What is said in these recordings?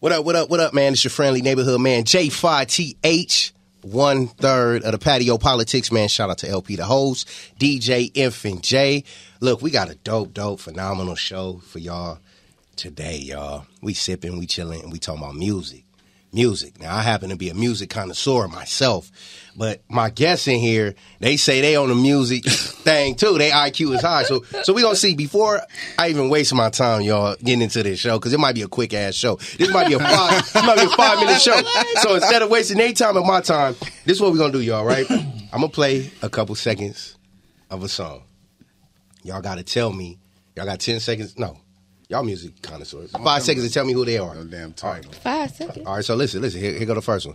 What up, what up, what up, man? It's your friendly neighborhood man, J5TH, one third of the patio politics, man. Shout out to LP the host, DJ Infant J. Look, we got a dope, dope, phenomenal show for y'all today, y'all. We sipping, we chilling, and we talking about music. Music. Now I happen to be a music connoisseur myself, but my guests in here, they say they on the music thing too. They IQ is high. So so we gonna see before I even waste my time, y'all, getting into this show, because it might be a quick ass show. This might be a five this might be a five minute show. So instead of wasting their time and my time, this is what we gonna do, y'all, right? I'm gonna play a couple seconds of a song. Y'all gotta tell me. Y'all got ten seconds. No. Y'all music connoisseurs. Five seconds to tell me who they are. No damn title. Five seconds. All right, so listen, listen. Here, here go the first one.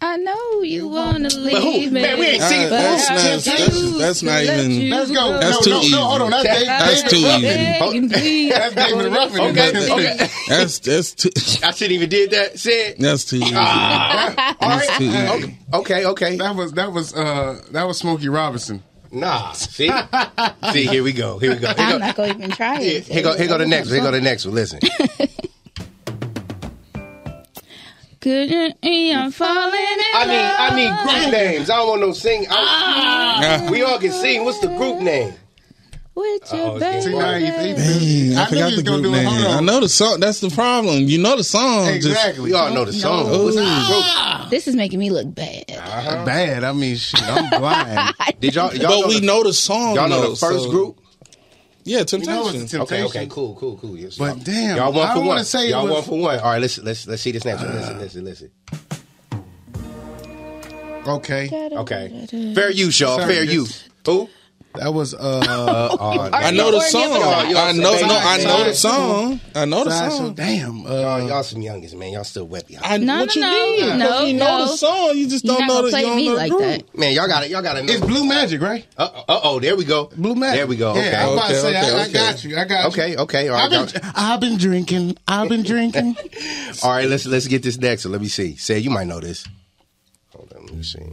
I know you wanna leave who? me. Man, we ain't seen- but that's I not- refuse that's- that's not to let even- you Let's go. That's no, too no, no, hold on. That's, That's easy. Dave, David Ruffin. too Beg and plead That's for David the Ruffin. love Okay, of That's- okay. Jesus. That's that's too I shouldn't even did that. Said. that's too easy. Ah. All right. uh, too easy. Okay, okay, okay. That was that was uh that was Smokey Robinson. Ah. Nah. See. see. Here we go. Here we go. Here I'm go. not gonna even try Here, it. here go. Here go the next one. Here go the next one. Listen. Couldn't be, I'm falling in I need. I love. need group names. I don't want no sing. I, Ah. we all can sing. What's the group name? with Oh, your it's baby. getting See, now he- he- Dang, I, knew forgot he was the gonna group do it. name. Hold I on. know the song. That's the problem. You know the song. Just, Exactly. We all know the song. know. What's the group? This is making me look bad. Bad. I mean, shit. I'm blind. Did y'all? y'all but know we the, know the song. Y'all know though, the first so- group. Yeah, you know it's a Temptations. temptation. Okay, okay, cool, cool, cool. Yes, But y'all- damn, y'all one I for wanna one. say it y'all was- one for one. All right, let's let's let's see this next one. Listen, listen, listen. Okay. Okay, fair use, y'all. Sorry, fair this- use. Who? That was uh. Uh, oh, I know the Y'all song. already- I know. No, I know the song. I know the Sideshow- song. Damn. y'all, Uh, y'all some youngins, man. Y'all still wet behind. I, No, what no, you no. mean? 'Cause No, we know no. the song. You just You're don't not know gonna the. You play don't me know the like group. that. Man, y'all got it. Y'all got it. it's Blue Magic, right? Uh oh, there we go. Blue Magic. There we go. Yeah, I'm Okay. about to Okay, say I, I okay, got okay. you. I got you. Okay, okay. All I've right, been, y'all- I've been drinking. I've been drinking. all right. Let's let's get this next. one. let me see. Say you might know this. Hold on, let me see.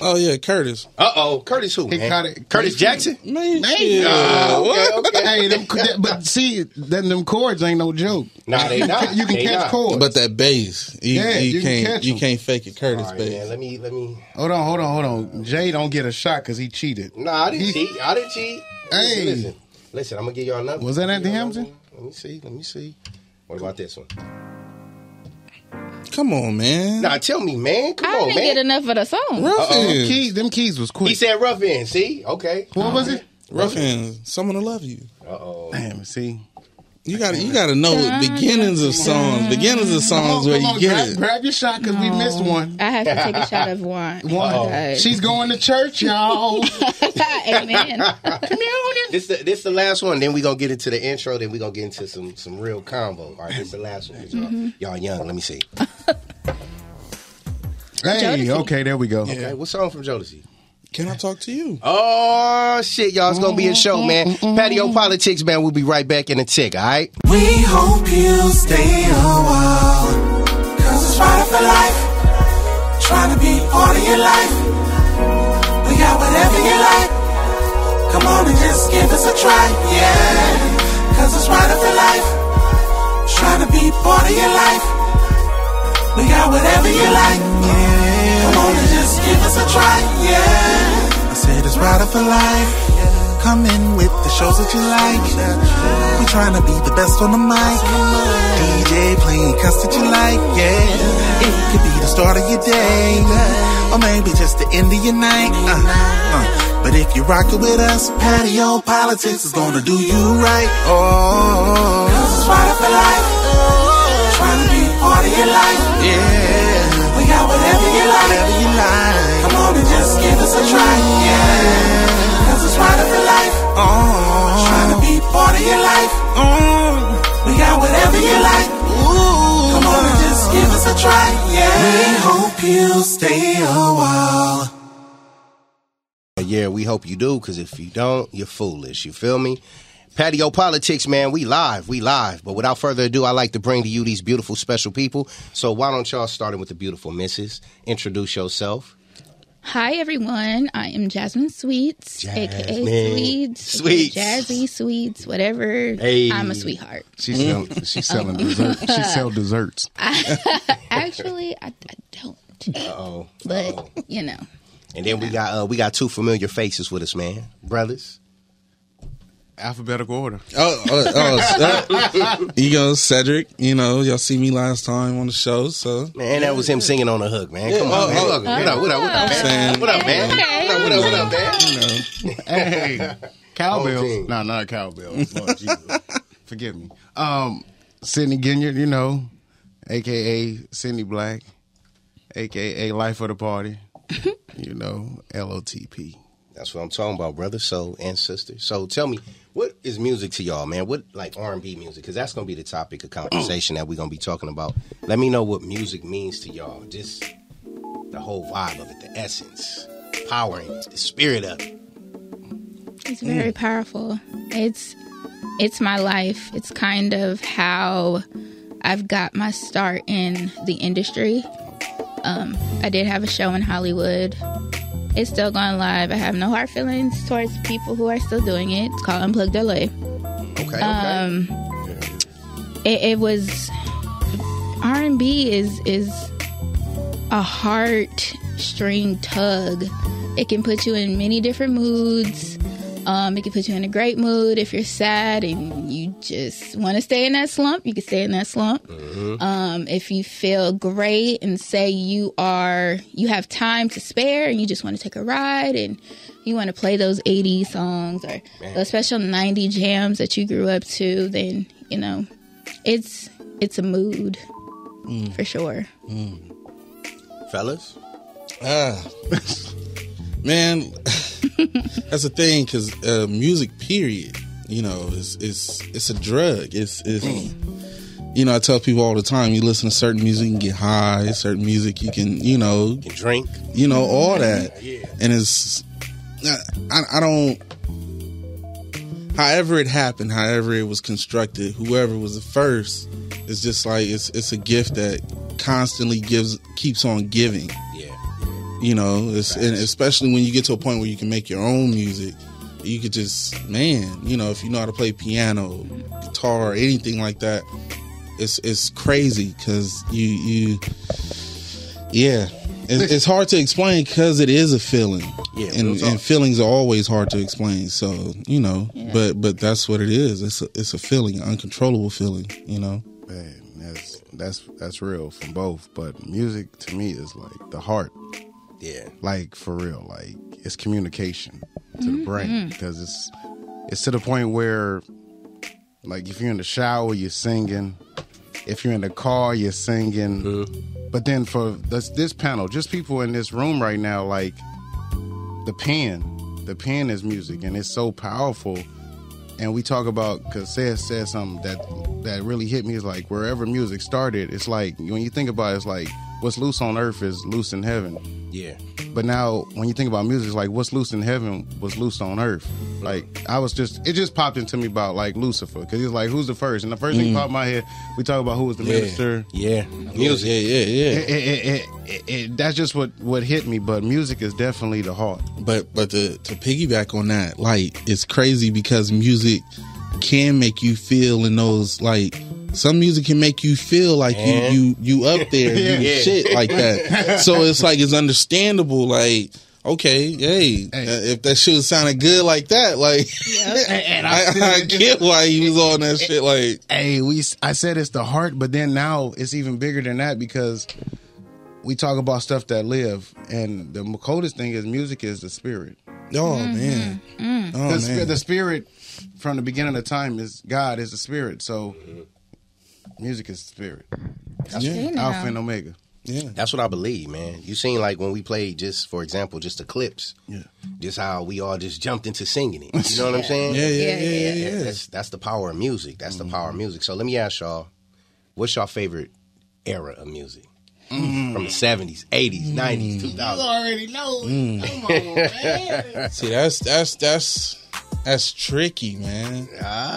Oh yeah, Curtis. Uh oh, Curtis who? He man? caught it. Curtis Jackson. Oh, Man, Hey, shit. uh, What? hey, them, but see, them, them chords ain't no joke. Nah, they not. You can They catch not. chords. But that bass, you, Yeah, you, you can can't catch you 'em. can't fake it, All Curtis right, bass. man. Let me let me. Hold on, hold on, hold on. Jay don't get a shot because he cheated. Nah, I didn't He- cheat. I didn't cheat. Listen, Hey. listen, listen. I'm gonna give y'all another. Was that at the Give y'all another Hampton? one. Let me see. Let me see. What about this one? Come on, man. Nah, tell me, man. Come I on, didn't man. get enough of the song. Them Ruffin, keys, them keys was quick. he said rough end. See, okay. what was it? Ruffin, someone to love you. Uh oh. Damn, see. You got to you got to know the beginnings of songs. Beginnings of songs where you grab, get it. grab your shot because we missed one. I have to take a shot of wine. One. Oh. Okay. She's going to church, y'all. Amen. This the this the last one. Then we gonna get into the intro. Then we gonna get into some some real combo. All right, this the last one. 'cause Y'all, Mm-hmm. y'all young. Let me see. hey, Jodeci. okay, there we go. Okay, what song from Jodeci? Can I talk to you? Oh shit, y'all! It's gonna be a show, man. Mm-hmm. Patio politics, man. We'll be right back in a tick. All right. We hope you stay a while. Cause it's right for life. Trying to be part of your life. We got whatever you like. Come on and just give us a try. Yeah. Cause it's right for life. Trying to be part of your life. We got whatever you like. Yeah. Come on and just give us a try. Yeah. I said it's right for life. Come in with the shows that you like. We trying to be the best on the mic. DJ playing cuts that you like. Yeah. It could be the start of your day. Or maybe just the end of your night. Uh, uh. But if you rock it with us, patio politics is gonna do you right. Oh. Cause it's right for life. Trying to be part of your life. Yeah. We got whatever you like. Whatever you like. Come on and just give us a try. Yeah. Cause it's right for life. Oh. Trying to be part of your life. We got whatever you like. Ooh. Come on and just give us a try. Yeah. We hope you stay a Oh, while. Uh, Yeah, we hope you do, because if you don't, you're foolish. You feel me? Patio Politics, man, we live, we live. But without further ado, I like to bring to you these beautiful, special people. So why don't y'all, starting with the beautiful missus, introduce yourself. Hi everyone, I am Jasmine Sweets, aka Jasmine Swedes, Sweets. Jazzy Sweets, whatever. Hey. I'm a sweetheart. She sell, she's selling desserts. She sell desserts. Actually, I, I don't, Oh, but you know, and then we got uh, we got two familiar faces with us, man, brothers. Alphabetical order. Oh, oh, oh uh, you go, Cedric. You know, y'all see me last time on the show, so Man, that was him singing on the hook, man. Come oh, on, man. oh, Look, What up? What up? What up, man? saying, What up, man? Okay. What up? What up? What up, man? you know, Hey, Whole cowbells. team. No, not cowbells. Lord Jesus. Forgive me. Um, Sydney Ginyard, you know, aka Sydney Black, aka Life of the Party. You know, LOTP. That's what I'm talking about, brother. So and sister. So tell me, what is music to y'all, man? What like R and B music? Because that's gonna be the topic of conversation that we're gonna be talking about. Let me know what music means to y'all. Just the whole vibe of it, the essence, power in it, the spirit of it. it's very powerful. It's it's my life. It's kind of how I've got my start in the industry. Um, I did have a show in Hollywood. It's still going live. I have no hard feelings towards people who are still doing it. It's called Unplugged LA. Okay, okay. Um, it, it was R and B is is a heart string tug. It can put you in many different moods. Um, it can put you in a great mood if you're sad and you just want to stay in that slump. You can stay in that slump. Um, if you feel great and say you are you have time to spare and you just want to take a ride and you want to play those 80 songs or those special 90 jams that you grew up to, then you know it's it's a mood for sure. fellas. Ah, man, that's the thing because uh, music, period, you know, is it's it's a drug. It's it's Mm. you know, I tell people all the time, you listen to certain music, you can get high. Certain music, you can, you know, Can drink. you know, all that, and it's I, I don't. However it happened, however it was constructed, whoever was the first, it's just like it's it's a gift that constantly gives keeps on giving Yeah. you know it's, and especially when you get to a point where you can make your own music you could just man you know if you know how to play piano guitar or anything like that it's it's crazy because you you yeah it's, it's hard to explain because it is a feeling Yeah, real and, talk. and feelings are always hard to explain so you know but but that's what it is it's a, it's a feeling an uncontrollable feeling you know Man, that's that's that's real from both. But music to me is like the heart. Yeah. like for real like it's communication to the brain because it's it's to the point where like if you're in the shower you're singing if you're in the car you're singing but then for this this panel just people in this room right now like the pen the pen is music and it's so powerful and we talk about because said said something that that really hit me is like wherever music started it's like when you think about it, it's like what's loose on earth is loose in heaven Yeah. but now, when you think about music, it's like what's loose in heaven was loose on earth. Like I was just, it just popped into me about like Lucifer because he's like, who's the first? And the first Mm. thing popped in my head, we talk about who was the minister. Yeah. music yeah yeah yeah It, it, it, it, it, that's just what what hit me. But music is definitely the heart. But but to, to piggyback on that, like it's crazy because music can make you feel in those like some music can make you feel like Yeah. you you you up there you Yeah. shit like that. so it's like it's understandable like okay, hey, Hey. uh, if that shit sounded good like that, like I, I get why he was on that shit like hey, we I said it's the heart, but then now it's even bigger than that because we talk about stuff that live, and the coldest thing is music is the spirit. oh man. Mm-hmm. Oh, the, man. spi- the spirit from the beginning of time is God is the spirit. So music is spirit. Okay, now. Alpha and Omega. yeah. That's what I believe, man. You seen like when we played just for example, just the clips. Yeah. Just how we all just jumped into singing it. You know what I'm saying? Yeah, yeah, yeah, Yeah, yeah, Yeah, yeah. Mm-hmm. That's that's the power of music. That's the power of music. So let me ask y'all, what's y'all favorite era of music? Mm. From the seventies, eighties, nineties, two thousands. already know. man. mm. See, that's that's that's that's tricky, man.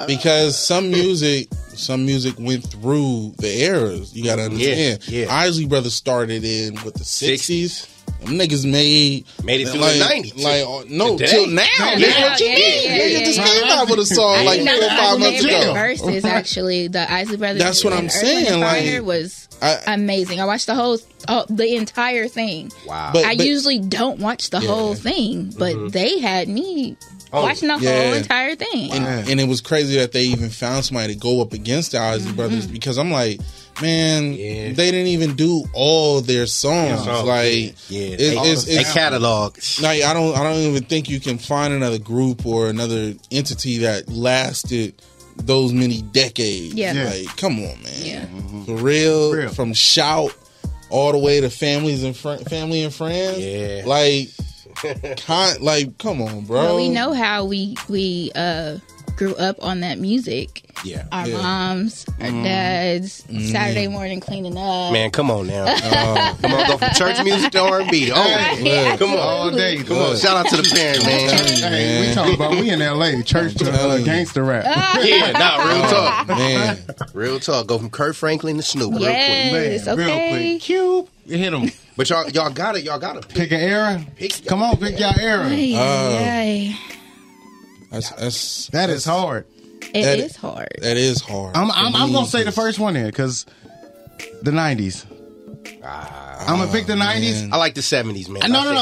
because some music, some music went through the eras. You gotta understand. yeah. Isley Brothers started in with the sixties. Them niggas made Made it through the like, 90s. Like uh, no, Today. till now. Now, Nigga, what you yeah, mean? yeah, Nigga yeah, just yeah. came out with a song like I four or know five my months favorite ago. Verses actually, the Isley Brothers. That's what and I'm Earth, saying, Wind, and like, Fire was I- amazing. I watched the whole, oh, the entire thing. Wow. But- Mm-hmm. I usually don't watch the whole thing, but they had me Oh, watching the whole yeah. entire thing. and, and it was crazy that they even found somebody to go up against the Isley Brothers because I'm like, man, Yeah. they didn't even do all their songs. Yeah. like, Yeah, it- they, it's, they it's, catalog. like I don't, I don't even think you can find another group or another entity that lasted those many decades. Yeah. Yeah. like come on, man, Yeah. for real, For real. from shout. All the way to families and fr- family and friends, Yeah. Like, con- like, come on, bro. But we know how we we uh, grew up on that music. Yeah. Our Yeah. Mm. moms, our dads, Saturday morning cleaning up. Man, come on now. Oh, come on, go from church music to R&B. to R&B. Yeah, Come on. all day. Come on, shout out to the parent, man. Hey, we talking about we in L.A. Church to uh, telling you. gangster rap. Yeah, nah, real Oh, talk. man. Real talk. Go from Kurt Franklin to Snoop real quick. Yes, Man, real okay. quick. Cube, hit him. But y'all y'all got it. Y'all got to pick. Pick an era. Pick- Uh, Come on, pick your era. Ay, ay, Oh. That's, that's That is hard. It That- is hard. That is hard. I'm I'm, I'm gonna Mm, say the first one here because the '90s. I'm gonna pick the '90s. Ah, man. I like the 70s, man. No, I no, no, think-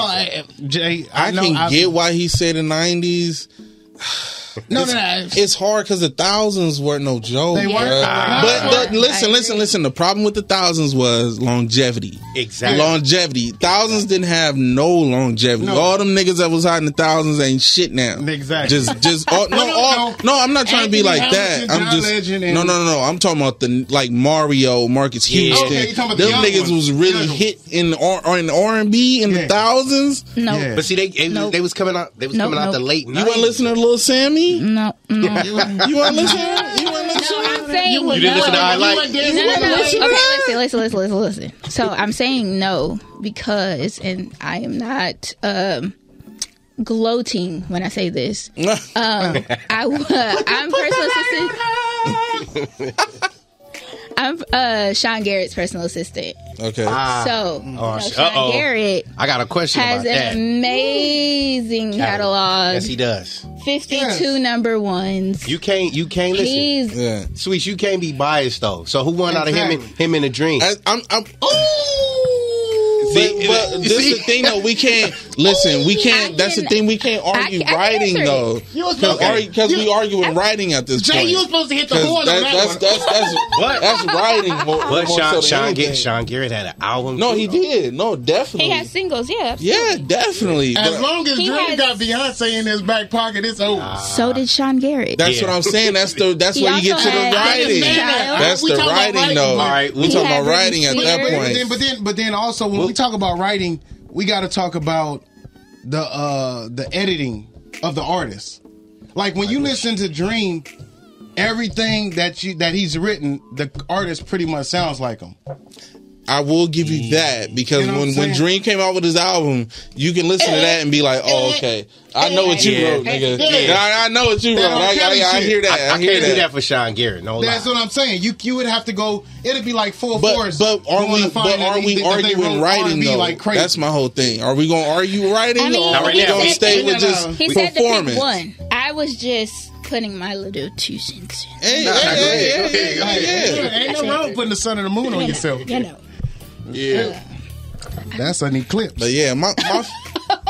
I, I- Jay. I, I know, can I, get why he said the nineties. No, no, no. It's hard because the thousands weren't no joke. They weren't. bruh. Ah. But the, listen, I listen, listen. The problem with the thousands was longevity. Exactly. Longevity. Thousands didn't have no longevity. No. All them niggas that was hiding the thousands ain't shit now. Exactly. Just, just all, no, No, no, all, no. no. I'm not trying to be Anthony like that. Hamilton, I'm John just Legend, and- no, no, no, no. I'm talking about the like Mario, Marcus Yeah. Houston. Okay, you talking about the them young niggas ones. was The really young hit in R in R and B in Yeah. the thousands. No, Yeah. But see, they they, Nope. they was coming out. They was Nope, coming out the nope. late. You want to listen to Little Sammy? no, no. You want to listen? You want to listen? I'm saying You didn't listen to I like. No, no, no. Okay, listen, listen, listen, listen, listen. So I'm saying no because, and I am not um, gloating when I say this. I w- I'm personal assistant. Um, I'm uh, Sean Garrett's personal assistant. okay. So you know, Ah. Oh, sh- Sean uh-oh. Garrett I got a question has about that. an amazing catalog. Yes, he does. 52 Yes. number ones. You can't. You can't listen. He's yeah. Sweets, you can't be biased though. So who won out of him? And, Exactly. him in a dream. I, I'm. I'm ooh. See, but, uh, but this see? is the thing though we can't listen we can't Oh, I that's the can- thing we can't argue I can writing answer it. though You was because supposed- we argue with writing at this Jay, point you were supposed to hit the 'Cause horn on that- that that's, one. that's that's What? that's writing more, but more so Sean, than Sean, anything. Garrett, Sean Garrett had an album. no too, he though. did no definitely He has singles, yeah. yeah absolutely. definitely As But long as He Drew has- got Beyonce in his back pocket, it's over. So did Sean Garrett. that's Yeah. what I'm saying that's the that's He where you get also to the had- Understand writing that. that's We the talking about writing though but- All right, we we- talking He about had writing at Britney that Spears. But point then, but then, but then also when we talk about writing, we got to talk about the uh the editing of the artist. Like when you listen to Dream, everything that you that he's written, the artist pretty much sounds like him. I will give you that because You know what when, I'm when saying? Dream came out with his album, you can listen to that and be like, "Oh, okay, I know what you Yeah. wrote, oh, nigga. Yeah. I, I know what you wrote. That R. I, Kelly I, I hear shit. that. I, I, I hear can't do that." that for Sean Garrett. No That's lie. what I'm saying. You you would have to go. It'd be like full Oh, But force. but are going we to find but that are he- we that they arguing wrote writing R&B though? Like crazy. That's my whole thing. Are we gonna argue writing I mean, Not or are right we now. gonna He stay said- with just no, no. He said the performance? pick one. I was just putting my little two cents in. Hey, Nah, go hey, ahead, go hey, ahead, go hey, ahead. yeah, yeah. Ain't no wrong putting the sun and the moon on You know, yourself. You know. Yeah. That's an eclipse. But yeah, my, my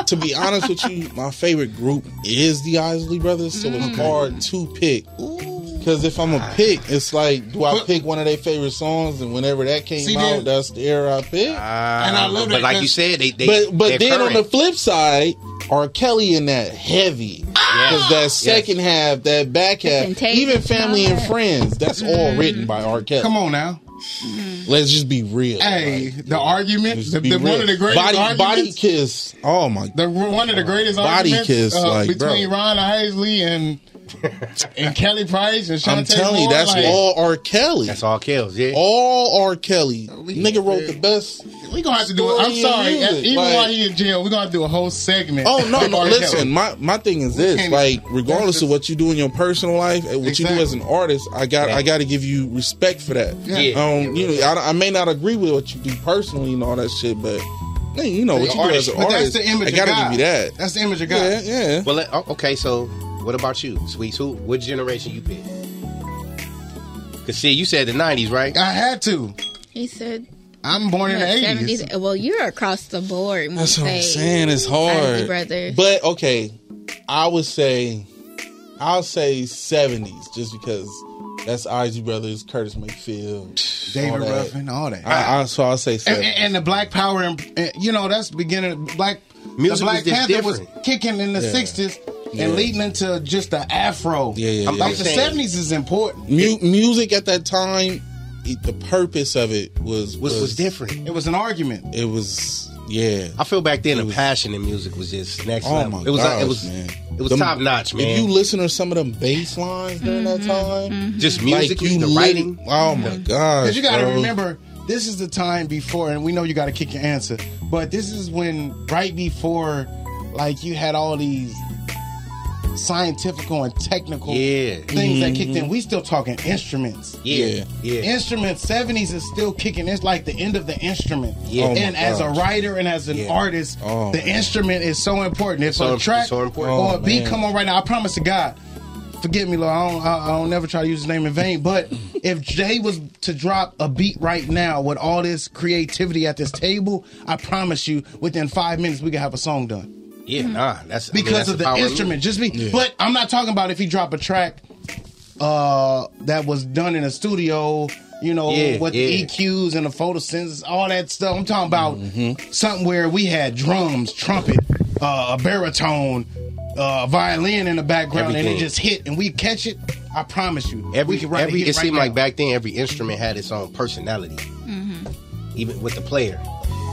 to be honest with you, my favorite group is the Isley Brothers, so Mm. it's hard to pick. Because if I'm Ah. a pick, it's like, do I pick one of their favorite songs? And whenever that came See, out, then- that's the era I pick. And I love Ah, Um, but that, like 'cause- you said, they, they but they're but then on current. the flip side, R. Kelly in that heavy Ah! because that second half, that back half, Temptations, even Family and all that. Friends, that's all written by R. Kelly. Mm. Come on now. Mm-hmm. let's just be real. Hey, like, the argument, just the, be the, real. one of the greatest body arguments, body kiss. Oh my god. the one of the greatest Body arguments kiss, uh, like, between bro. Ron Isley and and Kelly Price and Shantae I'm telling you, Moore, that's like, all R. Kelly. that's all kills. Yeah. all R. Kelly. Oh, Nigga wrote the best. We gonna have to do it. I'm Story sorry, and music, even like- while he in jail, we're gonna have to do a whole segment. Oh no, with no. R. Listen, Kelly. my my thing is this: can't- like, regardless of what you do in your personal life and what you Exactly. do as an artist, I got I got to give you respect for that. Yeah. Um, you know, I, I may not agree with what you do personally and all that shit, but thing. You know what You're you do as artist, an But artist. that's the image I gotta of God. give you that. That's the image of God. yeah, yeah. Well, let- oh, okay. So, what about you, Sweets? Who? What generation you pick? Cause see, you said the '90s, right? I had to. He said I'm born in the seventies. eighties. Well, you're across the board. That's what I'm Mosaic. saying. It's hard, Isley Brothers. But okay, I would say, I'll say '70s, just because that's Isley Brothers, Curtis Mayfield, David all that. Ruffin, all that. I, I, so I'll say and, 70s. and- and the Black Power, and, and, you know, that's beginning. Black Music the was Black just Panther was different. kicking in the Yeah. '60s Yeah. and leading into just the Afro. Yeah, yeah, yeah. Like the I'm saying- '70s is important. Mu- music at that time, it, the purpose of it was Was was different. It was an argument. It was yeah. I feel back then It the was- passion in music was just next Oh level. my it was like- it gosh, was man. it was Them- top notch, man. If you listen to some of them bass lines during that time, Mm-hmm. just musically, the lit- writing. Oh my gosh! Because Mm-hmm. you got to bro. remember, this is the time before, and we know you got to kick your answer, but this is when, right before, like you had all these scientific and technical Yeah. things that kicked in. We still talking instruments. Yeah, yeah. Instruments, 70s is still kicking. It's like the end of the instrument. Yeah. Oh my and as a gosh. writer and as an Yeah. artist, Oh, the man. instrument is so important. If So- a track so important. or Oh, a beat man. come on right now, I promise to God, forgive me, Lord. I don't, I, I don't never try to use his name in vain. But if Jay was to drop a beat right now with all this creativity at this table, I promise you, within five minutes, we could have a song done yeah, nah, that's I mean, because that's of the power music. instrument. Just be, but I'm not talking about if he drop a track uh, that was done in a studio. You know, Yeah, with yeah. the EQs and the photosynthesis, all that stuff. I'm talking about Mm-hmm. something where we had drums, trumpet, uh, a baritone, uh, violin in the background, and Everything. it just hit, and we catch it. I promise you, Every, we can write every hit it right seemed now. like back then every instrument had its own personality, even with the player.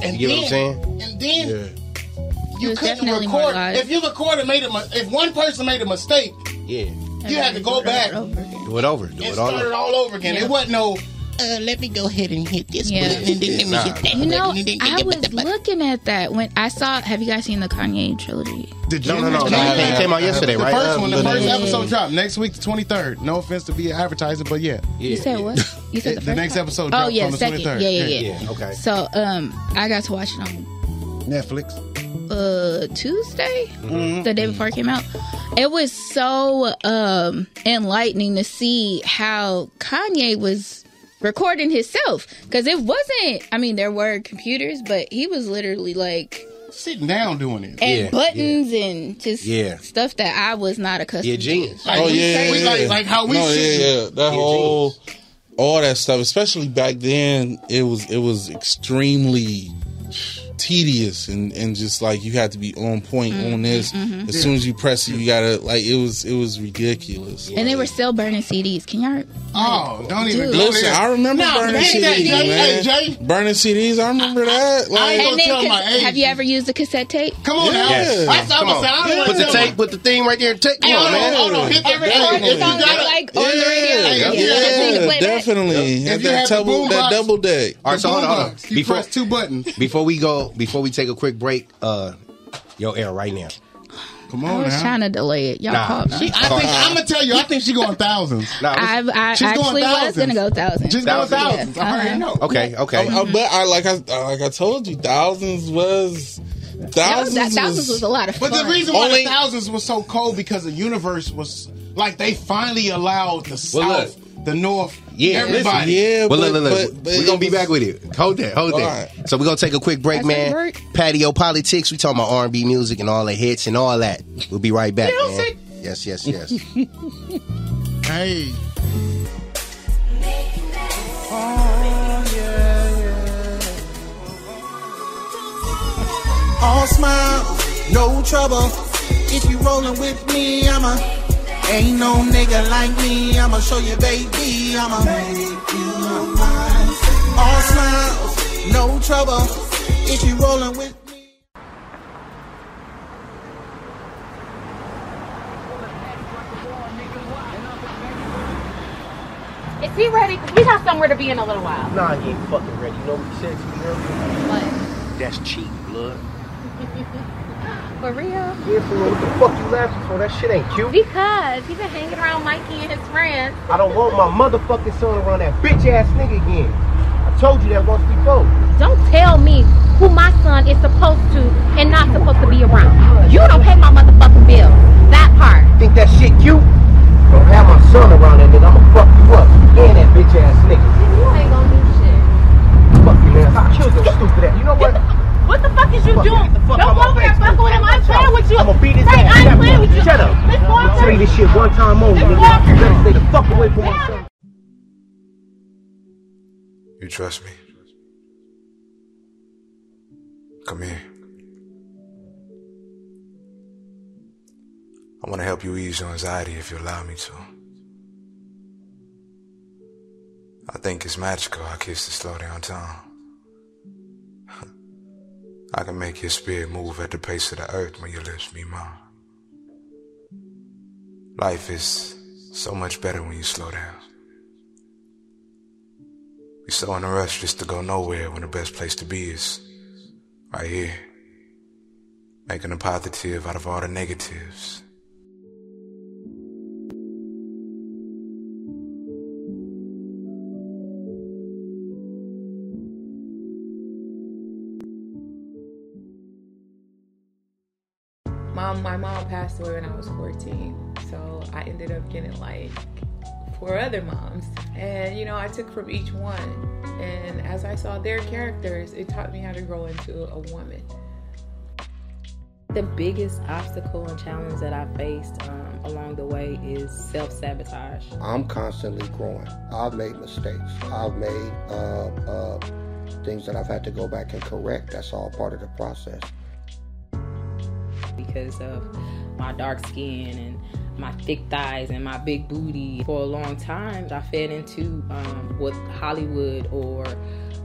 And you get then, what I'm saying? And then Yeah. It you was couldn't definitely more record live. if you recorded made a mi- if one person made a mistake, Yeah, you had to go back. do it over, do and it all started over. all over again. Yeah. It wasn't no. Uh, let me go ahead and hit this Yeah. button and then let me Nah. hit that. You know, button and then- I was looking at that when I saw. Have you guys seen the Kanye trilogy? No, no, no, Yeah. no. It came out yesterday, The right? first one, the Yeah. first Yeah. episode dropped next week, the twenty third. No offense to be an advertiser, but yeah, You said what? You said It- the the, first next one? episode Oh drops yeah, on the second. 23rd. Yeah, yeah, Yeah. yeah. Yeah, okay. So um, I got to watch it on Netflix. uh Tuesday, Mm-hmm. the day before it came out. It was so um enlightening to see how Kanye was recording himself because it wasn't. I mean, there were computers, but he was literally like. Sitting down doing it. and Yeah, buttons and just Yeah. stuff that I was not accustomed Yeah, genius. Like oh we yeah, say- we yeah, like- yeah. like how we no, should- yeah, yeah. that Yeah, whole all that stuff, especially back then, it was it was extremely tedious and and just like you had to be on point Mm-hmm, on this. As soon as you press it, you gotta like it was it was ridiculous. to. And they were still burning CDs. Can y'all? Oh, don't even Dude. go Listen, there. I remember Nah, burning hey, CDs, Jay, Jay, man. hey, Jay. Burning CDs, I remember that. Like, ain't And then, tell cause- my age. have you ever used a cassette tape? Come on now. Yes. That's what Come I'm on. saying. I don't Put wanna the tell tape, put the thing right there. and Take, come Hey, on, hold on, man. hold on. Hit that Every button. song If you that got it- like on the yeah, radio. yeah, You yeah, play that? definitely. If Had you that had the double, boom that box- double deck. All right, so hold on, hold on. Boombox. You Before- press two buttons. Before we go, before we take a quick break, uh, yo, air right now. Come I on was now. trying to delay it. Y'all Nah, called me. Oh, She, I think I'm gonna tell you. I think she going thousands. Nah, I, listen- I She's going actually was thousands. gonna go thousand. Just go Thousands. thousands. I already Uh-huh. know. okay, okay. Uh, Mm-hmm. but I like I like I told you, thousands was that was, thousands, that, thousands was a lot of fun. But the reason why Only- the thousands was so cold because the universe was like they finally allowed the Well, look. south, the north, Yeah, everybody. listen, yeah. well, look, but- look, look. but- but we're it gonna be was- back with it. Hold that, hold All that. So we're gonna take a quick break, That's man. a break. Patio politics. We talking about R and B music and all the hits and all that. We'll be right back, Music. man. Yes, yes, yes. Hey, All smile, no trouble. If you rollin' with me, I'ma. Ain't no nigga like me, I'ma show you, baby. I'ma make you mine. All smiles, no trouble. If you rollin' with me. Is he ready? He's not somewhere to be in a little while. Nah, he ain't fucking ready. You know what he said to me earlier? But That's cheap, blood. for real? Yeah, fool. What the fuck you laughing for? That shit ain't cute. Because he's been hanging around Mikey and his friends. I don't want my motherfucking son around that bitch ass nigga again. I told you that once before. Don't tell me who my son is supposed to and not supposed to be around. You don't pay my motherfucking bill. That part. Think that shit cute? Don't have my son around and then I'ma fuck you up. And that bitch ass nigga. You ain't gonna do shit. Fuck you, man. I'll kill your stupid ass. You know what? What the fuck is you Fuck doing? it. The fuck Don't out go my over there face. fucking with him. I'm Watch playing out. with you. I'ma beat his Frank, ass. I ain't Shut playing up. with you. Shut up. Let's go I'll out tell there. you this shit one time only, Let's nigga. walk. You better stay the fuck away from my son. You trust me? Come here. I want to help you ease your anxiety if you allow me to. I think it's magical how kisses slow down time. I can make your spirit move at the pace of the earth when your lips meet mine. Life is so much better when you slow down. We so in a rush just to go nowhere when the best place to be is right here. Making a positive out of all the negatives. Mom, my mom passed away when I was 14, so I ended up getting like four other moms, and you know I took from each one, and as I saw their characters, it taught me how to grow into a woman. The biggest obstacle and challenge that I faced um, along the way is self sabotage. I'm constantly growing. I've made mistakes. I've made uh, uh, things that I've had to go back and correct. That's all part of the process. because of my dark skin and my thick thighs and my big booty. For a long time, I fed into um, what Hollywood or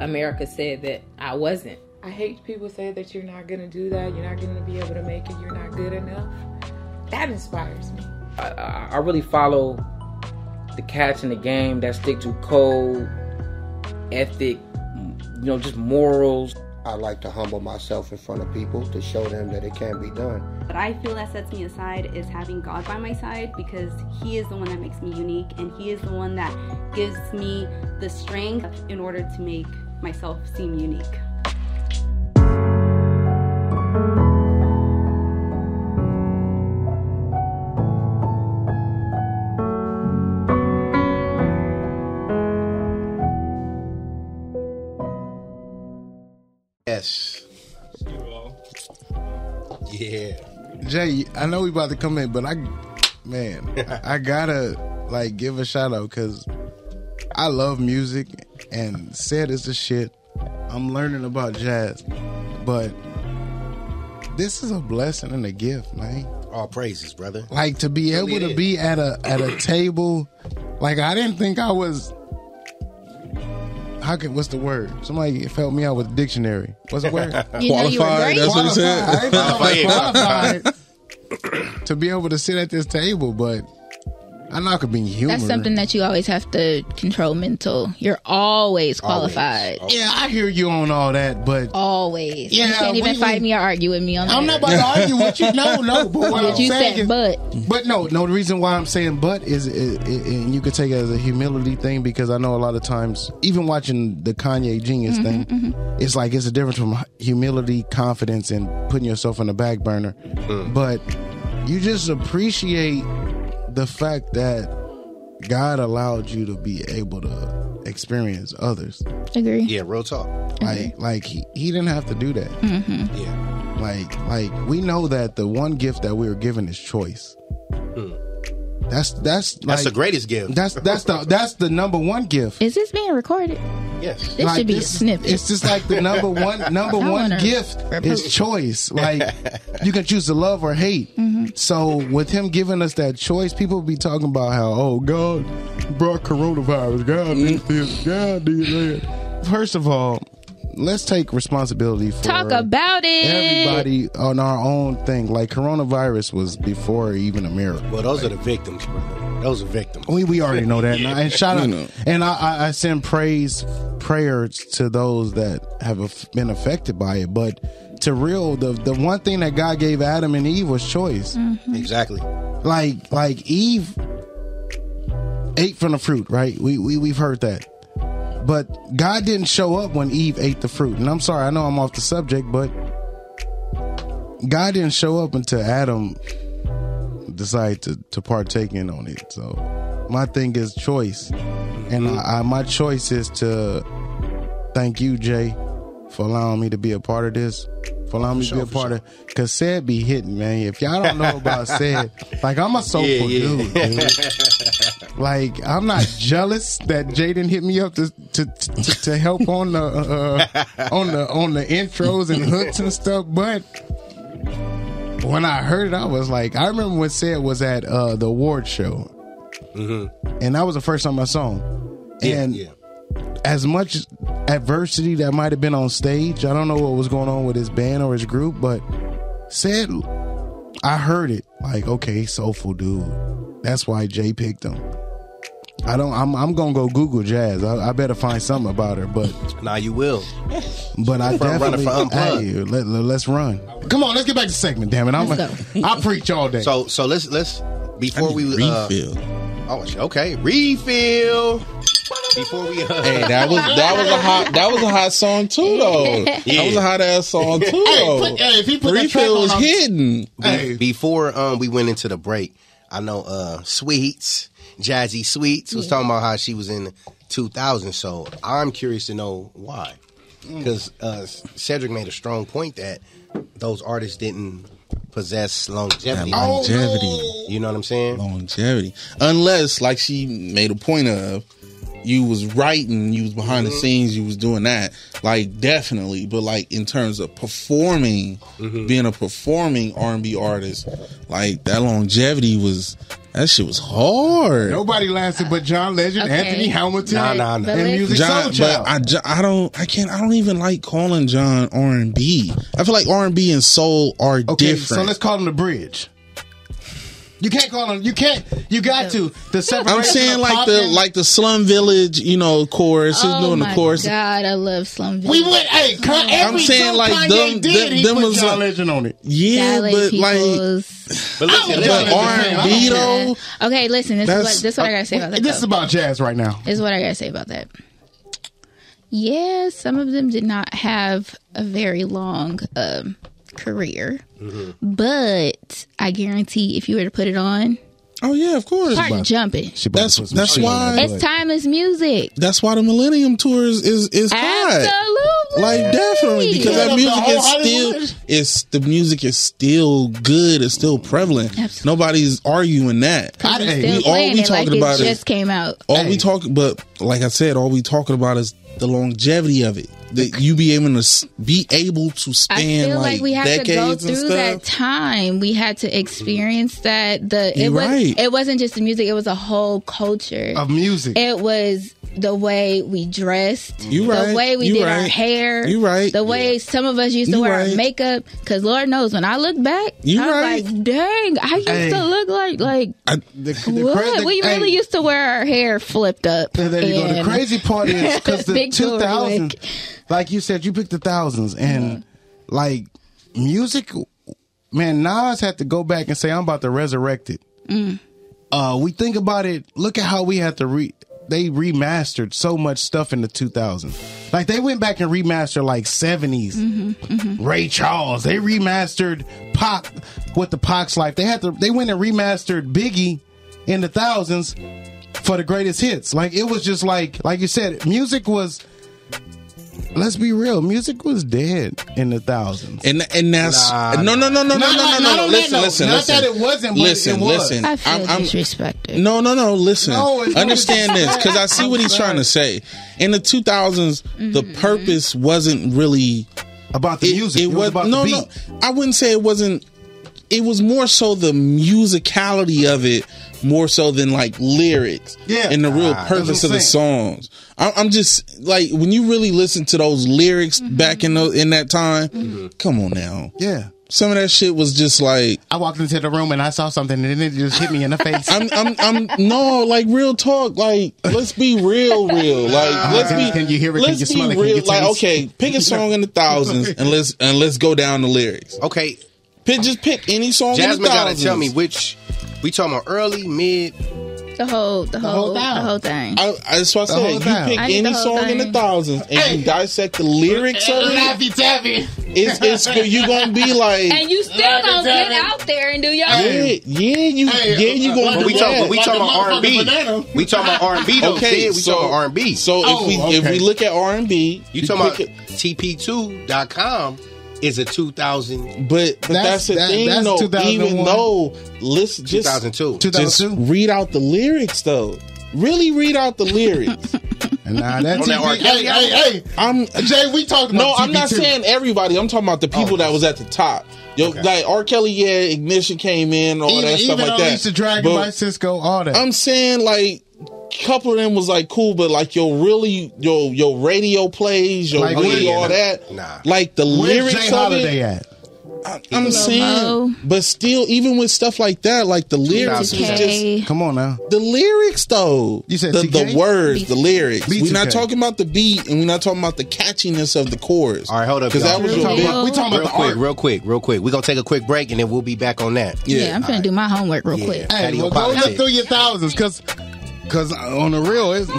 America said that I wasn't. I hate people say that you're not gonna do that, you're not gonna be able to make it, you're not good enough. That inspires me. I, I I really follow the cats in the game that stick to code, ethic, m- you know, just morals. I like to humble myself in front of people to show them that it can be done. What I feel that sets me aside is having God by my side because He is the one that makes me unique and He is the one that gives me the strength in order to make myself seem unique. Yes. Yeah. Jay, I know we about to come in, but I, man, I gotta like give a shout out because I love music and said is the shit. I'm learning about jazz, but this is a blessing and a gift, man. All praises, brother. Like to be Really able to is. be at a at a table, like I didn't think I was. How could what's the word? Somebody help me out with the dictionary. What's the word? You know you were Qualified, great. that's what he Qualified. I said. ain't talking about Qualified. qualified to be able to sit at this table, but I know I could be humor. That's something that you always have to control mental. You're always qualified. Oh. Always. yeah, I hear you on all that, but Oh. Yeah, you can't even we- fight me or argue with me on that. I'm not about to argue with you. No, no, but what I'm you saying said is- but But no, no. The reason why I'm saying but is, is, is- and you could take it as a humility thing because I know a lot of times, even watching the Kanye Genius thing, it's like it's a difference from humility, confidence, and putting yourself in the back burner. Mm. But you just appreciate the fact that God allowed you to be able to experience others. agree. Yeah, real talk. Like, Mm-hmm. like he, he didn't have to do that. Yeah. Like, like we know that the one gift that we were given is choice. Hmm. That's that's like, That's the greatest gift. That's that's the that's the number one gift. Is this being recorded? yes. This should be a this- snippet. It's just like the number one number I one wanna gift report. is choice. Like you can choose to love or hate. Mm-hmm. So with him giving us that choice, people be talking about how oh God brought coronavirus. God Mm. did this. God did that. First of all, let's take responsibility for Talk about it. everybody on our own thing. Like coronavirus was before even a miracle. Well, those are the victims, brother. Those are victims. We we already know that. And I- And shout out, You know. and I, I I send praise prayers to those that have aff- been affected by it. But to real, the the one thing that God gave Adam and Eve was choice. Mm-hmm. Mm-hmm. Exactly. Like like Eve ate from the fruit, right? We we we've heard that. But God didn't show up when Eve ate the fruit. And I'm sorry, I know I'm off the subject, but God didn't show up until Adam decided to, to partake in on it. So my thing is choice. And I, I, my choice is to thank you, Jay, for allowing me to be a part of this. For allowing me to be a part of because said be hitting, man. If y'all don't know about said, like I'm a soulful Yeah, yeah. dude, dude. Like I'm not jealous that Jaden hit me up to to, to to help on the uh, on the on the intros and hooks and stuff, but when I heard it, I was like, I remember when said was at uh, the award show, Mm-hmm. and that was the first time I saw him. And as much adversity that might have been on stage, I don't know what was going on with his band or his group, but said I heard it like, okay, soulful dude. That's why Jay picked him. I don't. I'm. I'm gonna go Google Jazz. I, I better find something about her. But Now you will. but I Front runner definitely. for Unplugged. Hey, let, us run. Come on, let's get back to segment. Damn it! I'm. Let's A, I preach all day. So so let's let's before we uh, refill. oh shit, okay refill. Before we uh, Hey, that was that was a hot that was a hot song too though. Yeah. That was a hot ass song too Hey, though. put- hey, if he put that track refill on, was I'm- hidden. Be- Before um, we went into the break, I know uh, Sweets, Jazzy Sweets, was Yeah. talking about how she was in 2000. So I'm curious to know why. Because uh, Cedric made a strong point that those artists didn't possess longevity. Oh, That longevity. You know what Oh, I'm saying? Longevity. Unless, like she made a point of, you was writing, you was behind the Mhm. scenes, you was doing that. Like definitely, but like in terms of performing, Mhm. being a performing R and B artist, like that longevity was that shit was hard. Nobody lasted but John Legend, Okay. Anthony Hamilton, Nah, nah, nah. and Music Soul John, Child. but I, ju- I don't I can't I don't even like calling John R and B. I feel like R and B and soul are Okay, different. so let's call him the bridge. You can't call him. You can't. You got to. The separation. I'm saying of like pop the and- like the slum village, you know, chorus. Who's oh doing my the chorus? God, I love Slum Village. We went. Hey, Con- I'm every saying song like Kanye them, did, them, he them put was John like, Legend on it. Yeah, Ballet but like But listen, But listen, listen, R&B listen. though, Okay, listen. This is That's- what this is what I gotta say about that. This though. is about jazz right now. is what I gotta say about that. Yeah, some of them did not have a very long um, career, but I guarantee if you were to put it on, oh yeah, of course, start jumping. That's that's why It's timeless music. That's why the Millennium Tour is is, is hot. Absolutely, Like definitely because Yeah, that the music whole is Hollywood. still it's the music is still good. It's still prevalent. Nobody's arguing that. 'Cause it's Hey, still we- all playing we it like talking it about just is came out. all we talk, but like I said, all we talking about is the longevity of it. That you be able to s- be able to span I feel like, like, we had to decades go and through stuff. that time. We had to experience that. The it You're was right. it wasn't just the music; it was a whole culture Of music. It was the way we dressed. You right. The way we You did our right. hair. You right. The way some of us used to You wear right. our makeup. Because Lord knows, when I look back, You I was right. like, "Dang, I used Hey. to look like like." The, the what? cra- the- we hey, really used to wear our hair flipped up. There you go. The and- crazy part is because the Big two jewelry, thousand, like- like you said, you picked the thousands, and like music, man, Nas had to go back and say, "I'm about to resurrect it." Mm. Uh, we think about it. Look at how we had to re. They remastered so much stuff in the 2000s. Like they went back and remastered like 70s Mm-hmm. Mm-hmm. Ray Charles. They remastered Pac with the Pac's life. They had to. They went and remastered Biggie in the thousands for the greatest hits. Like it was just like like you said, music was. Let's be real, music was dead in the thousands. And and that's no no no no no no Not no like- no not no on that listen note. listen Not listen that it wasn't, but listen it was. listen I feel disrespected no no no listen No, it's not understand this because I see what he's trying to say in the 2000s Mm-hmm, the purpose wasn't really about the music. It was about the no beat. no I wouldn't say it wasn't it was more so the musicality of it more so than like lyrics Yeah. and the real Ah, that's purpose what of I'm the songs I- i'm just like when you really listen to those lyrics Mm-hmm. back in those in that time come on now yeah some of that shit was just like I walked into the room and I saw something and it just hit me in the face. I'm, I'm, I'm, no, like real talk. Like, let's be real, real. Like, let's be. Can you hear it? Can Let's you be smell it? Can real. you like, taste okay, pick a song in the thousands and let's and let's go down the lyrics. Okay, pick just pick any song. in the Jasmine gotta thousands. tell me which we talking about early, mid, the whole the, whole, the whole thing. I, I, that's what I The said. whole You thing. pick I need any the whole song in the thing. thousands and you dissect the lyrics of it. Laffy Taffy. It's, it's, you gonna be like. and you still don't get out there and do your Yeah, yeah, you, yeah, you going. But uh, we talk, but we talk about R and B. We talk about R and B though. Okay, Sid. we so- talk about R and B. so if Oh, we- if okay. we look at R and B, you we talking about pick TP2.com is a 2000. But, but that's, the thing, though. Even though, listen, just, 2002. just 2002. read out the lyrics, though. Really read out the lyrics. and now that that R. Kelly album- I'm Jay. We talked about No, I'm not TP2. saying everybody. I'm talking about the people that was at the top. Yo, like R. Kelly, yeah, Ignition came in, all even that stuff even like that. Alicia Dragon But- by Cisco, all that. I'm saying like couple of them was like cool, but like your really your your radio plays, your Like really when? all that. Nah. Like the Where's lyrics Jay of Holiday it. at? I'm Lil saying, Mo. but still, even with stuff like that, like the lyrics is just Come on now. the lyrics though. You said the, TK? the words, the lyrics. B2K. We're not talking about the beat, and we're not talking about the catchiness of the chorus. All right, hold up, because that y'all. was We're your talking big. about- real quick, real quick, real quick. We're gonna take a quick break and then we'll be back on that. Yeah, I'm gonna do my homework real quick. Hey, well, go look through your thousands, cause, cause uh, on the real, it's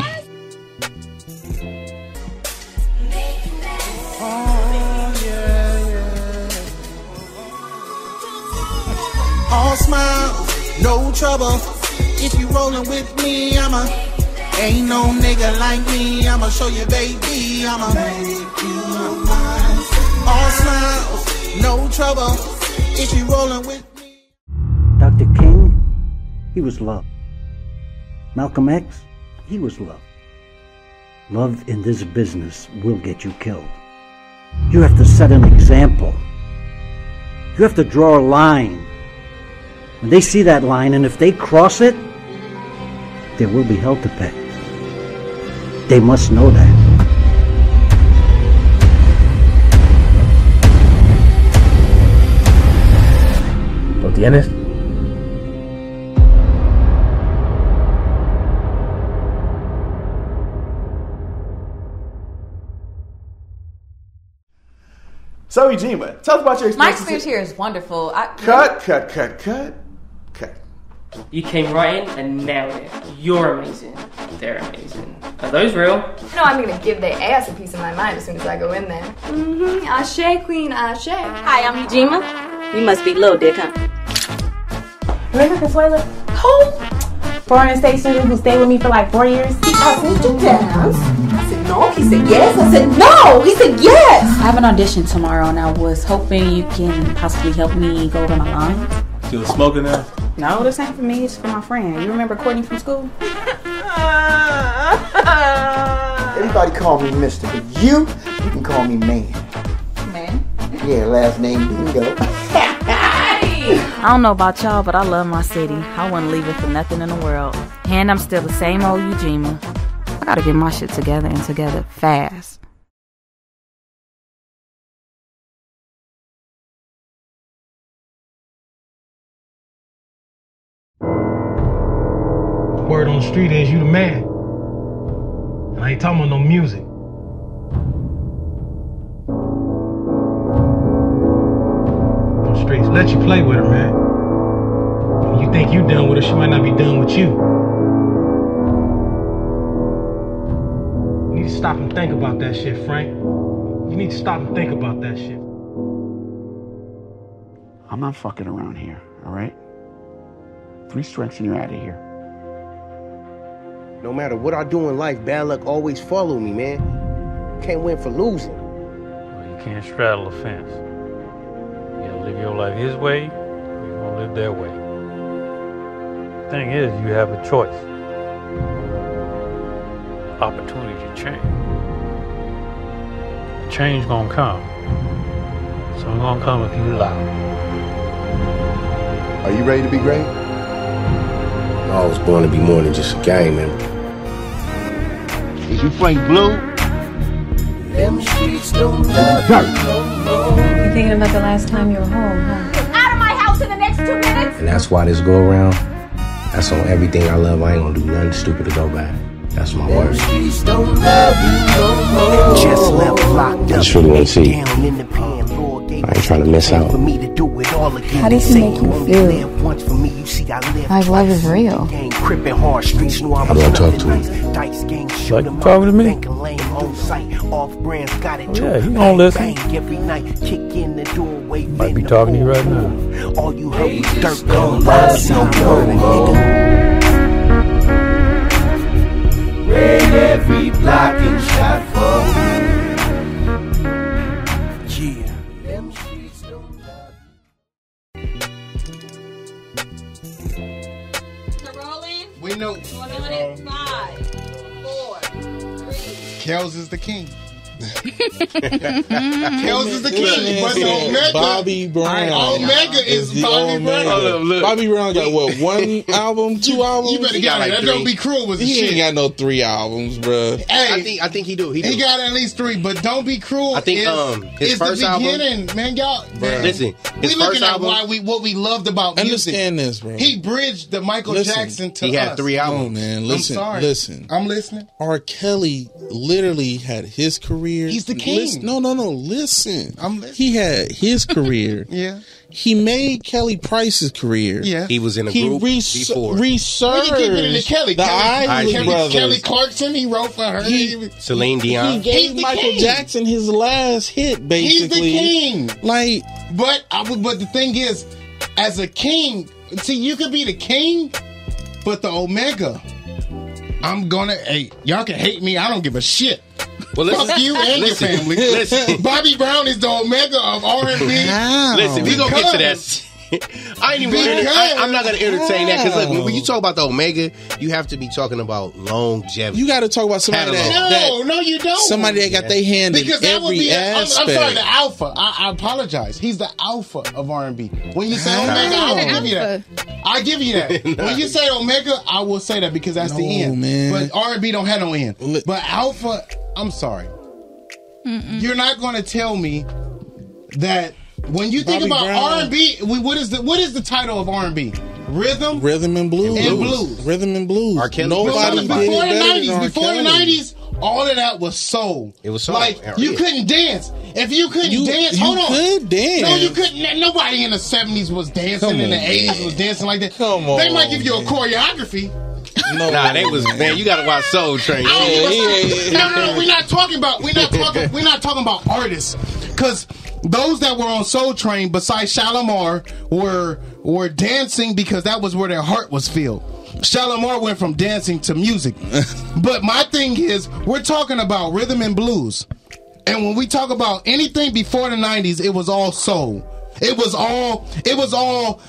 All smiles, no trouble. If you rollin' with me, I'ma. Ain't no nigga like me. I'ma show you, baby. I'ma make you mine. All smiles, no trouble. If you rollin' with Dr. King, he was love. Malcolm X, he was love. Love in this business will get you killed. You have to set an example. You have to draw a line. When they see that line, and if they cross it, there will be hell to pay. They must know that. ¿Lo tienes? So Ejima, tell us about your My experience. experience here is wonderful. I, Cut, cut, cut, cut. You came right in and nailed it. You're amazing. They're amazing. Are those real? No, I'm gonna give their ass a piece of my mind as soon as I go in there. Mm-hmm. Ashe, Queen Ashe. Hi, I'm Ujima. You must be little dick, huh? Remember Consuela? Who? Foreign state student who stayed with me for like four years. I said, you dance? I said, no. He said, yes. I said, no. He said, yes. I have an audition tomorrow and I was hoping you can possibly help me go over my lines. She was smoking now. No, this ain't for me. It's for my friend. You remember Courtney from school? Everybody call me Mister, but you, you can call me man. Man. Yeah, last name Bingo. I don't know about y'all, but I love my city. I wouldn't leave it for nothing in the world. And I'm still the same old Ujima. I gotta get my shit together and together fast. Word on the street is you the man. And I ain't talking about no music. Them streets let you play with her, man. When you think you done with her, she might not be done with you. You need to stop and think about that shit, Frank. You need to stop and think about that shit. I'm not fucking around here, all right? Three strikes and you're out of here. No matter what I do in life, bad luck always follow me, man. Can't win for losing. You can't straddle a fence. You gotta live your life his way, or you gonna live their way. Thing is, you have a choice. Opportunity to change. Change gonna come. So it's gonna come if you allow. Are you ready to be great? I was born to be more than just a game, man. Is you Frank Blue? Them streets don't love You thinking about the last time you were home, huh? Out of my house in the next two minutes. And that's why this go around, that's on everything I love. I ain't gonna do nothing stupid to go back. That's my word. streets don't love you no more. I just really wanna see. Down in the pen, Lord gave I ain't trying to miss out. How does it make you feel? Like love is real. How do I talk to him? Like you talking to me? Oh, yeah, he don't listen. Might be talking to you right now. Raid every block and shot for Yeah. We know. Kells is the king. Kells is the king, but Omega. Bobby Brown. Omega is Bobby Brown. Hold up, look. Bobby Brown got what? One album, two albums. you better get it. That Don't Be Cruel was the He ain't shit. got no three albums, bruh. Hey, I think I think he do. He, He do. got at least three, but don't be cruel. I think, is, um, his is first the album- beginning, man. Y'all, man, Listen, we his looking first at album- why we what we loved about Understand music. this, bro. He bridged the Michael Jackson to he had us. three albums, man. Listen, I'm sorry. listen. I'm listening. R. Kelly literally had his career. He's the king. no, no, no. Listen, I'm listening. he had his career. Yeah. he made Kelly Price's career. Yeah. He was in a he group res- before. We Resurged can keep it in the Kelly. the Kelly, Isley Kelly, Brothers. Kelly Clarkson. He wrote for her. He- He- Celine He Dion. gave He's the Michael king. Jackson his last hit, he's the basically. king. Like, but I would. But the thing is, as a king, see, you could be the king, but the Omega. I'm gonna. Hey, y'all can hate me. I don't give a shit. Well, listen- Fuck you and listen, your family. listen. Bobby Brown is the Omega of R and B. Listen, we gonna get to that. I ain't even. Gonna, I, I'm not gonna entertain that because look, when you talk about the Omega, you have to be talking about longevity. you got to talk about somebody that, Catalog. that- No, no, you don't. somebody that got their hand in because that would every be. I'm, I'm aspect. sorry, the alpha. I, I apologize. He's the alpha of R and B. When you say Omega, I will give you that. I give you that. When you say Omega, I will say that because that's No, the end. man. But R and B don't have no end. But alpha, I'm sorry. You're not going to tell me that when you think Bobby Brown. about R and B, what is the what is the title of R and B? Rhythm. Rhythm and blues. And blues. Rhythm and blues. Because Nobody did before it the better than nineties, R. before the Kelly. nineties, all of that was soul. It was soul. like Yeah, you yeah. couldn't dance. If you couldn't You- dance, you hold on, could dance. No, you couldn't. Nobody in the seventies was dancing. Come in the on, eighties man. was dancing like that. Come they on, might give you a man. choreography. No, nah, they was man. You gotta watch Soul Train. I Yeah, don't yeah, give a yeah. fuck. No, no, no. We're not talking about. We're not talking. We're not talking about artists, because those that were on Soul Train, besides Shalimar, were were dancing because that was where their heart was filled. Shalimar went from dancing to music. but my thing is, we're talking about rhythm and blues, and when we talk about anything before the '90s, it was all soul. It was all. It was all.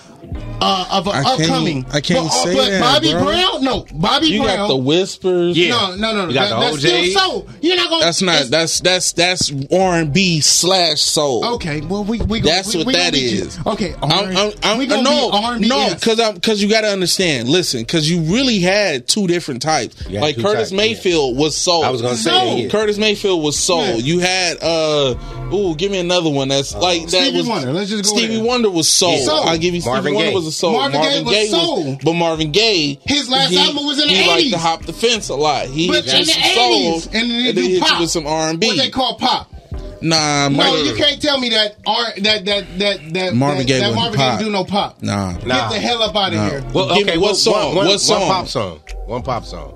Uh, of an I can't- upcoming, I can't but, uh, say but that, Bobby bro. Brown, no, Bobby You Brown. got the whispers. No, no, no, no. You got That- the that's still OJs. soul. You're not gonna. That's not. That's that's that's R and B slash soul. Okay, well we we That's we, what we gonna that be- is. Okay, I'm, I'm, I'm, we gonna no, be R&B no, esque. because I'm because you got to understand. Listen, because you really had two different types. had Like two Curtis types, yeah. Mayfield was soul. I was gonna say Soul. that, yeah. Curtis Mayfield was soul. Yeah. You had uh, ooh, give me another one Uh, that's like that Stevie was Wonder. Let's just go Stevie there. Wonder was soul. Yeah. Soul. I'll give you Marvin Stevie Gaye. Wonder was a soul. Marvin Gaye was soul. but Marvin Gaye, His last he- album was in the He liked 80s. to hop the fence a lot. He hit but you in with the some soul, eighties, and then they and then do hit you pop. with some R and B. What they call pop? Nah, No, Marvin- you can't tell me that R that that that that Marvin Gaye that, that wasn't Marvin pop. Gaye do no pop. Nah, Nah. Get the hell up out of Nah. here. Well, Give me okay. what well, song? One, What one song? pop song. One pop song.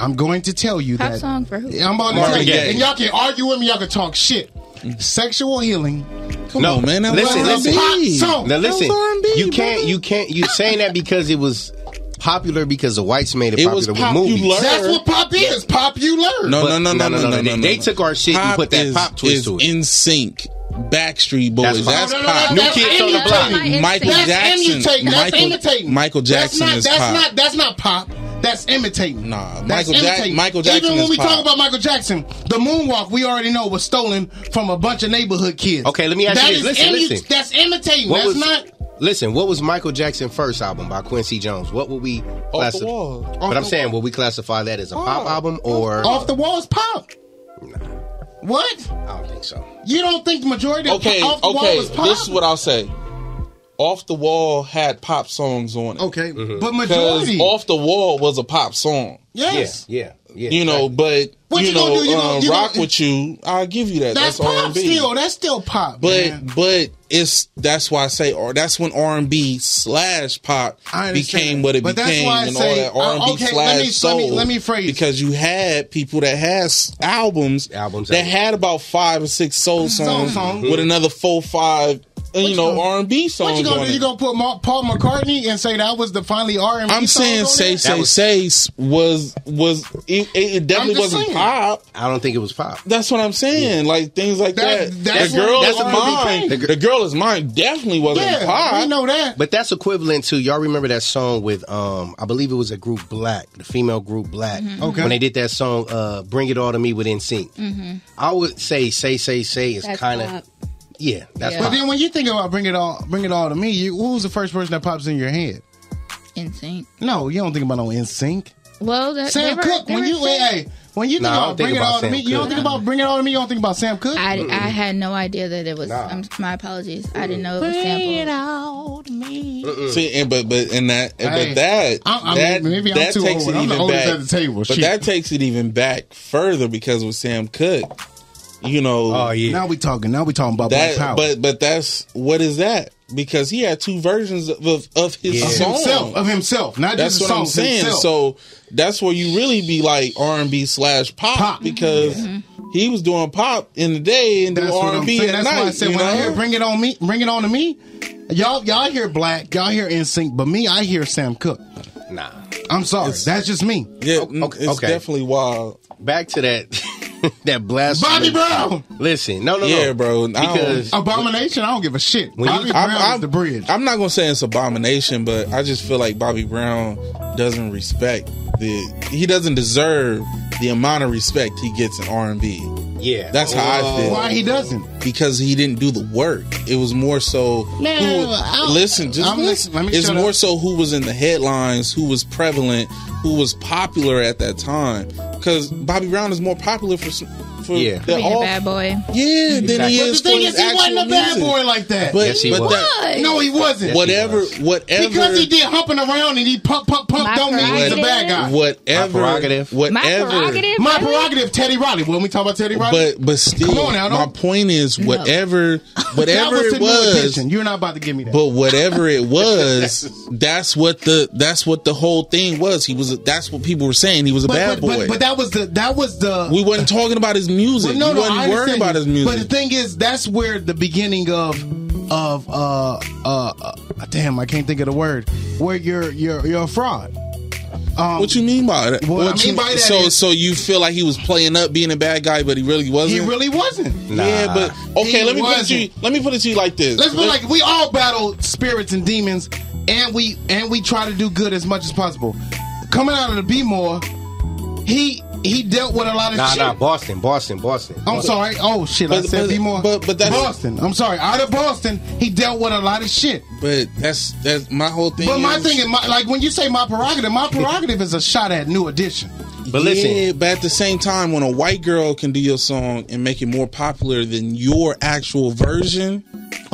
I'm going to tell you Pop that. song for who? I'm about to Marvin tell you, Gaye. and y'all can argue with me. Y'all can talk shit. Sexual healing. Come no, on, man. That listen, was listen. R&B. Pop song. Now listen, That was R&B, you can't, bro. you can't, you saying that because it was popular because the whites made it, It was popular with movies. popular. That's what pop is. Pop you learn. No, no, But- no, no, no, no, no, They, no, they no. took our shit and put that is- pop twist is to it. In sync, Backstreet Boys. pop. That's No, no, no, pop. no, New that's Kids on the imitating. Block. Michael that's Jackson. Imitating. That's Michael- imitating. Michael Jackson that's not, is that's pop. Not, that's not pop. That's imitating. Nah, That's Michael Jack- imitating. Michael Jackson Even when is we pop. talk about Michael Jackson, the moonwalk we already know was stolen from a bunch of neighborhood Oh, kids. Okay, let me ask That you is this. Listen, imu- listen. That's imitating. What that's was- not. Listen, what was Michael Jackson's first album by Quincy Jones? What would we Off classify? the wall. But I'm saying, would we classify that as a pop Oh. album or? Off the walls pop. What? I don't think so. You don't think the majority of Okay, off the wall okay. was pop? This is what I'll say. Off the Wall had pop songs on it. okay, Mm-hmm. but 'Cause majority. Off the Wall was a pop song. yes. Yeah, yeah, yeah. you know, but you, you know, gonna do? You uh, gonna- you rock gonna- with you, I'll give you that. That's That's, pop R&B. still. That's still pop. But man. but it's that's why I say or that's when R and B slash pop became what it But that's became why I and say, all that R and uh, B okay, slash let me- soul. let me- let me phrase it. because you had people that had s- albums, albums that had about five or six soul songs songs. Mhm. with another four five uh, you know R and B songs. What you gonna on do? it. You gonna put Ma- Paul McCartney and say that was the finally R and B? I'm saying say say say s- was was it, it, it definitely just wasn't saying. pop. I don't think it was pop. That's what I'm saying. Like things like That- that. that's the girl what- is that's what we mine. The, girl is mine definitely wasn't pop. that. But that's equivalent to y'all remember that song with um I believe it was a group Black, the female group Black. Mhm. Okay. When they did that song, uh Bring It All to Me with NSYNC. Mm-hmm. Mhm. I would say say say say is That's kind of pop. yeah. That's But pop. then when you think about bring it all, bring it all to me. You, who was the first person that pops in your head? In sync. No, you don't think about no in sync. Well, that, Sam they were- Cooke. they When were you wait, saying- hey, when you think Nah, I about don't think bring it about all to Sam me, you don't Cooke. think about bring it all to me. You don't think about Sam Cooke. I, I had no idea that it was. Nah. I'm, my apologies. I didn't know it was Bring sampled. it See, and but but and that and Hey, but that I- I that, mean, maybe I'm that too takes old. it I'm the even oldest back. at the table. But Shit. that takes it even back further because with Sam Cooke, you know. Oh yeah. Now we talking. Now we talking about that, black power. but but that's what is that? Because he had two versions of of, of his Of song himself, of himself, not that's just the what I'm songs, saying. himself. So that's where you really be like R and B slash pop, because he was doing pop in the day and doing That's what R I'm and B saying. at That's night. why I said you when I know? hear "Bring It On Me," "Bring It On to Me," y'all y'all hear Black, y'all hear NSYNC, but me I hear Sam Cooke. Nah. I'm sorry, that's just me. Yeah, it's definitely wild. Back to that that blast. Bobby Brown! Listen, no, no, Yeah, no. bro, I don't- Because Abomination. I don't give a shit. Bobby Brown is the bridge. I'm not gonna say it's abomination, but I just feel like Bobby Brown doesn't respect the. He doesn't deserve the amount of respect he gets in R and B. Yeah, that's how I feel. Why he doesn't? Because he didn't do the work. It was more so. No, who- I don't- listen, just I'm listen. listening. Let me it's shut more up. so who was in the headlines, who was prevalent, who was popular at that time. Because Bobby Brown is more popular for s- for Yeah. the Being a all bad boy. yeah, then he But is. the thing for his is, he wasn't actual a bad music. boy like that. But, but that, No, he wasn't. Whatever, whatever. Because he did humping around and he pump, pump, pump. Don't mean he's a bad guy. Whatever, whatever. My prerogative, Teddy Riley. When we talk about Teddy Riley, But but still, Come on now, my don't- point is No. whatever, That whatever was it to new was. attention. You're not about to give me that. But whatever it was, that's what the that's what the whole thing was. He was. a- That's what people were saying. He was a but, bad but- boy. But, but that was the that was the we wasn't talking about his music. But no, we no, I wasn't understand worried about you. his music. But the thing is, that's where the beginning of of uh uh, uh damn, I can't think of the word. Where you're you're you're a fraud. Um, what you mean by that? What, Uh, What I mean you- by that so is so you feel like he was playing up being a bad guy, but he really wasn't. he really wasn't. Yeah, but okay. He let me put it to you. wasn't. Let me put it to you like this. Let's be Let- like we all battle spirits and demons, and we and we try to do good as much as possible. Coming out of the B more, he he dealt with a lot of nah, shit. nah, Boston, Boston, Boston. I'm sorry. Oh shit! I But- said but- be more. but- but that's- Boston. I'm sorry. Out of Boston, he dealt with a lot of shit. But that's that's my whole thing. But my is- thing is, my, like when you say my prerogative, my prerogative is a shot at New Edition. But listen, but at the same time, when a white girl can do your song and make it more popular than your actual version,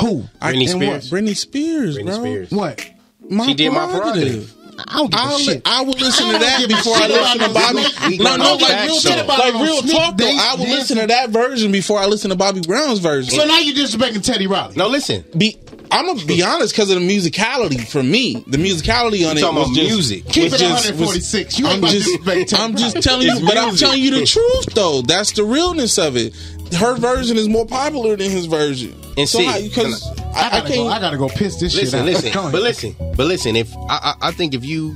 who? Britney and what? Spears. Britney Spears, Britney bro. Spears. What? My She did my prerogative. I don't give a shit. I will listen to I don't that give a before I shit listen to about Bobby. no Snoop. No, no, We like gonna real talk talk, about like no real Snoop talk. Though Dogg I will dancing. listen to that version before I listen to Bobby Brown's version. So now you're disrespecting Teddy Riley. No, listen. Be, I'm gonna be honest because of the musicality for me. The musicality on You it talking was about just music. was Keep it just- 146. You ain't I'm about to just, I'm just telling you, It's but I'm music. telling you the truth though. That's the realness of it. Her version is more popular than his version. And see, because can I, I, gotta can't. go, I gotta go piss this listen, shit out. listen, Go ahead. but listen, but listen. If I, I, I think if you,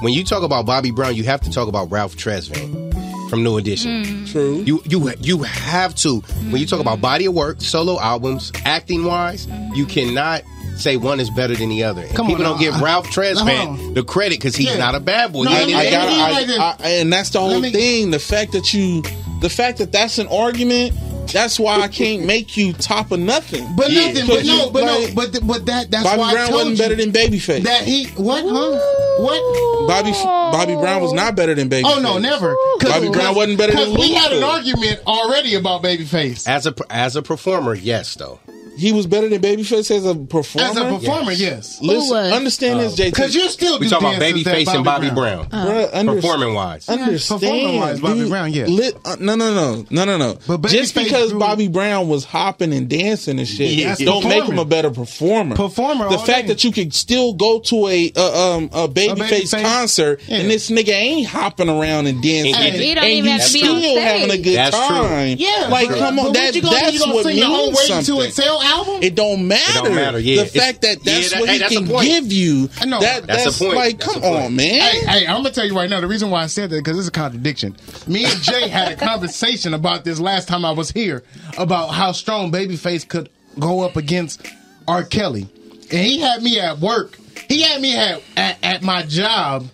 when you talk about Bobby Brown, you have to talk about Ralph Tresvant from New Edition. True. You you you have to when you talk Mm-hmm. about body of work, solo albums, acting wise, you cannot say one is better than the other. And Come on people now, don't give I- Ralph hold Tresvant the credit because he's Yeah. not a bad boy. No, He I, ain't in I the gotta- NBA. I- I- and that's the whole me- thing. The fact that you, the fact that that's an argument. That's why I can't make you top of nothing. But nothing. But Because you- no. But like, no. But th- but that. That's Bobby why I Brown told wasn't you better than Babyface. That he what? Huh? What? Bobby Bobby Brown was not better than Babyface. Oh no, never. 'Cause- Bobby Brown because- wasn't better than because we had an Luther. argument already about Babyface. As a as a performer, yes, though. He was better than Babyface as a performer. As a performer, yes. Listen, understand Oh. this, JT. Because you still We do talking about dances that Babyface and Bobby Brown. Bruh, under- Performing-wise. understand. Performing-wise, Bobby dude. Brown, yeah. Lit- uh, no, no, no, no, no, no. But just Babyface because grew- Bobby Brown was hopping and dancing and shit, Yeah, that's don't make him performing. a better performer. Performer The all fact day. that you could still go to a uh, um a Babyface Babyface. concert and this nigga ain't hopping around and dancing, And he don't and even you have to be still on stage. having a good That's true. time. Yeah, like but- come on, but that, what you gonna do? You that's gonna what sing means the whole way to something. a Tell album? It don't matter. matter, yeah. The It's- fact that that's yeah, that- what hey, he that's can a point. give you. I know. That, that's, That's a point. like, That's a come point. on, man. Hey, hey, I'm gonna tell you right now. The reason why I said that because it's a contradiction. Me and Jay had a conversation about this last time I was here about how strong Babyface could go up against R. Kelly, and he had me at work. He had me at at, at my job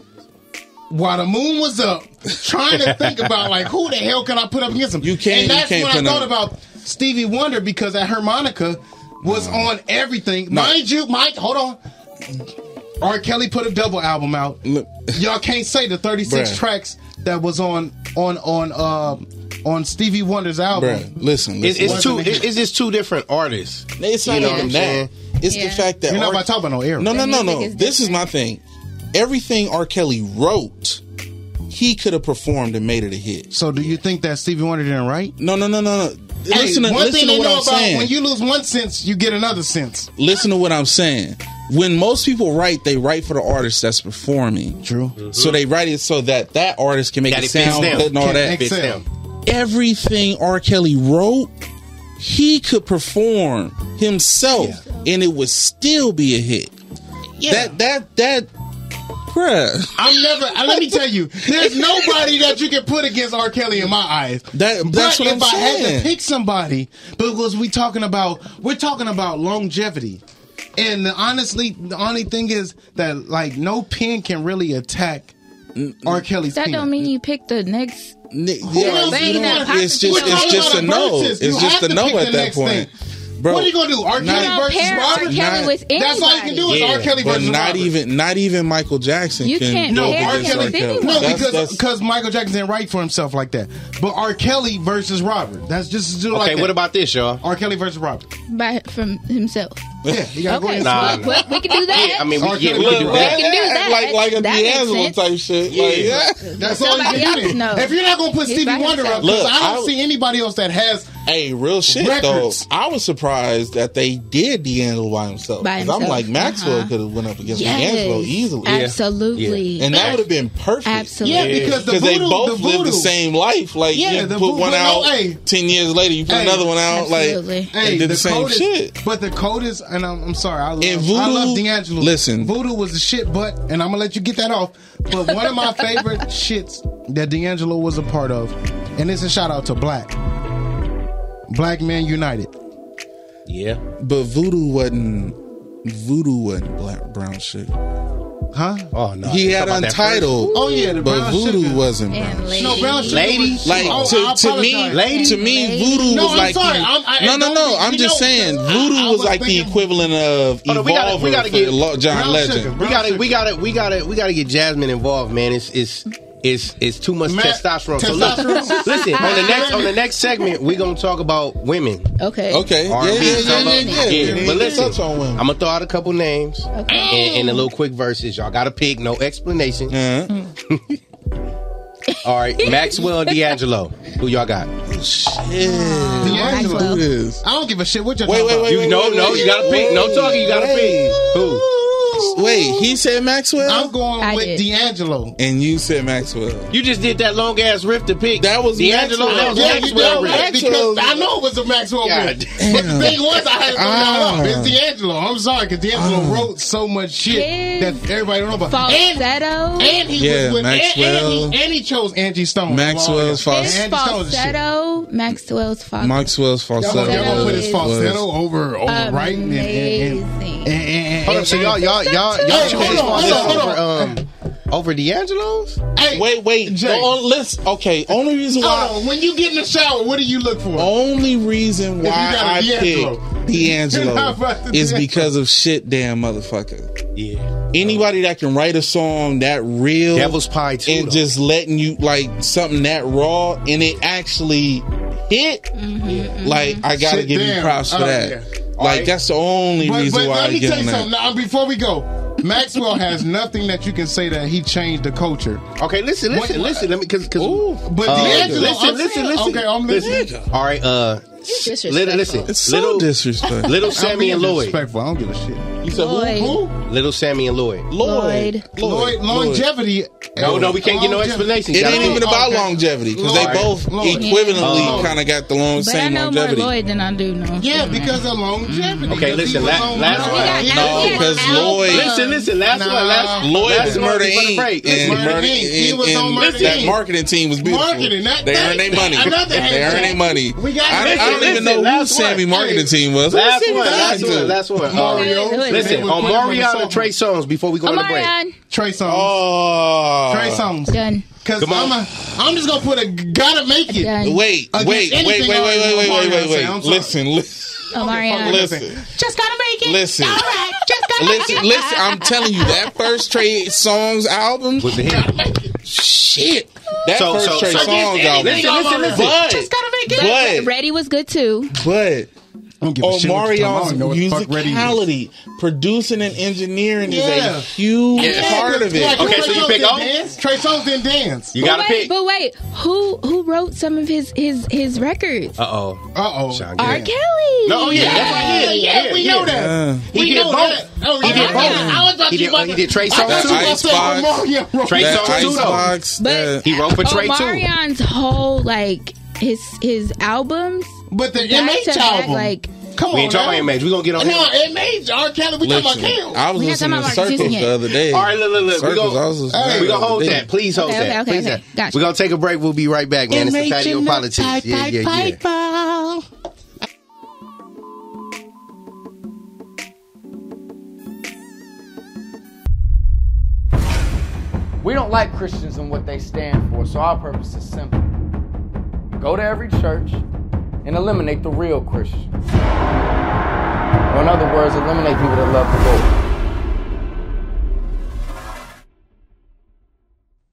while the moon was up, trying to think about like who the hell can I put up against him. You can't- And you that's can't when I put thought no- about Stevie Wonder because that harmonica was on everything. Mind you, Mike, hold on. R. Kelly put a double album out. Y'all can't say the 36 Bruh. tracks that was on on on um on Stevie Wonder's album. Bruh, listen, listen. It's, it's two. Wasn't It's, it's just two different artists. It's not You know what even I'm that. saying? It's the Yeah. fact that You're not R- about to talk about no era. no, no, no, no. music is This is my thing. Everything R. Kelly wrote, he could have performed and made it a hit. So do you think that Stevie Wonder didn't write? No, no, no, no, no. Hey, listen to, one listen thing to they what know I'm about saying. when you lose one sense, you get another sense. listen to what I'm saying. When most people write, they write for the artist that's performing. True. So they write it so that that artist can make That it it fits sound them. good and all Can that. fits excel. them. everything R. Kelly wrote, he could perform himself, and it would still be a hit. That that that, bruh. I'm never. uh, let me tell you, there's nobody that you can put against R. Kelly in my eyes. That that's but what I'm if i had saying. to pick somebody, because we talking about we're talking about longevity, and the, honestly, the only thing is that like no pen can really attack R. Kelly's That pen. don't mean you pick the next. Nick, Who yeah, else you is know gonna what? pick it's the just next it's just a thing? no. Versus, It's you just have a to no pick at the that next point. Bro, what are you gonna do? R. Not- Kelly You don't versus pair R. Robert? Kelly Not- with anybody. That's all you can do is R. Kelly but versus not Robert. even not even Michael Jackson You can can't go No, Yeah, R. against Kelly R. Kelly. with Kelly. anyone. No, That's- because that's- because Michael Jackson didn't write for himself like that. But R. Kelly versus Robert. That's just do it like Okay, that. what about this, y'all? R. Kelly versus Robert? by from himself. Yeah, you gotta go Okay, ahead. Nah, so we, we can do that. Yeah, I mean, R. we, yeah, Kelly we could can do do that. that. can that. Like like a That makes D'Angelo sense. type shit. Like, yeah. That's all Somebody you can else do. knows. If you're not gonna put He's Stevie by Wonder up, himself. because Look, I don't I- see anybody else that has. Hey, real shit Records. though. I was surprised that they did D'Angelo by himself. By 'Cause I'm himself. like Maxwell Uh-huh. could have went up against Yes. D'Angelo easily, Absolutely. and that would have been perfect. Absolutely. Yeah, because the Because voodoo, they the both voodoo. lived the same life. Like Yeah, you the put voodoo- one but no, out hey. ten years later, you put Hey. another one out. Absolutely. Like they did the, same code is- shit. but the code is, and I'm, I'm sorry, I love, And I Voodoo- love D'Angelo. listen. Voodoo was the shit, but and I'm gonna let you get that off. But one of my favorite shits that D'Angelo was a part of, and it's a shout out to Black, Black Men United. Yeah. But voodoo wasn't voodoo wasn't black brown sugar. Huh? Oh no. he you had talking about that untitled. Oh, yeah, the but brown voodoo sugar. wasn't brown. And sugar. lady. No, Brown Sugar. Lady? was- Like Oh, I to, to me, apologize. to me, voodoo No, was I'm like sorry. the- I'm- I- no, no, don't no. be- I'm you just know, saying, I- voodoo I was, was like the thinking- equivalent of Hold on, Evolver we gotta- we gotta for get- Lo- John Brown Legend. sugar. We gotta, we gotta, we gotta, we gotta get Jasmine involved, man. It's it's it's it's too much Matt, testosterone. So listen, testosterone? listen on the next on the next segment, we're gonna talk about women. Okay. Okay, yeah, R&B yeah, yeah, solo. yeah, yeah. Yeah, But listen, Touch on women. I'm gonna throw out a couple names Okay. and, and a little quick verses. Y'all gotta pick, no explanation. Uh-huh. All right, Maxwell and D'Angelo. Who y'all got? Yeah. D'Angelo. Do this. I don't give a shit what you're Wait, talking wait, wait, You wait, no, wait, no, wait. you gotta pick. No talking, you gotta pick. Who? Wait, he said Maxwell, about. I'm going I with did. D'Angelo. and you said Maxwell. You just did that long ass riff to pick. That was D'Angelo. Maxwell. That was Yeah, you Maxwell. know riff. right, because I know it was a Maxwell God riff. damn. But the thing was, I had to throw Ah. that off. It's D'Angelo. I'm sorry, because D'Angelo wrote so much shit Yes. that everybody don't know about. And, Falsetto. and he Yeah, was with and- Maxwell. And, he, and he chose Angie Stone. Maxwell's Well, yeah. His Angie Stone's shit. falsetto. Maxwell's falsetto. Maxwell's Y'all falsetto. gonna- y'all gonna put That his is falsetto over over right and and- and- Amazing. and- and- Hold up, so y'all, y'all, y'all, y'all Hey, chose hold on, Fonseca hold on, over, um, over D'Angelo's. Hey, Wait, wait. Jay. The on- let's- okay, only reason why. Hold on. When you get in the shower, what do you look for? Only reason you why got a I D'Angelo. picked You're not D'Angelo about to is D'Angelo. because of shit, damn motherfucker. Yeah, Anybody that can write a song that real Devil's Pie too. and just letting you like something that raw and it actually hit, like I gotta Shit, give you damn. props for Oh, that. yeah. Like that's the only But, reason but why let I me give tell him you that. something. Now, before we go, Maxwell has nothing that you can say that he changed the culture. Okay, listen, listen, listen. Let me because but Uh, D'Angelo, listen, I'm listen, saying- listen. Okay, I'm listening. Listen. All right, uh, little, listen. It's so little, disrespectful. Little I'm Sammy being and Lloyd. disrespectful. I don't give a shit. You said who? Lloyd. Little Sammy and Lloyd. Lloyd. Lloyd. Longevity. No, no, we can't get no explanation. It ain't Oh, even about longevity because they Lloyd. both Lloyd. equivalently Lloyd. kind of got the long But I same know longevity. more Lloyd than I do know. Yeah, because of longevity. Okay, listen. La- last one. No, because Lloyd. Listen, listen. Last one. Last Lloyd last was one Murder before the Inc. break. And Listen. Murder He was on Murder, Inc. and Inc. That marketing team was beautiful. Marketing, that- They that- earned their money. another They hand earned their check. money. We got- I, I don't Listen, even know listen, who last Sammy one. marketing Hey, team was. Last Who one, Sammy last talking to? one, last one. Uh, listen, on Marion and Trey Songs before we go on the break. Trey Songz. Oh. Trey Songz. Done. Because Come on. I'm, a, I'm just going to put a gotta make it. Wait, wait, against wait, wait, wait, anything wait, on wait, wait, Marion wait, Saint. wait. I'm sorry. Listen, listen. Omarion. Listen. Just gotta make it. Listen. All right. Just gotta Listen, listen, I'm telling you, that first Trey Songs album was a hit. Shit. That So- first so- Trey so- Songs Listen, album. listen, listen, listen. But, Just gotta make it. But- Ready was good too. But give a shit what you're talking about. I Omarion's don't know what the fuck Reddy is. musicality, producing and engineering is a Yeah. huge part of it. Trey Songz didn't dance. Trey Songz didn't dance. You gotta but wait, pick. But wait, who who wrote some of his his his records? Uh oh. Uh oh. R. Kelly. No, oh, yeah, that's what he did. Yeah, we know that. He We did know both. that. Oh, He yeah. did I both. thought- I thought He you did- about to- he did Trey I thought Songz you too. about to say Icebox. Omarion wrote Trey that. Songz too Icebox, though. He wrote for Trey too. Omarion's whole like his his albums. But the back to MH back, album. Like Come We on. ain't talking about now. MH. We gonna get on No, him. MH. R. Kelly. We talking about Kim. I was We listening not to talking about Circles Mark the other day. All right, look, look, look. We're Circles, I gonna, was listening to we gonna Circles hold the other that. day. Please hold Okay, that. okay, Please okay. that. Gotcha. We're gonna take a break. We'll be right back, man. It's the patio politics. Yeah, yeah, yeah. We don't like Christians and what they stand for, so our purpose is simple go to every church and eliminate the real Christians. Or, in other words, eliminate people that love the Lord.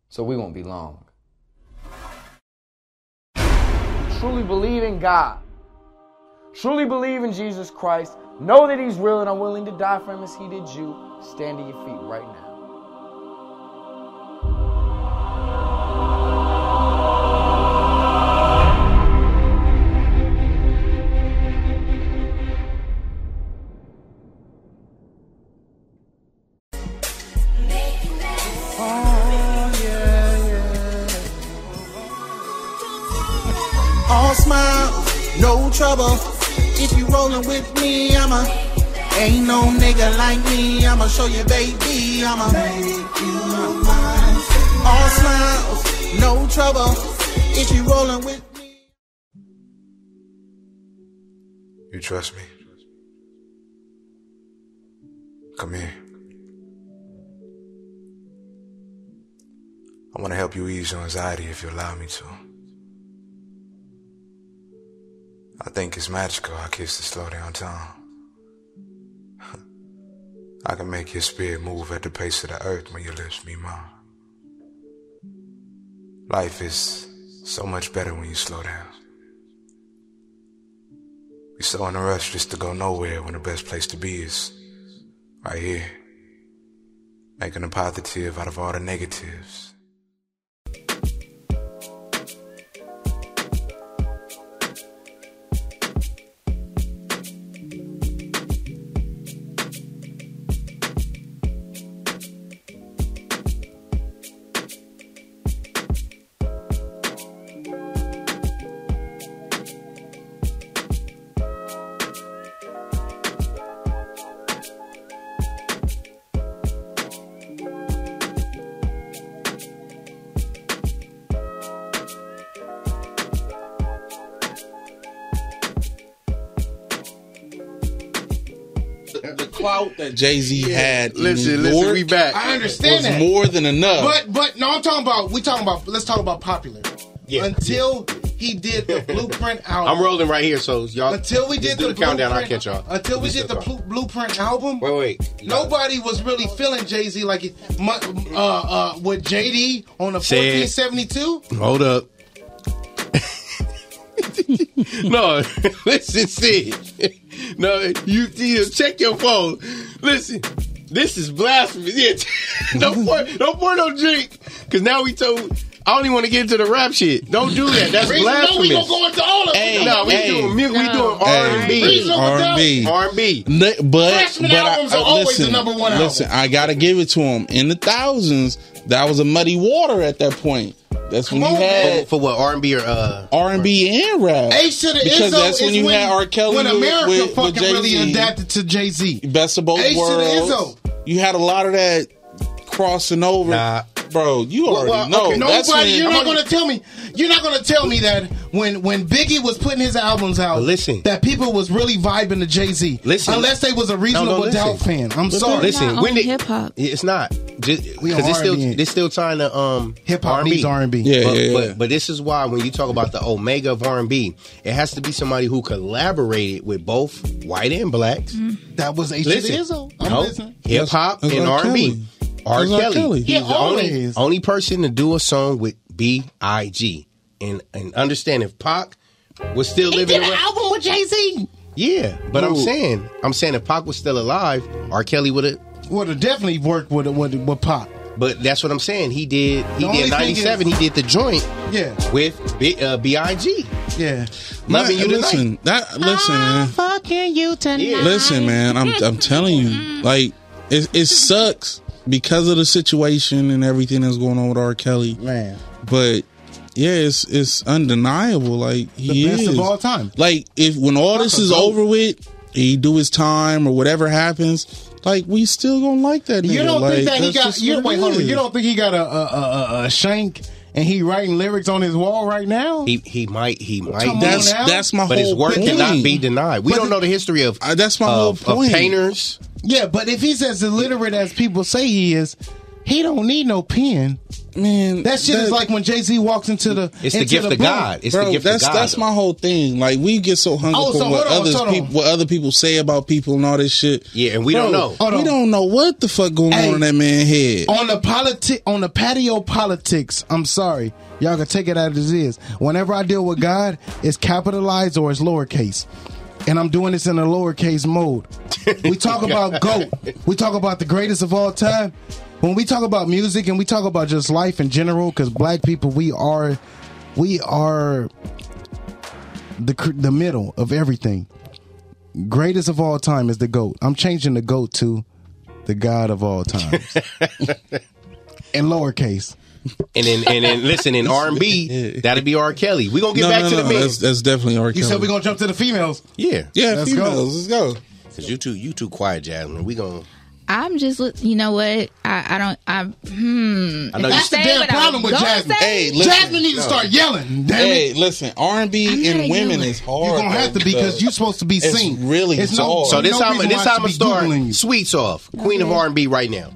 So, we won't be long. Truly believe in God, truly believe in Jesus Christ, know that He's real and I'm willing to die for Him as He did you. Stand to your feet right now. All smile, no trouble. If you rolling with me, I'm a. Ain't no nigga like me. I'ma show you, baby. I'ma make you mine. All smiles, no trouble. If you rolling with You trust me? Come here. I want to help you ease your anxiety if you allow me to. I think it's magical how kisses slow down time. I can make your spirit move at the pace of the earth when your lips meet mine. Life is so much better when you slow down. We're so in a rush just to go nowhere when the best place to be is right here. Making a positive out of all the negatives. The clout that Jay Z had. in Listen, New listen, York we back. I understand was that. more than enough. But but no, I'm talking about we talking about let's talk about popular. Until he did the blueprint album. I'm rolling right here, so y'all. Until we did do the countdown, I'll blueprint- catch y'all. Until we did the still Blu- blueprint album, going. Wait, wait. nobody was really feeling Jay Z like it. My, uh, uh, with JD on the Said- 1472. Hold up. no, listen, see. No, you, you know, check your phone. Listen, this is blasphemy. Yeah, don't pour, don't pour no drink, because now we told. I don't even want to get into the rap shit. Don't do that. That's Reason no, blasphemy. we gonna go into all of it. Hey, no, we Hey. doing music. We doing R and B. Reason no doubt. R and B. Ne- but Freshman but uh, albums are always the number one album. Listen, I gotta give it to him. In the thousands, that was a muddy water at that point. That's when Come you on, man. had for what R and B or uh R and B and rap. Ace to the because Izzo that's when is you had R. Kelly when with, America with, fucking with Jay-Z. really adapted to Jay Z. Best of both Ace to the worlds. Izzo. You had a lot of that crossing over, bro. You already know. okay, that's nobody. when, You're not I'm- gonna tell me. You're not gonna tell me that when when Biggie was putting his albums out, listen, that people was really vibing to Jay Z. Listen. unless they was a reasonable doubt fan. I'm sorry. Listen, when did hip hop? It's not just We on because it's still R&B. it's still trying to um Hip hop needs R&B. Yeah, Yeah, but, yeah, yeah. But, but this is why when you talk about the omega of R and B, it has to be somebody who collaborated with both white and blacks. that was H. Listen, Izzo. I'm no, listening. hip hop That's and R. R and B. R. That's R. Kelly, Kelly. he's Yeah, the only, always. only person to do a song with B I G. And and understand if Pac was still He living did an around- album with Jay Z. yeah, but I'm Ooh. saying, I'm saying if Pac was still alive, R. Kelly would have. Would have definitely worked with with with Pop. But that's what I'm saying. He did. He The did only thing is- '97. He did the joint. Yeah. With B, uh, Big. Yeah. Loving Nah, you tonight. listen, That listen, Ah. man. Fucking you tonight. Listen, man, I'm I'm telling you, like it it sucks because of the situation and everything that's going on with R. Kelly, man. But yeah, it's it's undeniable. Like he The best is. of all time. Like if when all this is over with, he do his time or whatever happens. Like we still gonna like that. You nigga. don't Like, think that he that's got? just You, what wait, it hold on. is. You don't think he got a a, a, a, a shank and he writing lyrics on his wall right now? He he might he might. Come on That's- now. that's my But his whole work cannot point. be denied. We But don't the- know the history of. that's my of, whole Of point. painters. Yeah, but if he's as illiterate as people say he is, he don't need no pen. Man, that shit is that- like when Jay Z walks into the. into booth. Bro, that's, That's my whole thing. Like we get so hung Oh, up so on what hold on, others hold on. people, what other people say about people and all this shit. Yeah, and we don't know. Hold We on. don't know what the fuck going on in that man's head. on the politic on the patio politics. I'm sorry, y'all can take it out as is. Whenever I deal with God, it's capitalized or it's lowercase, and I'm doing this in a lowercase mode. We talk about goat. We talk about the greatest of all time. When we talk about music and we talk about just life in general, because black people, we are, we are the cr- the middle of everything. Greatest of all time is the goat. I'm changing the goat to the God of all times. In lowercase. And then and then listen in R and B that'd be R. Kelly. We gonna get No, back no, to no, the men. That's, that's definitely R. You Kelly. said we're gonna jump to the females. yeah Yeah, Let's females, let's go. Cause you too you too quiet, Jasmine. We gonna. I'm just, li- you know what? I, I don't, I, hmm. I know you- If I That's the say damn what I problem was with gonna Jasmine. say- Hey, listen, Jasmine needs to no. start yelling. Damn hey, it. listen, R and B not and a women yeller. is hard. You're gonna have to be 'cause you're supposed to be It's seen. Really It's no- hard. So this no time reason this why I time should I'm be start sweets off. Queen of Okay. R and B right now.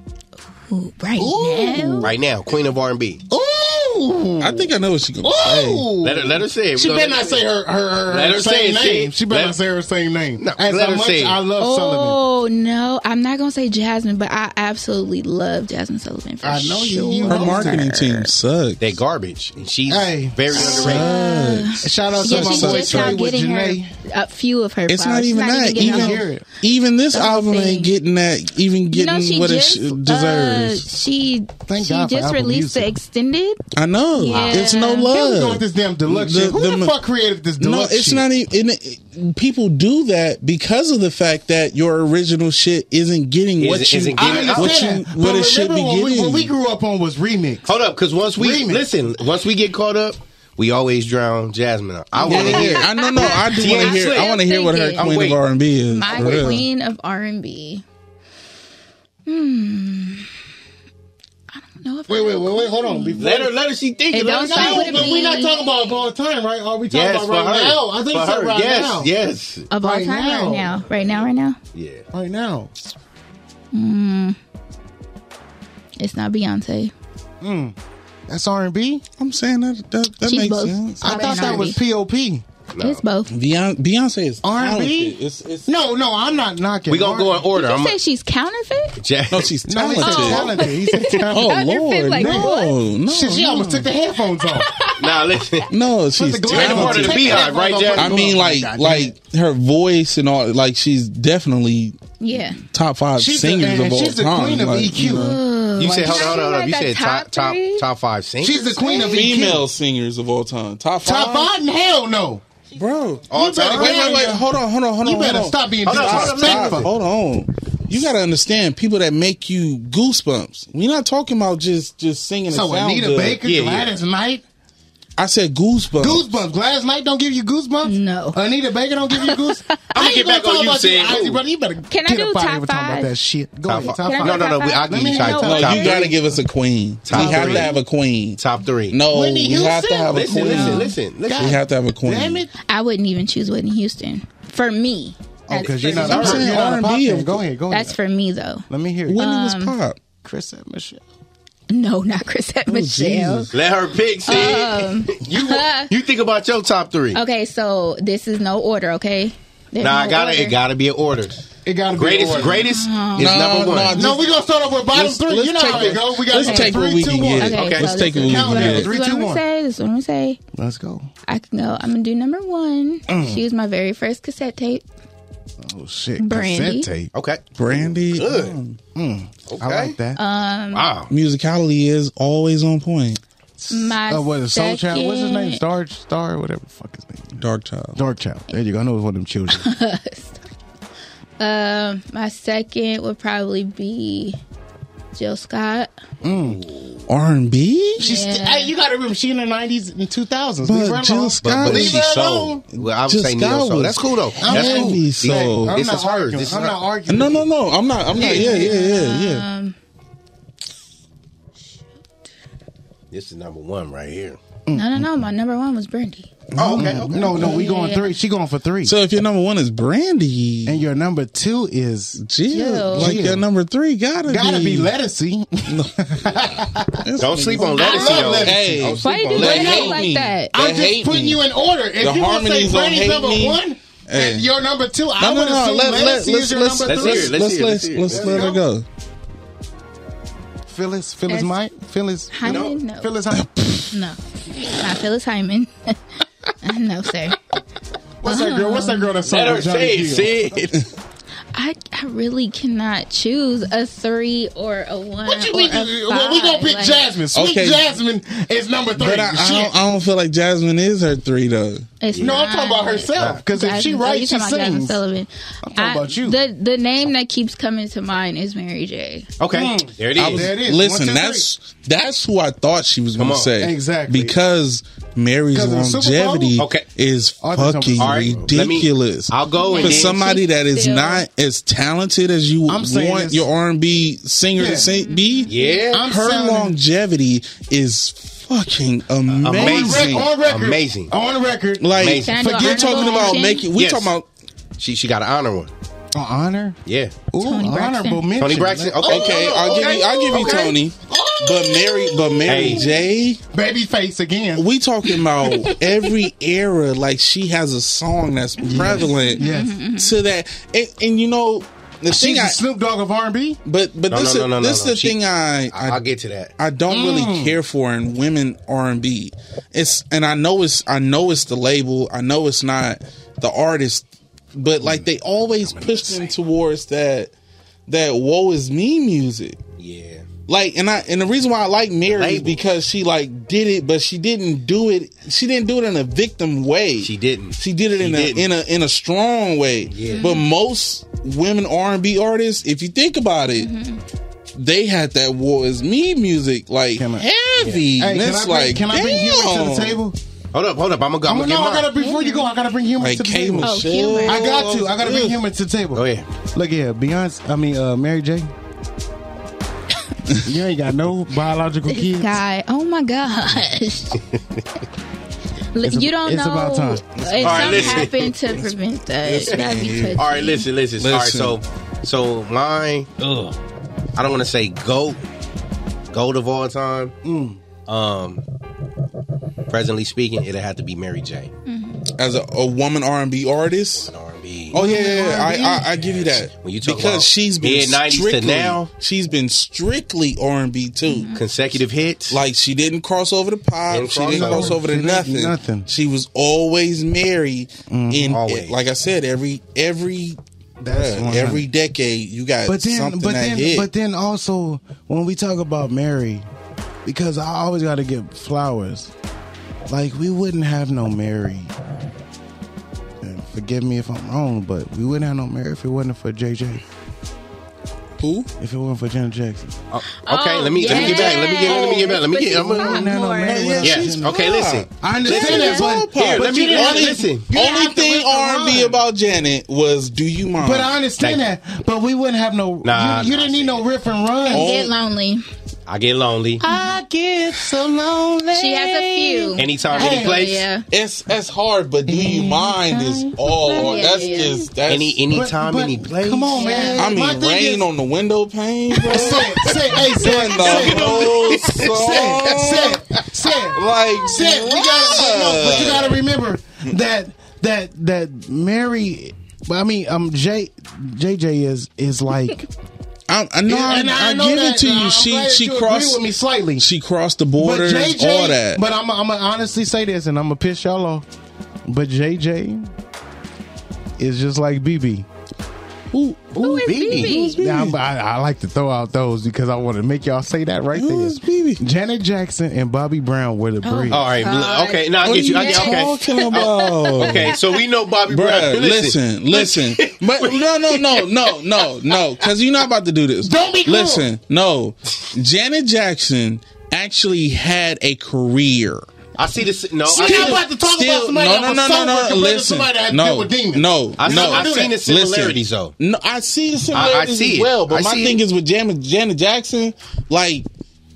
right now. Right now, Queen of R and B. Ooh. I think I know what she gonna Ooh. Let her let her say it. She We gonna better let not say her her, her, Let her same say it, name. she- She better let- not say her same name. No, As let how her much say it. I love Sullivan. Oh no, I'm not gonna say Jasmine, but I absolutely love Jasmine Sullivan. For I know you- sure. you Her marketing team sucks. They garbage, and she's Hey. very underrated. Shout out yeah, to my she's boy just Trey not with getting Janae. her a few of her. It's flowers. not She's even that. getting all- Even, even this album ain't getting that. Even You know, getting she what just it sh- uh, deserves. she Thank she God for just Apple released the extended. I know. Yeah. It's no Here we love. Here we go with this damn deluxe shit. Who the, fuck created this No, deluxe it's shit? not even. It, it- people do that because of the fact that your original shit isn't getting what Isn't- you isn't I getting understand what you that. what but it should be remember what we, getting. what we grew up on was remix. Hold up, because once we Remix. listen, once we get caught up, we always drown Jasmine. out. I want to Yeah, hear. I know, no, I do She want to ain't hear. I slick. want to hear what her thinking. queen of I'm R and B is. My for real. queen of R and B. Hmm. I don't know if Wait, wait, wait, wait. Hold on. Before Let her, let her. She think It it. Let her don't sound know. with But we're not talking about of all time, right? Are we talking Yes, for about right her. now? I think For so. her. Right yes, now. yes. of all Right time now. right now, right now, right now. Yeah. Right now. Mm. It's not Beyonce. Mm. That's R and B. I'm saying that that, that She's makes both. sense. I Pop thought and that was R&B. P O P. It's both. Beyonce, Beyonce is R&B? talented. It's, it's no, no, I'm not knocking. We gonna go in order. Did you I'm say a- she's counterfeit? no, she's No, he talented. said talented. He said talented. oh Lord, like, no, no, Shit, she no. almost took the headphones off. Now listen. No, she's the glove on. talented. Take the Beehive, headphones right, off, Jack? put I the mean, glove like, on. God damn like her voice and all. Like, she's definitely Yeah. top five She's the- singers and of all she's the time. queen of E like, EQ. You Like, said hold she's on, hold on. like You a said top top top five singers. She's the queen of E EQ. female singers of all time. Top five. Top five? Hell no. bro. All You better time. Wait, wait, wait. Yeah. Hold on, hold on, hold on. You better hold on. stop being Hold on, hold on, disrespectful. Hold on. You gotta understand people that make you goosebumps. We're not talking about just just singing. So and sound Anita good. Baker, Gladys Knight, I said goosebumps. goosebumps. Gladys Knight don't give you goosebumps. No, Anita Baker don't give you goosebumps. I ain't get gonna back on talk you, about Sid. Izzy, brother. You better Can I get up do out of top here talking about five? that shit. Go Top ahead, five. top No, five. no, no, we- I give Let you me top- know. No, Top you three. gotta give us a queen. Top we have three. to have a queen. Top three. No, Whitney we have to Houston? have a Listen, queen. listen, listen, listen. We have to have a queen. Damn it. I wouldn't even choose Whitney Houston. For me. Oh, That's- because you're not. I'm a- saying you're not a pop R&B. fan. Go ahead. Go ahead. That's for me though. Let me hear. Whitney it. was Um, pop. Chris and Michelle. No, not Chrisette Oh, Michelle. Jesus. Let her pick. Uh-huh. See, Um, you you think about your top three. Oh, Okay, so this is no order, okay? There's Nah, I no gotta order. Uh-huh. it gotta be an order. It gotta be Greatest ordered. greatest is No, number no, one. No, we're gonna start off with bottom Let's- three. let's you know take how we it. go. We got Let's take what we can get. Okay, Okay. Let's so take this what we is- can this get. is Three, what two, I'm one. gonna say. This is what I'm gonna say. Let's go. I can go. I'm gonna do number one. She was my very first cassette tape. Oh shit. Brandy. Mm. Cassette tape. Okay. Brandy. Good. Mm, I Okay. like that. Um, Wow. Musicality is always on point. my Uh, Oh, what is Soul Child? What's his name? second- Star, Star, whatever. the Fuck his name. Dark Child. Dark Child. There you go. I know it's one of them children. Um, my second would probably be Jill Scott. Mm. R and B. She's Yeah. hey, you gotta remember she in the nineties and two thousands. But Jill Scott- But Leave she's soul. Well, I would Just say neo God soul. was- That's cool though. I'm That's cool. heavy soul. This not is hers. arguing. This is I'm not her. arguing. No, no, no. I'm not. I'm not. Yeah, yeah, yeah, yeah. Um, This is number one right here. no, no, no. My number one was Brandy. Oh, okay. okay. No, no, we going Yeah. three. She going for three. So if your number one is Brandy, and your number two is Jill, Jill. like Jill. your number three gotta gotta be be lettucey. Don't sleep on lettuce. love yo. lettuce. Hey. Don't Why sleep you on do Let that it lettuce. hate like me. that? They Oh, I'm hate just putting me. you in order. If The you want to say harmonies don't Brady's hate number me. one Hey. and your number two, I No, no, would no. assume Let, let, lettucey is let's your let's number let's Let's three. hear it. let's let's hear it. let's, Let's let her go. Phyllis, Phyllis, That's- Mike, Phyllis, Hyman? No. Phyllis. Hyman. No, not Phyllis Hyman. no, sir. What's that girl? What's that girl that Let song? her with Johnny say it. Gill? Sid. I, I really cannot choose a three or a one. What you or mean? a Well, we gonna five, pick like- Jasmine. Sweet Okay. Jasmine is number three. But I, I, Shit. don't, I don't feel like Jasmine is her three though. It's No, I'm talking about not. herself, 'cause if she Jasmine- writes, you she talking about Jasmine sings. Sullivan. I'm talking about you. The the name that keeps coming to mind is Mary J. Okay. Mm. There it Mm. I was, is. There it is. One, Listen, two, that's that's who I thought she was going to on. say. Exactly. Because Mary's 'Cause of the Super Bowl? longevity Okay. is I think I'm- fucking All right, let me- ridiculous. I'll go and for then- somebody that is Still- not as talented as you I'm saying want this- your R and B singer to sing, be. Yeah. I'm her sounding- longevity is fucking amazing. Uh, Amazing. On record. Amazing. On record. Like Amazing. Can I do forget honorable talking about mention? making. We Yes. talking about She she got an honor one. Oh, honor. Yeah. Ooh, Tony Braxton. honorable mention. Tony Braxton. Okay. Oh, okay. I'll give you. I'll give you Okay. Tony. But Mary. But Mary Hey. J. Baby face again. we talking about every era like she has a song that's prevalent Yes. to that and, and you know the She's thing a I, Snoop Dogg of R&B. but but No, this is no, no, no, no, this is no. the She- thing I I, I'll I, get to that. I don't Mm. really care for in women R&B it's and I know it's I know it's the label I know it's not the artist but like they always push them towards that that woe is me music Yeah. like and I and the reason why I like Mary is Label. because she like did it, but she didn't do it. She didn't do it in a victim way. She didn't. She did it She in didn't. a in a in a strong way. Yeah. But most women R and B artists, if you think about it, they had that "War Is Me" music like Can I- heavy. Hey, And can I it's bring, like can I bring humor to the damn. table? Hold up, hold up. I'm gonna go. I'm I'm gonna, gonna no, I get gotta mine. before you go. I gotta bring humor Like to the K. table. Oh, Michelle. humor. I got to. I gotta bring humor to the table. Go ahead. Look here, Beyonce. I mean, uh, Mary J. you ain't got no biological This kids. guy. Oh my gosh. L- It's a- you don't it's know. about time. If right, something listen. happened to prevent that, that'd be touching. All right, listen, listen. All right, Listen. so so mine. I don't want to say goat, goat of all time. Mm. Um, presently speaking, it'll have to be Mary J. as a, a woman R and B artist. Oh yeah, yeah, yeah. I, I I give you that When you talk because about she's been mid- 90s to strictly now. she's been strictly R and B too Mm-hmm. consecutive hits like she didn't cross over to pop Didn't she didn't cross cross over. over to She didn't nothing nothing. she was always married Mm-hmm. Mhm. in Always. like I said every every That's bruh, one. every decade you got but then, something but that then, hit but then also when we talk about Mary, because I always got to get flowers. Like we wouldn't have no Mary. And forgive me if I'm wrong, but we wouldn't have no Mary if it wasn't for JJ. Who? If it wasn't for Janet Jackson. Oh, Okay, let me let me get back. Let me get let me get back. Let me get. I'm gonna, yes. Okay, listen. I understand Listen, that, but, here, but let me you didn't- only, listen, listen. you didn't only have to thing wait the R and B line. about Janet was "Do You Mind?" But I understand that. But we wouldn't have no. Nah, you, you nah, didn't need no riff and run. And get lonely. I get lonely. Oh. I get so lonely. She has a few. Anytime, any place. Yeah. It's that's hard, but do Mm-hmm. you mind is all. Yeah, that's yeah. just that's Any- anytime, But- but any place. come on, man. I My mean, thing rain is- on the window pane. Bro. Say, say, hey, say, Done the whole say, say, song. say, say, Like, say. We got, but, no, but you got to remember that that that Mary. Well, I mean, um, J JJ is is like. I, I know. I, And I I, know give that, it to and you. I'm she glad she you agree crossed with me slightly. She crossed the borders. but JJ, all that. But I'm I'm gonna honestly say this, and I'm gonna piss y'all off. But JJ is just like BB. Ooh, Who is BB? Who's BB? Now, I, I like to throw out those because I want to make y'all say that right there. Janet Jackson and Bobby Brown were the Oh, breed. All right, look, okay. Now I What get you. are I get, you okay. talking about? okay, so we know Bobby Bruh, Brown. listen, listen. but no, no, no, no, no, no. Because you're not about to do this. Don't be cruel. Listen, no. Janet Jackson actually had a career. I see this. No, Still- I see this- about to talk about still- somebody no, that no, was no, no, sober no, compared to listen, somebody that no, dealt with demons. no, I see, no. I seen the Listen. similarities though. No, I see the I- I similarities see as it. well. But I my see thing is with Janet, Janet Jackson, like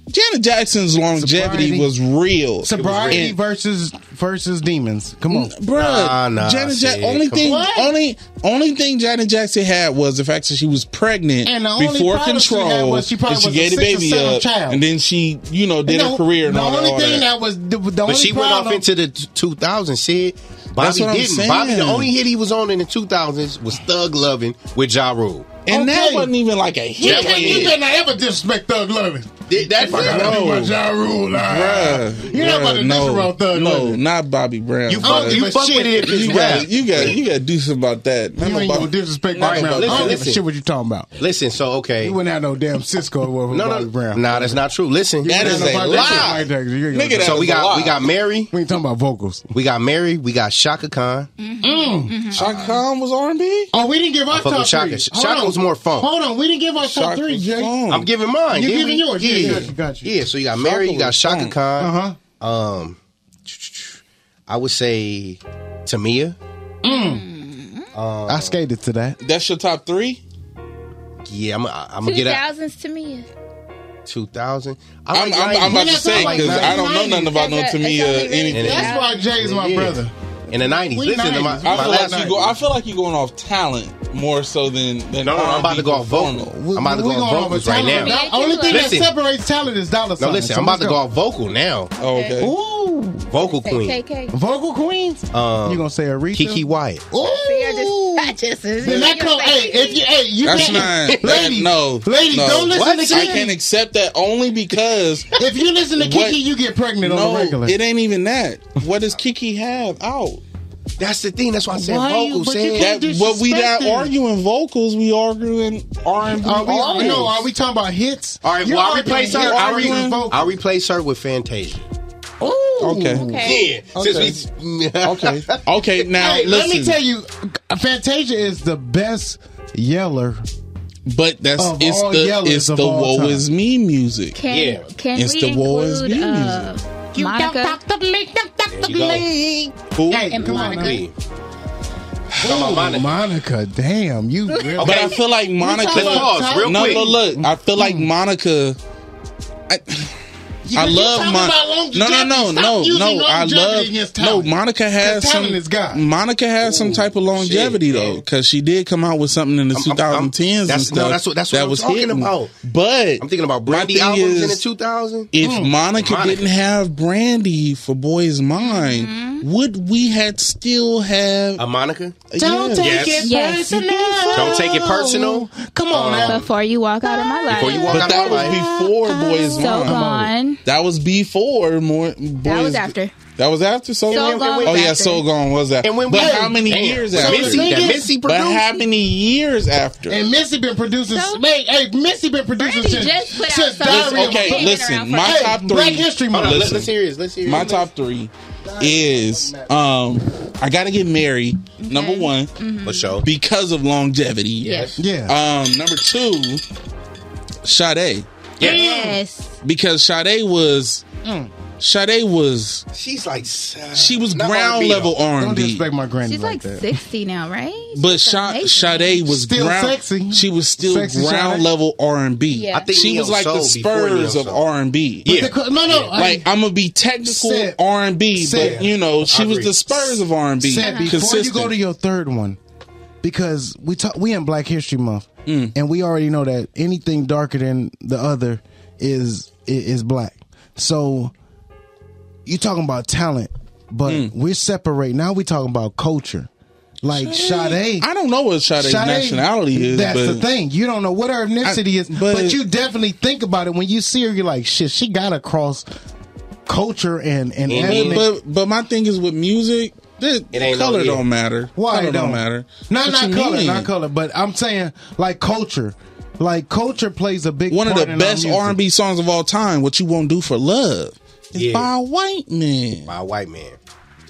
Janet Jackson's longevity Sobriety. was real. Sobriety And- versus versus demons. Come on, Bruh, Janet Jackson. Only thing, only only thing Janet Jackson had was the fact that she was pregnant And the only before problem she control, had was she probably and she was a gave the six or baby seven up, child. and then she, you know, did And her the- career and the all only that. all thing that. that was the, the only but she went problem, off into the 2000s. Sid Bobby That's what I'm didn't. Bobby, the saying. only hit he was on in the 2000s was Thug Lovin' with Ja Rule. and that wasn't even like a That hit. wasn't You it. better not ever disrespect Thug Lovin'. Did that Fuck out of my Ja Rule. ah. Bruh, You're not about to bruh, no, disrespect Thug No, Lovin'. not Bobby Brown. You fuck- bruh. you fuck with it if it's you rap. got, you got, you got to do something about that. You ain't gonna disrespect Bobby Brown. I don't give a shit what you talking about. Listen, so okay. You wouldn't have no damn Cisco over No, Bobby no, Brown. nah, that's not true. Listen, You ain't got nobody like that. You ain't gonna- so we got we got Mary. We ain't talking about vocals. We got Mary. We got Shaka Khan. Shaka Khan was R and B. Mm. Oh, we didn't give our I fuck top with Shaka. three. Sh- Hold Shaka on. was more funk. Hold on, we didn't give our top Shaka three, Jay. I'm giving mine. You're didn't giving we? yours. Yeah, Yeah, yeah, got you. Yeah, so you got Mary. You got Shaka Khan. Uh-huh. Um, I would say Tamia. Mm, Um, I skated to that. That's your top three. Yeah, I'm. I'm gonna Two get out thousands to me. two thousand. I'm, I'm, I'm about to say because I don't know nothing about no Tamia anything. That's why Jay's my brother. In the nineties, We listen to my, 90s. my I feel, last. like you go, I feel like you're going off talent more so than, than No, no, I'm about to go off vocal. vocal. I'm about to go off vocals right now. The only thing Listen. that separates talent is dollar No, signs. listen, So I'm about to let's go off vocal now. Oh, okay. Ooh, Vocal queen. KK. vocal queens. Um, You gonna say Aretha? Kiki Wyatt. See, I just, I just Then that come, hey, if you, hey, you That's can't, not. lady, that- no. lady, no. don't listen to I Kiki. can't accept that only because. If you listen to Kiki, What? you get pregnant no, on the regular. it ain't even that. What does Kiki have out? That's the thing. That's why I said Why you- vocal. but you said- can't That, but we not disrespect it. arguing vocals. We arguing R and B. Are we, no, are we talking about hits? All right, You're well, I'll arguing replace her. hits, I'll, arguing re- vocals. I'll replace her with Fantasia. Okay. Yeah. Since we, Okay. Okay. Now Hey, listen. let me tell you, Fantasia is the best yeller. But that's Of it's all the yellers it's of the all woe time. is me music. Can, can it's we the woe is include me music. uh, Monica? There you go. Who? Hey, come on, Yeah. Monica. Talking about Monica. Monica, damn, you. Really, But I feel like Monica. Mm. talking about Let's pause real no, quick. No, look, I feel like Monica. I, You- I you love talking about Mon- longevity. no, no, no, Stop no, using no. I longevity love against no. talent. Monica 'Cause has talent some. is God. Monica has some type of longevity though, because she did come out with something in the 2010s and That's, stuff. no, that's what that's what that I'm was talking hitting. about. But I'm thinking about my Brandy thing albums in is, the 2000. If Mm. Monica, didn't have Brandy for Boy's Mind, would we had still have a Monica? Don't take Yes. it Yes. personal. Don't take it personal. Um, Come on now. Before you walk out of my life. Before you walk But out that of my was life. before Boy's So Mind. Gone. That was before more. Boys, That was after. That was after Soul Soul Gone. Gone Oh was yeah, after. Soul Gone was that. And when but we- how many Damn. years So after? Missy- that Missy but how produced? many years after? And Missy been producing. hey, hey, Missy been producing Brandy since, just put out since something Diary of a okay, Punk. listen. My Hey, top three. Black History Month. Hold on, Let- let's hear it. Let's hear it. My Let's- top three is um, I gotta get married. Number one, for sure, because of longevity. Mm-hmm. Yes. Yeah. Um, number two, Sade. Yes. Because Sade was Mm. Sade was She's like she was ground level R and B, my granny She's like 60 now, right? but Sha- Sade was Still ground, sexy. She was still Sexy ground Sade. level R and B. Yeah. I think She Neo was like the Soul before Neo Spurs of Soul. R and B. But the co- no, no, I- like I'm gonna be technical Sid. R and B, Sid. but you know she I was agree. the Spurs of R and B. Said before you go to your third one, because we talk, we in Black History Month, Mm. and we already know that anything darker than the other is i- is black. So you talking about talent, but Mm. we're separate. Now we talking about culture. Like Sade, I don't know what Sade's nationality is, That's but- the thing. You don't know what her ethnicity I- is, but- but, you definitely think about it when you see her. You're like, shit, she got across culture and and ethnic- But but my thing is with music, the ain't color no- yeah. don't matter. Why color it don't matter? Not What not you color, mean? not color. But I'm saying like culture, like culture plays a big One of part the in best our music. R and B songs of all time, "What You Won't Do for Love," is Yeah. by a white man. By a white man.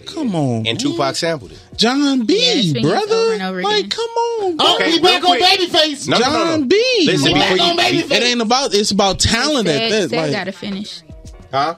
Come on, and Tupac sampled it. John B. been used over brother, and over like again. come on. Oh, bro. we back on Babyface. No, no, John no, no. B. Listen, Back before you- on Babyface. It ain't about. It's about talent. Said, at that. said like- gotta finish. Huh?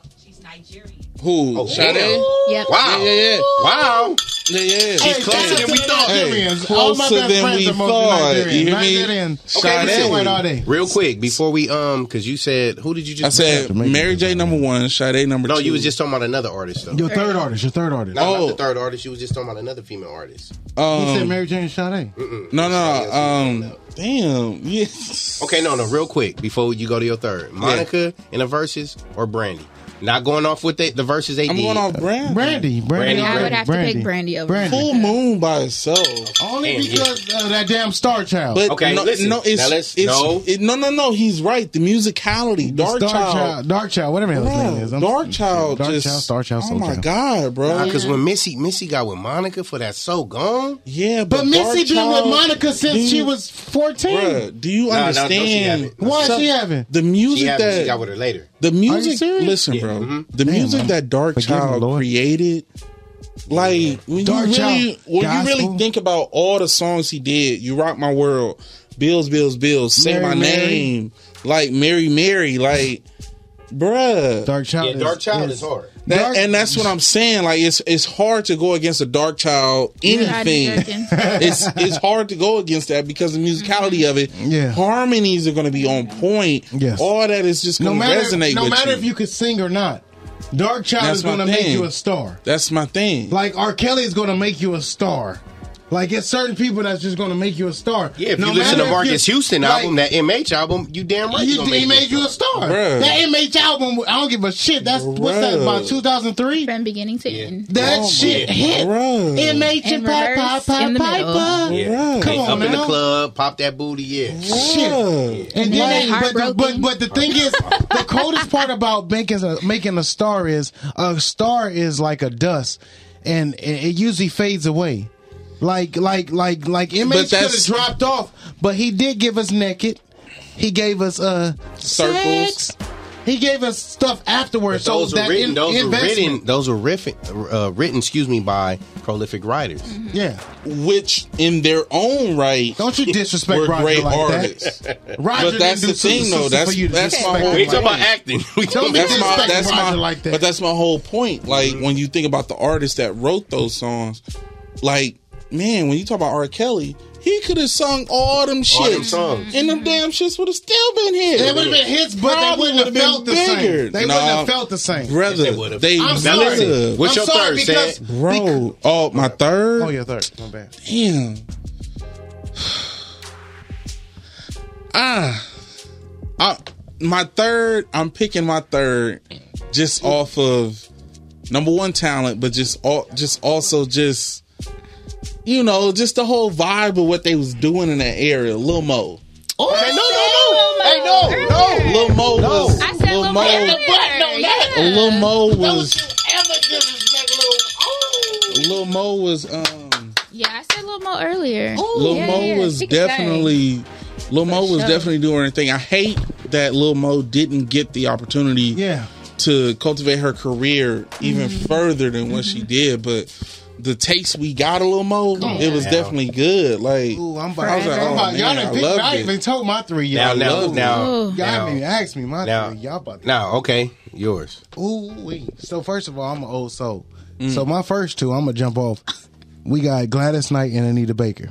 Oh, Who? Sade? Yep. Wow. Yeah, yeah, yeah. Oh, Wow. Yeah, yeah. She's Hey, closer than we thought. Nigerians. All my closer best than friends we are mostly thought. You Nigerians. hear Not me? that in. Okay, Sade. listen, real quick before we um, because you said who did you just? I said Mary J. number one, Sade number no. two. You was just talking about another artist though. Your third artist, your third artist. No, not the third artist. You was just talking about another female artist. Um, he said Mary Jane Sade. No, no. Um, damn. Yes. Okay, no, no. Real quick before you go to your third, Monica in the verses or Brandy. Not going off with the, the verses they I'm did. going off Brandy. Brandy, Brandy, I would Brandy, have to pick Brandy over. Brandy. Full Moon by itself. Only And, yeah. because of that damn Star Child. But no, no, no, it's, now let's- it's no. It, no, no, no. He's right. The musicality, Dark Star Child. Child. Dark Child, whatever his Bruh, name is. I'm- Dark Child. Dark just, Child, Star Child, Oh Soul my Child. God, bro. Because when Missy Missy got with Monica for that so gone, yeah, But Missy Dark been with Child, Monica since dude, she was 14. Bruh, do you Nah, nah, no, she understand? haven't. No, Why So- she haven't? The she, music had, that she got with her later. The Are you music, serious? Mm-hmm. listen, Yeah. bro. Mhm. The Damn, music man. that Dark Forgive me, Child Lord. created, like when Dark you really Child, when you gospel. really think about all the songs he did, "You Rock My World," "Bills, Bills, Bills," "Say Mary, My Mary. Name," like "Mary, Mary," like, bruh. Dark Child. Yeah, Dark is, Child is hard. That- Dark- and that's what I'm saying. Like it's it's hard to go against a Dark Child anything. it's it's hard to go against that because the musicality of it. Yeah. Harmonies are going to be on point. Yes. All that is just No going to matter, resonate no with matter you. if you could sing or not, Dark Child That's is going my to make thing. you a star. That's my thing. Like R. Kelly is going to make you a star. Like it's certain people that's just going to make you a star. Yeah, if No you listen matter to if Marcus you- Houston like, album, that MH album, you damn right. You, gonna he make made it. you a star. Bruh. That MH album, I don't give a shit. That's what's that Bruh. Oh about 2003? From beginning to end. Oh, That shit hit. Bruh. MH and And Pipe reverse Pipe Pipe in the Pipe. middle. Pipe. Yeah. Come Hey, on up in the now. club, pop that booty, yeah. Shit. And then, but, Like, the, but heartbroken. but the thing is, the coldest part about making a making a star is a star is like a dust, and it, it usually fades away. Like like like like But image could that's- have dropped off, but he did give us naked. He gave us uh Circles. sex. He gave us stuff afterwards. So Those that were written. in- those were investment- written. Those were riffing, uh, written. Excuse me, by prolific writers. Mm-hmm. Yeah. which in their own right Don't you disrespect were Roger great like artists. that. But Roger that's didn't the do thing, Sister though. Sister That's for you to that's my disrespect whole him We like talking about that. acting. We Don't talking be about that's my disrespect that's my Roger like that. but that's my whole point. Like when you think about the artists that wrote those songs, like man, when you talk about R. Kelly, He could have sung all them shits, them songs. and them damn shits would have still been hits. They would've been hits, but they Probably wouldn't have would've been felt the same. bigger. They wouldn't have felt the same. brother. Yes, they they would've. would've. I'm sorry. I'm What's your sorry third, because- Seth? bro? Oh, my third. Oh, your third. My bad. Damn. ah, I, my third. I'm picking my third, just off of number one talent, but just all, just also just, you know, just the whole vibe of what they was doing in that area. Lil Mo. Oh, hey, no, no, no. Hey, no, no. Lil Mo was. I said Lil Mo. Lil Mo was. Lil Mo was. Um, Yeah, I said Lil Mo earlier. Lil yeah, Mo yeah, was she can stay. definitely Lil Mo was sure. definitely doing her thing. I hate that Lil Mo didn't get the opportunity yeah. to cultivate her career even Mm-hmm. further than what she did, but the taste we got a Lil Mo, Come it was on. definitely good. Like Ooh, I'm I about, was like, I'm oh, about- y'all man, I done picked, loved I it. even told my three Now, y'all. now, Ooh. now, y'all now. haven't even asked me my Now. three. Y'all about to. Now, okay, yours. Ooh, wee. So first of all, I'm an old soul. Mm. So my first two, I'm gonna jump off. We got Gladys Knight and Anita Baker.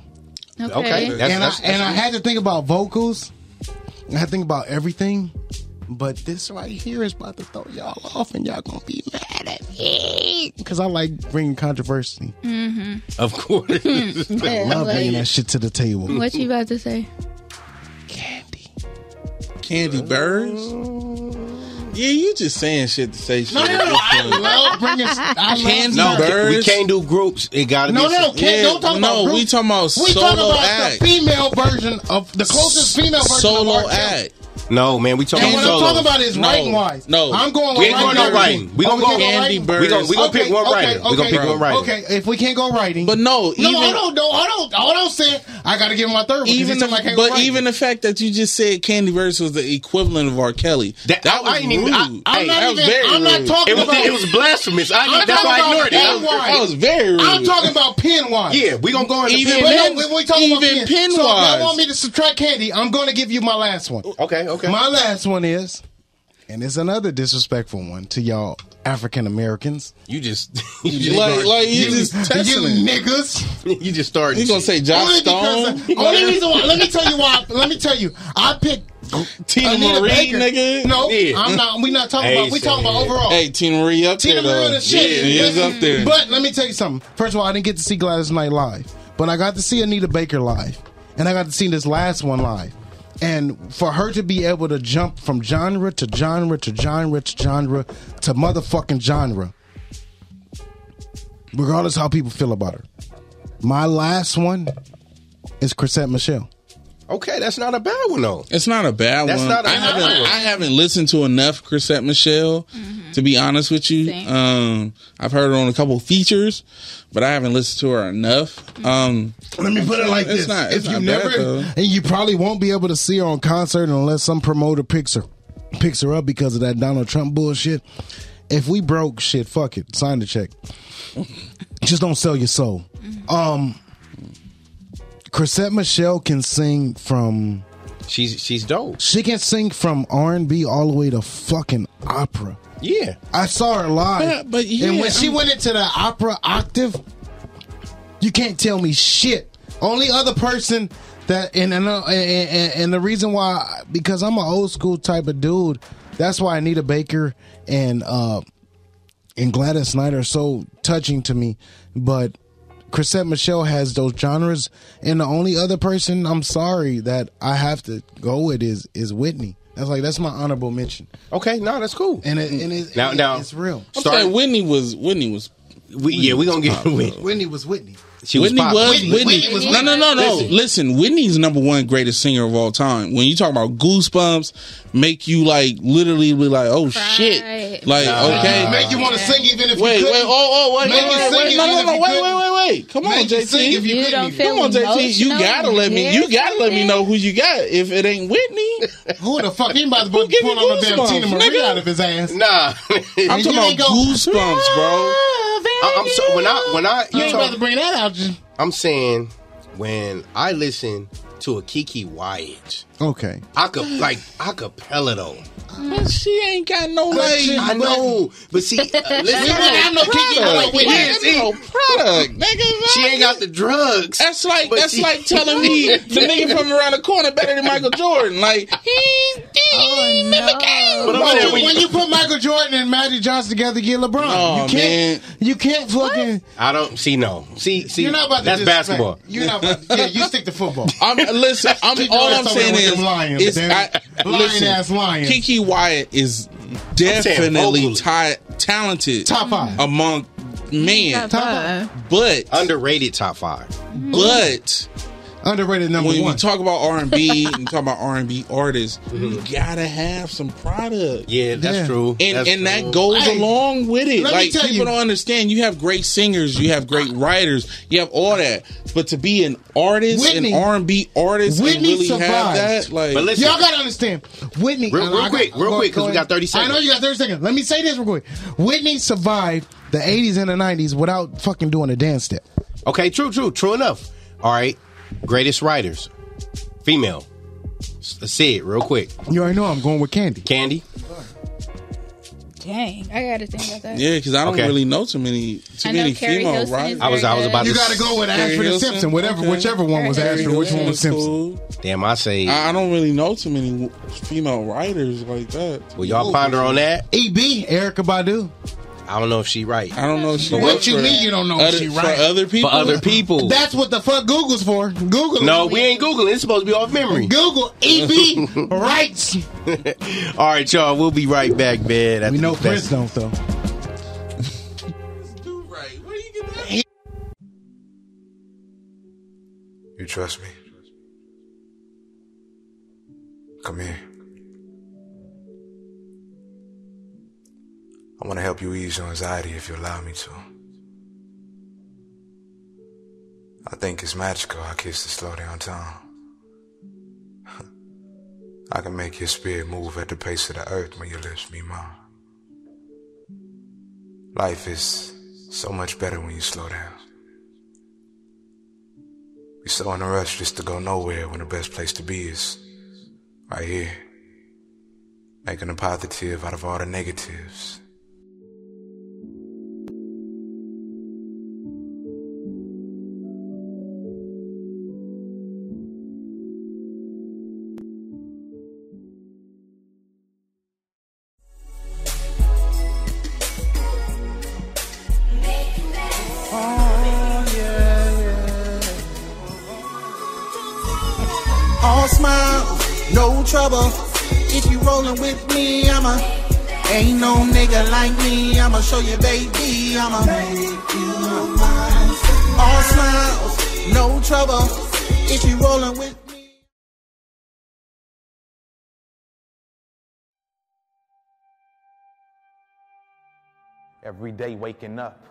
Okay. Okay, that's- and that's- I and I had to think about vocals. I had to think about everything. But this right here is about to throw y'all off, and y'all gonna be mad at me because I like bringing controversy. Mm-hmm. Of course. I love bringing what, that shit to the table. what you about to say? Candy Birds. Yeah, you just saying shit to say shit. No, no, no, I love bringing. I love Candy No, we Birds. can't do groups. It gotta No, be. no, can't, Yeah, don't talk about no, group. we talking about we talking solo about act. the female version of the closest female version of R. solo Kelly. act. No, man, we talking And what I'm solos. talking about is No. writing wise. No. I'm going. We with ain't going no writing. We gonna Oh, go- can't Andy writing? We gonna- we gonna pick one writer. We gonna pick one writer. Okay, if we can't go writing, but no, no, even- I don't know. I don't. I don't say. I got to give him my third. One Even even the, I can't but go even the fact that you just said Candy Verse was the equivalent of R. Kelly, that, was I ain't even- rude. I- I'm Hey, not that was even- very I'm not rude. talking It was- about- it was blasphemous. I- I'm that's why I talking ignored it. about That was- pen-wise. that was very rude. I'm talking about pen wise. Yeah, we gonna go into even pen- but no, pen- when we talking about even pen, So if pen-wise. y'all want me to subtract candy, I'm going to give you my last one. Okay, okay. My last one is, and it's another disrespectful one to y'all African Americans. You just Like- like, you just you testing it. niggas. You just started. You gonna say Josh Only Stone? because- Only reason why. Let me tell you why. Let me tell you. I picked Tina Anita Marie, Baker. nigga? No, Yeah. I'm not. We're not talking about. We talking about overall. Hey, Tina Marie up Tina there. Marie though. the shit. Yeah, he is up there. But let me tell you something. First of all, I didn't get to see Gladys Knight live, but I got to see Anita Baker live, and I got to see this last one live. And for her to be able to jump from genre to genre to genre to genre to motherfucking genre, regardless how people feel about her, my last one is Chrisette Michelle. Okay, that's not a bad one though. It's not a bad That's one. not a I bad haven't, one. I haven't listened to enough Chrisette Michelle to be honest with you. Um, I've heard her on a couple features, but I haven't listened to her enough. Um, Let me put it like it's this: not- if it's you not never, bad, though. and you probably won't be able to see her on concert unless some promoter picks her, picks her up because of that Donald Trump bullshit. If we broke, shit, fuck it, sign the check. Just don't sell your soul. Um, Chrisette Michelle can sing from. She's she's dope. She can sing from R and B all the way to fucking opera. Yeah. I saw her live, But- but yeah, and when she I'm- went into the opera octave, you can't tell me shit. Only other person that and and, uh, and and- and the reason why because I'm an old school type of dude. That's why Anita Baker and uh and Gladys Knight are so touching to me, but. Chrisette Michelle has those genres, and the only other person I'm sorry that I have to go with is is Whitney. That's like that's my honorable mention. Okay, no, that's cool. And it, and it, Now- it- now- it's real. I'm saying Whitney was Whitney was. We, yeah, we gonna get Whitney. Whitney was Whitney. She was Whitney popular. was Whitney- Whitney. Whitney was no, no, no, no. Listen. Whitney's number one greatest singer of all time. When you talk about goosebumps, make you like literally be like, oh shit, like Nah. okay, Make you wanna sing even if you wait, couldn't. wait, oh, oh, wait, Make wait, you wait, sing wait, even no, no, if no, you wait, couldn't. wait, wait, wait, come on, Make you JT, sing if you You couldn't don't even. feel come on, JT, you emotional gotta let me, you here gotta let me know who you got if it ain't Whitney. Who the fuck? He might as well give pull me on a damn goosebumps, Tina Marie nigga. out of his ass. Nah, I'm talking about goosebumps, bro. I, am so when I when I You ain't talk- about to bring that out. I'm saying when I listen to a Kiki Wyatt. Okay. I could like acapella though. But she ain't got no legs. I know, but see, uh, listen, We wouldn't have no Kiki Wyatt with Yes, legs. no product. Nigga, She ain't got the drugs. That's like But that's she- like telling me the nigga from around the corner better than Michael Jordan. Like he, he never came. Oh, But But when, you put Michael Jordan and Magic Johnson together, get LeBron. No, you can't. You can't fucking. I don't see no. See, see, you're not about to that's disrespect. basketball. You're not. About to, yeah, you stick to football. I'm listen. I'm Stick your all ass I'm over saying with is, them lions, is damn I, it. lion listen, ass lions. Kiki Wyatt is saying definitely vocally. ti- talented, Mm-hmm. Top five. among men, Top five. but underrated top five. But underrated number when one. we talk about R and B and talk about R and B artists, Mm-hmm. you gotta have some product. Yeah, that's Yeah. true. and That's and true. that goes Hey, along with it. let me Like tell people you- don't understand. You have great singers, you have great writers, you have all that. But to be an artist, Whitney- an R and B artist, and Whitney really have survived. that, like y'all gotta understand, Whitney. Real- I- I real got- quick, real go- quick, 'cause go we got ahead. 30 seconds. I know you got thirty seconds. Let me say this real quick. Whitney survived the '80s and the '90s without fucking doing a dance step. Okay, true, true, true enough. All right, greatest writers, female. S- Say it real quick. You already know I'm going with Candy. Candy. Dang, I gotta think about that. Yeah, because I don't Okay. really know too many too I know many Carrie female Hilson writers. is I was- very I was good. about You to gotta go with Ashford and Simpson, whatever, whichever one was Ashford, which one was Simpson. Damn, I say. I I don't really know too many w- female writers like that. Well, y'all ponder on that. EB, Erica Badu. I don't know if she right. I don't know if she But what you mean you don't know if other- she right? For other people. For other people. That's what the fuck Google's for. Google. no, we ain't googling. It's supposed to be off memory. Google EB rights. All right, y'all. We'll be right back, man. We know Prince don't though. You trust me? Come here. I want to help you ease your anxiety if you allow me to. I think it's magical how kisses slow down time. I can make your spirit move at the pace of the earth when your lips meet mine. Life is so much better when you slow down. You're so in a rush just to go nowhere when the best place to be is right here. Making a positive out of all the negatives. All smile, no trouble. If you rollin' with me, I'ma. Ain't no nigga like me, I'ma show you, baby. I'ma make you mine. All smiles, no trouble. If you rollin' with Every day waking up,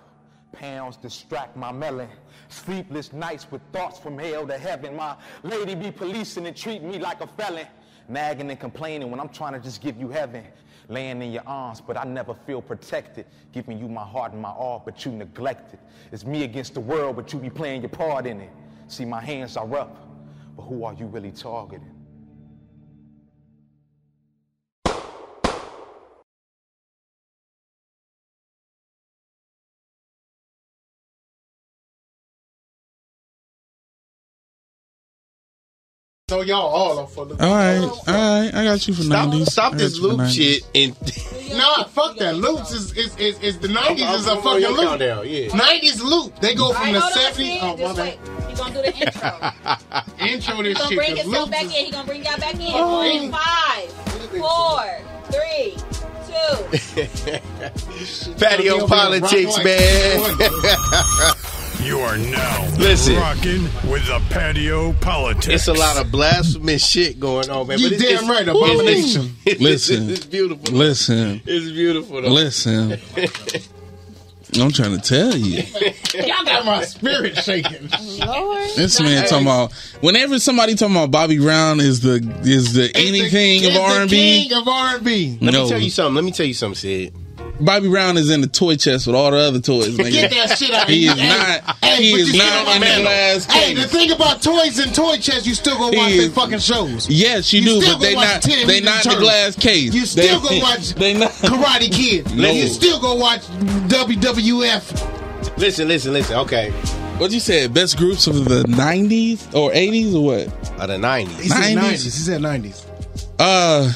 pounds distract my melon. Sleepless nights with thoughts from hell to heaven. My lady be policing and treating me like a felon. Nagging and complaining when I'm trying to just give you heaven. Laying in your arms, but I never feel protected. Giving you my heart and my all, but you neglect it. It's me against the world, but you be playing your part in it. See, my hands are up, but who are you really targeting? So y'all all are for the. All right, all right. I got you for Stop- 90s. stop I got this you for loop 90s. shit and Nah, fuck that. Loops is is is, is the I'm- nineties is a I'm on fucking your loop. countdown, yeah. Nineties loop. They go from Alright, the hold on, seventies. Sid, Oh, my just bad. wait. He gonna do the intro. Intro He this gonna shit. bring 'cause himself loops back is- in. He gonna bring y'all back in. Oh. In five, four, three, two. Patio politics, man. You are now Listen. rocking with the patio politics. It's a lot of blasphemous shit going on, man. You but it's, damn it's, right, it's- abomination. It's, Listen. it's beautiful. Listen. it's beautiful. Though. Listen. I'm trying to tell you. Y'all got my spirit shaking. Lord. This man talking about whenever somebody talking about Bobby Brown is the is the anything He's of the R and B. King of R and B. Let No. me tell you something. Let me tell you something, Sid. Bobby Brown is in the toy chest with all the other toys. Nigga. Get that shit out of He here. is not. Hey, he put is your shit on not my in the mantle. glass Hey, case. the thing about toys and toy chests, you still gonna watch He their is- fucking shows. Yes, you, You do, still but they gonna watch not. Teenage They Mutant not the Turtles. glass case. You still They- gonna watch They not. Karate Kid. No. You still gonna watch WWF. Listen, listen, listen. Okay. What you said? Best groups of the '90s or '80s or what? Of the '90s. He said 90s. He said 90s. Uh,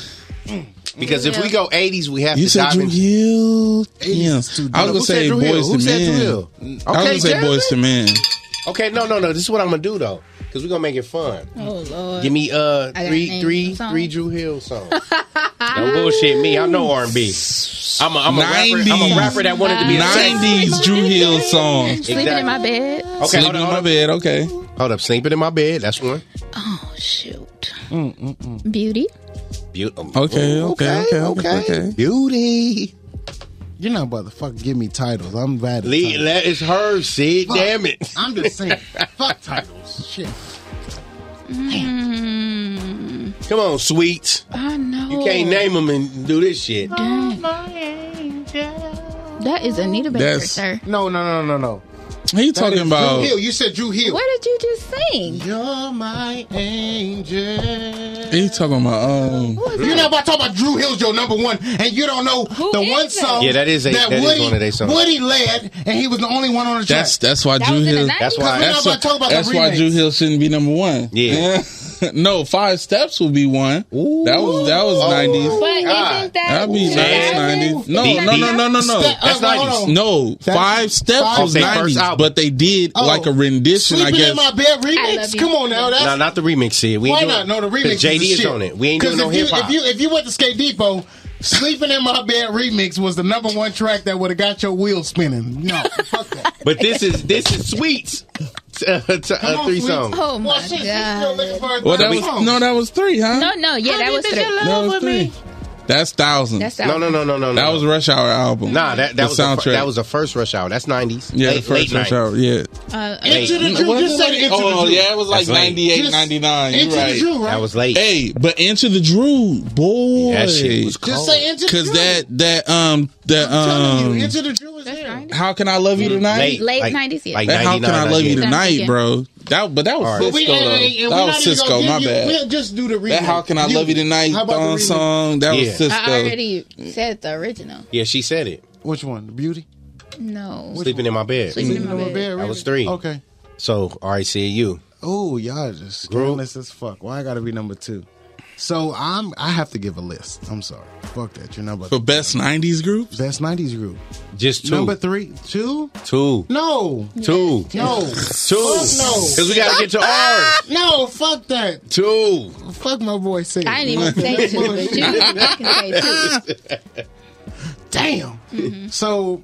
Because if we go 80s, we have you to said dive Drew in. Hill. Yeah, I Eighties was too gonna dope. Who said say Drew Hill? boys Who to said Drew men. Hill? I was Okay, gonna say Jeremy. boys to men. Okay, no, no, no. This is what I'm gonna do though, because we're gonna make it fun. Oh lord. Give me uh I got three, names three, of songs. three Drew Hill songs. Don't bullshit me. I know R and B. I'm a, I'm a rapper. I'm a rapper that wanted to be a singer. '90s Drew Hill songs. Sleeping in my bed. Okay, Sleeping in my bed. Okay. Hold up, sleeping in my bed. That's one. Oh shoot. Beauty. Beauty. Okay, okay, okay, okay, Beauty. You're not about to fucking give me titles. I'm bad. At Lee, that is her. Sid. Fuck. Damn it. I'm just saying. fuck titles. Shit. Mm, Come on, sweets. Mm-hmm. I know. You Oh. can't name them and do this shit. That is Anita Baker, That's- sir. No, no, no, no, no. He talking about. You said Drew Hill. What did you just sing? You're my angel. He talking about. Um. You're not about to talk about Drew Hill's your number one, and you don't know the one song. Yeah, that is a- that is Woody, one of their songs. Woody led, and he was the only one on the track. That's that's why That Drew was in the Hill. 90s. That's why- Because we're not about to talk about the that's why remakes. Drew Hill shouldn't be number one. Yeah. no, Five Steps will be one. That was that was nineties. Oh, But isn't that- That'd be Man. nineties. No, Beat- no, no, no, no, no. Step- That's hold on, 90s. hold on. No, That's- Five Steps Five- was Their first nineties, album. but they did Oh. like a rendition. I Sleeping guess. in my bed I love remix. you. Come on now, that's No, not the remix shit. We why ain't doing not? No, the 'cause remix. JD the is shit. on it. We ain't doing 'Cause no if you- hip hop. If you if you went to Skate Depot, sleeping in my bed remix was the number one track that would have got your wheels spinning. No, fuck that. But this is this is sweets. Uh, t- Come uh, on, three Sweets. songs. Oh my god. Well, that was no, that was three, huh? No, no, yeah, that was three. That was three. That's thousand. That's No, no, no, no, no. That was Rush Hour album. Nah, The that, that was the fir- soundtrack. that was the first Rush Hour. That's nineties. yeah, the late, first late Rush 90s. Hour. Yeah. Uh, Into the Drew, just say Into the Oh, Drew. yeah, it was like 98, 99, you right. That was late. Hey, but Into the Drew, boy. That shit was cold. Just say Into the Cause Drew. that that um that um Into the Drew is there. How can I love you tonight? Late- Late like- 90s, yeah. like That How can 99, I love you 98. tonight, bro? That but that was All right. But we, Cisco and- and- though. and That we're was not even gonna Cisco. give My you- bad. We'll just do the remix. That How Can I Love You Tonight How about the thong remix? song. That Yeah. was Cisco. I already said the original. Yeah, she said it. Which one? The beauty? No. Sleeping in my bed. Sleeping in my bed. That was three. Okay. So all right, see you. Oh, y'all just scandalous as fuck. Why I gotta be number two? So I'm I have to give a list. I'm sorry. Fuck that. You're number For best nineties groups? Best nineties group. Just two. Number three. Two? Two. No. Two. No. Two. Fuck no. Ah, Because we gotta get to ours. No, fuck that. Two. Fuck my boy six. I didn't even say two, but you I can say two. Mm-hmm. Damn. So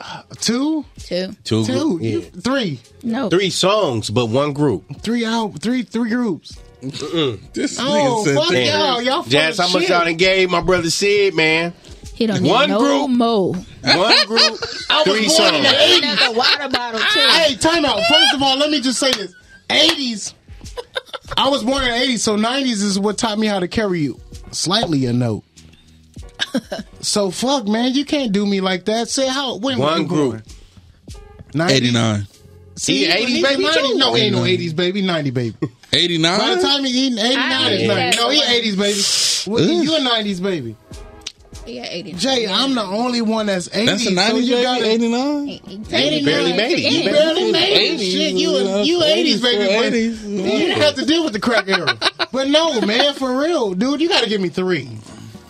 uh, two? Two. Two. Two. Yeah. You- three. No. Three songs, but one group. Three out three three groups. This Oh, nigga said fuck three. y'all. Y'all full Jazz, of how much shit. y'all engaged, my brother Sid, man. He don't need One no group. mo. One group, I was three born in songs. the eighties. A water bottle too. Hey, time out. First of all, let me just say this: eighties. I was born in the eighties, so nineties is what taught me how to carry you slightly a note. so fuck, man, you can't do me like that. Say how when were One you group. born? 90s? Eighty nine. See, He 80s he's baby 90s. too. No, he ain't no 89. eighties baby. Ninety baby. Eighty By the nine? time he eating eighty nine I is ninety. said- No, he eighties baby. Well, Ugh. you a nineties baby. Yeah, eighty. Jay, I'm the only one that's eighties. That's a nineties so you baby? gotta- Eighty nine? Eighty barely nine. made it. You You barely barely made it. 80s, Shit, you you know, you eighties 80s, baby. still but 80s. You didn't have to deal with the crack era. But no, man, for real, dude, you got to give me three,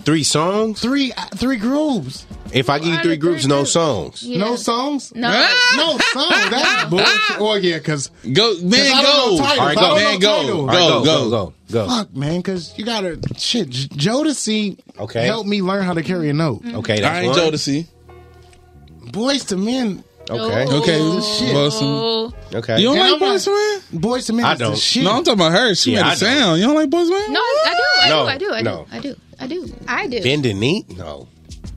Three songs. three, uh, three groups, If I give you three groups, no songs. no songs, No. no Oh, songs. That's bullshit. Oh yeah, because Go I man don't know go. titles. All I right, go. don't know Man go. titles. All right, Go, go, go, go, go. Fuck, man, because you got to shit. J- Jodeci Okay. helped me learn how to carry a note. Okay, I that's ain't one. Jodeci. Boys to men. Oh, Okay, Okay. shit. Wilson. okay. You don't And like I'm Boys to Men? Boys to men. I is the don't. Shit. No, I'm talking about her. She Yeah, made I a know. sound. You don't like Boys to Men? No, I do. No, I do. I do. no. I do. I do. I do. I do. Bend and knee? No.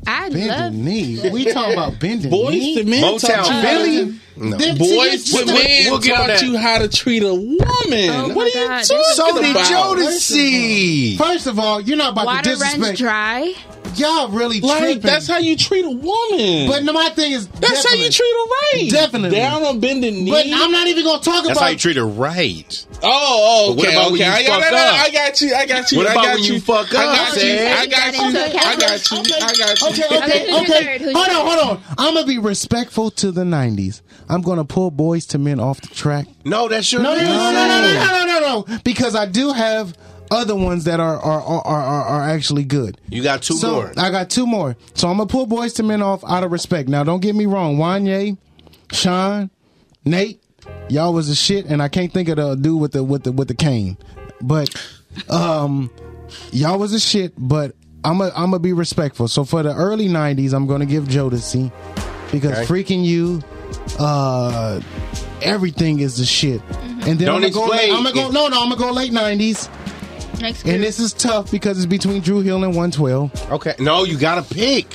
I love. Bending knees. We talking about bending knees. men Motown taught you- Philly? No. Them Boys to to men. men We'll get on taught that. you how to treat a woman. Oh what my are you God. talking So did about? Jodeci. First of all, you're not about Water to runs disrespect. dry. Y'all really Like, tripping. that's how you treat a woman. But no, my thing is That's how you definitely- treat a right. Definitely Down on bending knee. But I'm not even gonna talk That's about how you treat her right. Oh, But what okay, about when okay. you I, got, fuck I, got- up? I got you. I got you. What about I got when you. you fuck I up, got you. Zed? I got you. I got you. I got you. Okay, okay, okay. Hold on, hold on. I'm gonna be respectful to the '90s. I'm gonna pull boys to men off the track. No, that's your No, no, no, no, no, no, no, no, no. Because I do have other ones that are are are are, are actually good. You got two so, more. I got two more. So I'm gonna pull boys to men off out of respect. Now, don't get me wrong. Wanye, Sean, Nate, y'all was the shit, and I can't think of the dude with the with the with the cane. But um, y'all was the shit. But I'm i I'm gonna be respectful. So for the early '90s, I'm gonna give Jodeci because Okay. freaking you, uh, everything is the shit. And then Mm-hmm. Don't I'm gonna go. explain. Late, I'm gonna go. No, no, I'm gonna go late '90s. Next And this is tough because it's between Drew Hill and 112. Okay. No, you got to pick.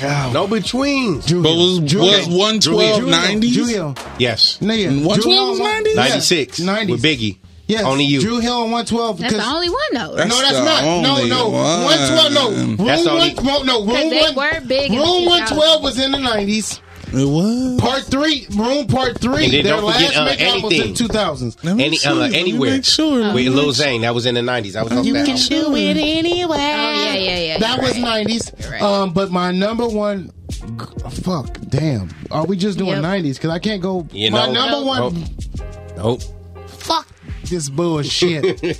No betweens. But was was one twelve Drew nineties? Hill. Yes. Nigga. One Drew Hill twelve was nineties. 96. 90s. With Biggie. Yes. Only you. Drew Hill and 112. That's because- the only one no, though. that's the not. No, only no. one. 112, no. Room That's the only- 112, no. Room, 'Cause they one, were big in the room 2000s. 112 was in the 90s. It was. Part three, room part three. And then Their don't forget uh, last mixtape was in anything. 2000s. Any, see. uh, Let me anywhere. make sure. Let With me Lil make sure. Zane. That was in the 90s. I was on You that. can do it anyway. Oh yeah, yeah, yeah. Mm-hmm. That you're was right. 90s. Right. Um, but my number one. g- Fuck, damn. Are we just doing Yep. 90s? Because I can't go. You my know. number one Nope. fuck this bullshit.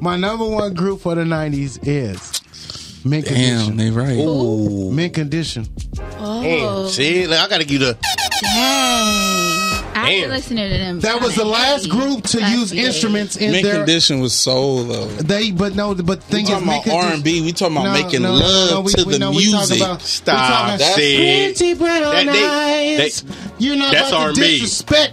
My number one group for the '90s is Men Damn, Condition. they right. Ooh. Men Condition. Damn. Oh, See, look, I got to give the. dang. I've Damn. been listening to them. That was the last group to use instruments in Mint their. condition was soul though. They, but no, but the We thing is, talking Men about R and Condition- B. We talking about No, making no, no, love no, we- to we- the no, we talking music. about- we Stop, talking about Sid. Pretty brown That- they- they- eyes. You're not that's about to R&B. disrespect.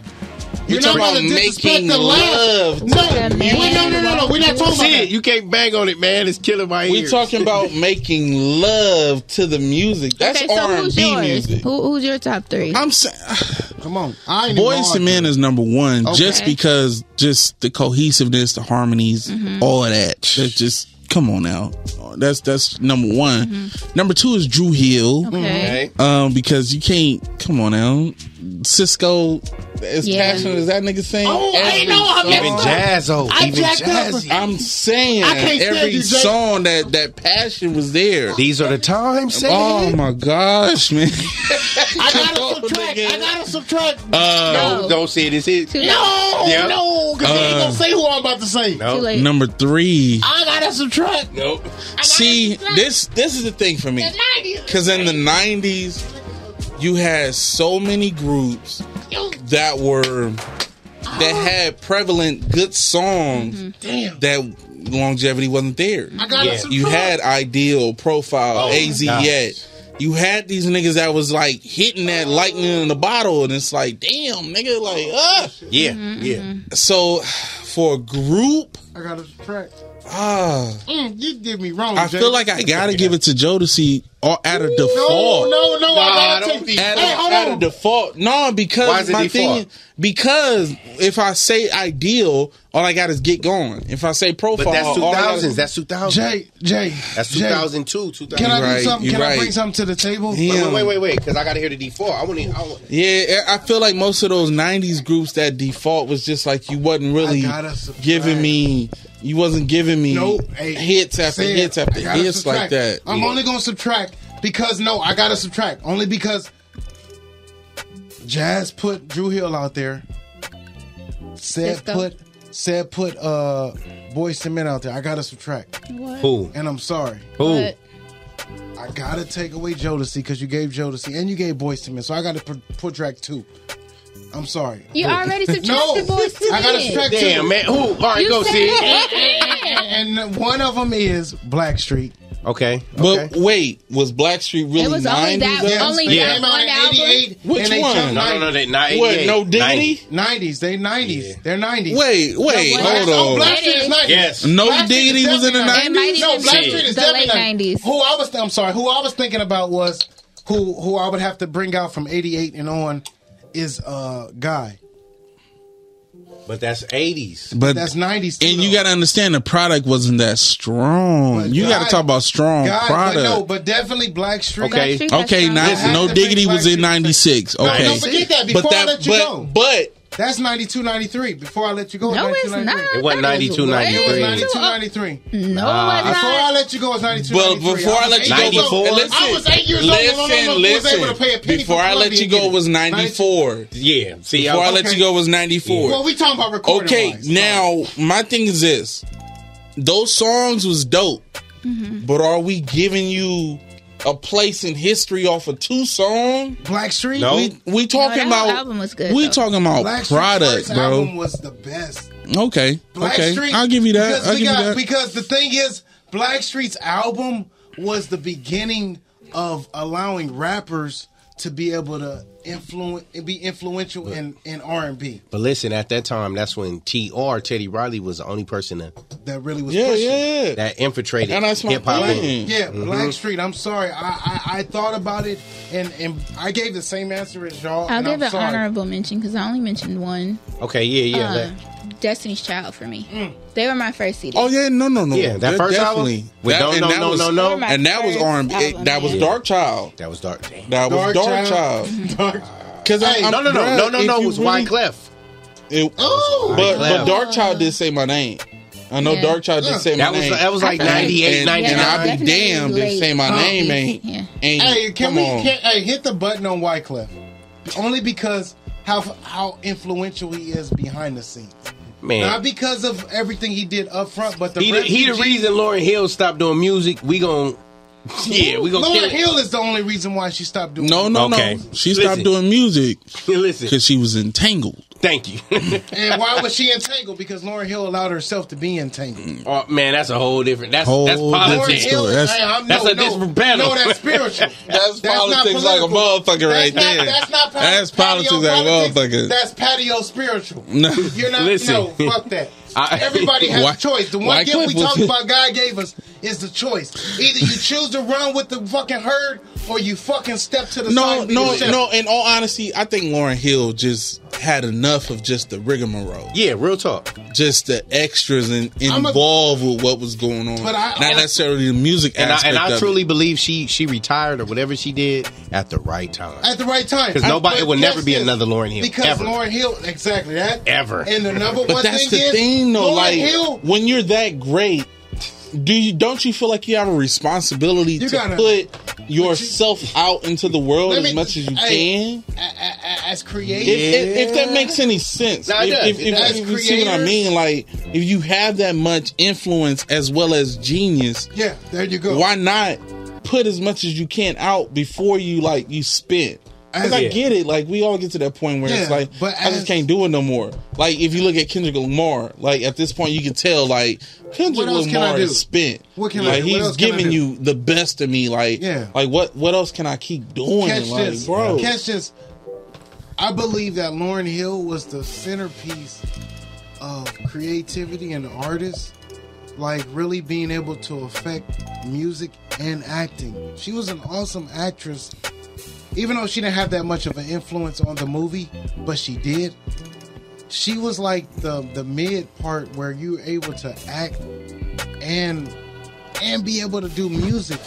You're not talking about to about disrespect making the love. love No, the wait, no, no, no, no. We're not talking about that. Sid, you can't bang on it, man. It's killing my We ears. talking about making love to the music. That's okay, so R and who's B yours? music. Who, who's your top three? I'm saying. Come on, I ain't Boys to even Men is number one, just Okay. because just the cohesiveness, the harmonies, Mm-hmm. all of that. That's just come on now. That's that's number one. Number two is Drew Hill, Mm-hmm. okay. Okay. um, because you can't come on now. Cisco, as Yeah. passionate as that nigga saying, Oh, I every know I'm song- mixed Even Jazzo. I Even jacked up. Jazzy. I'm saying I can't stand every you, Jay. song that that passion was there. These are the times, Sid. Oh my gosh, man! I gotta subtract. I gotta subtract. Uh, no, don't say this. Is. Too late. No, Yeah. no, because they ain't Uh, gonna say who I'm about to say. No. Too late. Number three. I gotta subtract. Nope. See, this this is the thing for me. Because in the '90s, you had so many groups that were that had prevalent good songs Damn. that longevity wasn't there. I gotta Yeah. subtract. You had Ideal, Profile, Oh, AZ gosh. Yet. You had these niggas that was like hitting that lightning in the bottle, and it's like, damn, nigga, like, ah. Mm-hmm, Yeah. Yeah. So, for a group, I gotta subtract. ah. Mm, you did me wrong. I Jay. feel like I gotta give it to Jodeci or at a no, default. no, no. Nah, I gotta don't take be- these. At, Hey, a, hold at a on. default, no, Why because is it my default? thing, because if I say ideal, all I got is get going. If I say profile, But that's all I got 2000s. is- That's 2000. Jay, Jay, That's Jay, 2002, 2000. Can I You're right, do something? you're Can I right. bring something to the table? Yeah. Wait, wait, wait, wait, because I got to hear the default. I want to. I want, yeah. I feel like most of those '90s groups that default was just like you wasn't really I gotta subtract. giving me, you wasn't giving me Nope. Hey, hits after Sid, hits after I gotta hits like subtract. that. I'm only gonna subtract because no, I gotta subtract only because Jazz put Drew Hill out there. Said Cisco. put said put uh Boyz II Men out there. I gotta subtract, What? who? and I'm sorry. Who? But- I gotta take away Jodeci because you gave Jodeci and you gave Boyz II Men, so I gotta put, put track two. I'm sorry. You already subtracted No, boys to I gotta men. subtract Damn, two. man. Who? All right, You go, said Sid. it. And one of them is Blackstreet. Okay. But okay. wait, was Blackstreet really It was only 90s? that though? only Yeah. that Came out one in album. 88. Which and they one? jumped No, no, no. They, not 88, What? No dignity. 90. 90s. They 90s. They're 90s. Wait, wait, Yeah, hold Oh, on. Black- Blackstreet is 90s. Yes. No Blackstreet Diggity is was in the definitely 90s? It might No, even Blackstreet be is the definitely late 90s. Who I was, I'm sorry, who I was thinking about was who who I would have to bring out from 88 and on is uh Guy. But that's 80s. But that's 90s. And you got to understand the product wasn't that strong. you got to God- talk about strong God, product. But no, but definitely Black Street. Okay, okay, Had now, to no bring diggity Black was in '96. No, Okay, don't forget that. But Before I let you but- go, but that's 92, 93. Before I let you go, No, it's not. It wasn't That is 92, 92, 93. 92, 93. No, Nah. it was Before not. I let you go, it's 92, Well, 93. before I let you go, was eight years old. but- listen, I was eight years old. when my mama was listen, able to pay a penny Before for I let Columbia you go and was get it. '94. Yeah, see, before I- I let okay. you go was '94. Well, we talking about recording. Okay, now my thing is this: those songs was dope, Mm-hmm. but are we giving you a place in history off of two songs? Black Street. No. we, we talking No, that about album was good, We though. talking about Black Street's product, first bro. album was the best. Okay, Black okay, Street. I'll give you that. Because, I'll we give you got- that. because the thing is, Black Street's album was the beginning of allowing rappers to be able to influence be influential in, in R and B. But listen, at that time, that's when TR, Teddy Riley, was the only person that, That really was pushing. that infiltrated And that's my hip hop. Yeah, Mm-hmm. Black Street. I'm sorry. I, I I thought about it and and I gave the same answer as y'all. I'll Oh, and give I'm an sorry. honorable mention because I only mentioned one. Okay, yeah, yeah. Uh, that- Destiny's Child for me. Mm. They were my first CD. Oh yeah, no, no, no. Yeah, that first album? definitely. With That- Don't and No, that No, was- No, No? My and that was first R&B. it- album, That was yeah. Dark Child. That was Dark. That was Dark, Child. Dark. Because Hey, no, no, no, no, no, no, it was Wyclef. It, oh, but, Wyclef. but Dark Child did say my name. I know Yeah. Dark Child did say my That was- name. that was like And- 98, and- And 99. I'll be Definitely damned late. if say my Uh, name ain't. yeah. ain't Hey, can come we on. can, hey, hit the button on Wyclef? Only because how how influential he is behind the scenes. Man. Not because of everything he did up front, but the He the, he the refugee- reason Lauren Hill stopped doing music. We gon' yeah, we gonna Lauryn kill Hill is the only reason why she stopped doing. No, it. no, no. She stopped doing music because she was entangled. Thank you. And why was she entangled? Because Lauren Hill allowed herself to be entangled. Mm. Uh, Oh man, that's a whole different. That's Whole that's different politics. story. That's, That's- a different panel. No, that's spiritual. That's, politics like a motherfucker right there. That's not pa- That's politics patio like a motherfucker. That's patio spiritual. No. You're not. Listen. No, fuck that. I- Everybody has Why- a choice. The one why gift we Cliff was- talk about God gave us is the choice. Either you choose to run with the fucking herd, or you fucking step to the side. no, and be the no, shepherd. no. In all honesty, I think Lauren Hill just had enough of just the rigmarole. Yeah, real talk. Just the extras and I'm a- involved with what was going on, But I- not necessarily the music and I, aspect. and I of truly believe she she retired or whatever she did at the right time. at the right time Because I- nobody, it but will never catch be this. another Lauren Hill Because ever. Lauren Hill, exactly that Ever. And the number it. But one that's thing the is, thing, though. Lauryn Like Hill, when you're that great, do you don't you feel like you have a responsibility to gotta- put yourself out into the world Let as me- much as you can? hey, a- a- a- as creative, If, if, if that makes any sense, Nah, it does. if, if, if- As if you see what I creators- mean, like if you have that much influence as well as genius, yeah, there you go. Why not put as much as you can out before you like you spin? Because I Yeah. get it, like we all get to that point where it's Yeah, like but I just can't do it no more. Like if you look at Kendrick Lamar, like at this point you can tell like Kendrick What else can I Lamar do? is spent. What can I like do? What he's else can I giving do? you the best of me. Like Yeah. like what what else can I keep doing? Catch like this, bro, Catch this. I believe that Lauren Hill was the centerpiece of creativity and artists, like really being able to affect music and acting. She was an awesome actress, even though she didn't have that much of an influence on the movie, but she did. She was like the the mid part where you're able to act and and be able to do music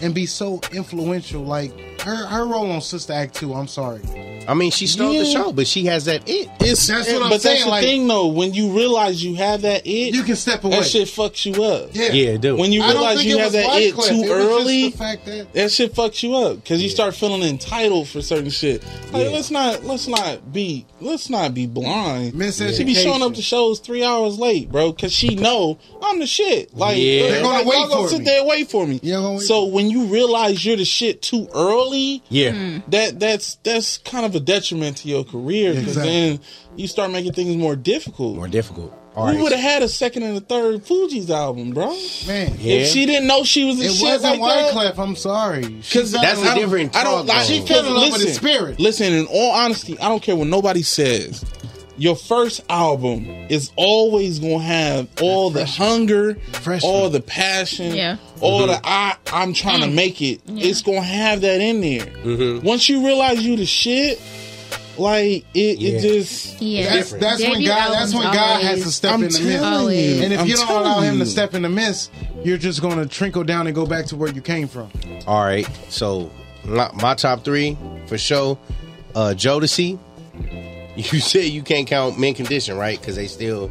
and be so influential. Like her her role on Sister Act Two. I'm sorry. I mean, she stole the Yeah. show, but she has that it. It's, That's what I'm but saying, that's the like- thing, though. When you realize you have that it, you can step That away. shit fucks you up. Yeah. Yeah, it do. When you I don't realize think you it have was that it Wyclef. too It was just early, the fact that- shit fucks you up because you start feeling entitled for certain shit. Like, let's not let's not be let's not be blind. She be showing up to shows three hours late, bro, because she know I'm the shit. Like Yeah. They're gonna like, wait y'all gonna for sit me. there and wait for me. so when you realize you're the shit too early, Yeah. that that's that's kind of a detriment to your career because Exactly. then you start making things more difficult. More difficult. We would have had a second and a third Fuji's album, bro. Man, If she didn't know she was a it shit wasn't like that- Wyclef. I'm sorry. She because fell in love- I don't like. She fell in love with the Listen, spirit. Listen, in all honesty, I don't care what nobody says. Your first album is always gonna have all the hunger, all the passion, Yeah. all Mhm. Mm-hmm. the I I'm trying to Mm. make it. Yeah. Mm-hmm. It's gonna have that in there. Once you realize you the shit, Like it, it just Yeah. That's- that's when Debut God- that's when albums God has to step I'm in the midst. telling you. And if I'm you don't allow telling him to you. step in the midst, you're just going to trinkle down and go back to where you came from. All right. So my, my top three for sure. Uh, Jodeci. You said you can't count Men Condition, right? Because they still.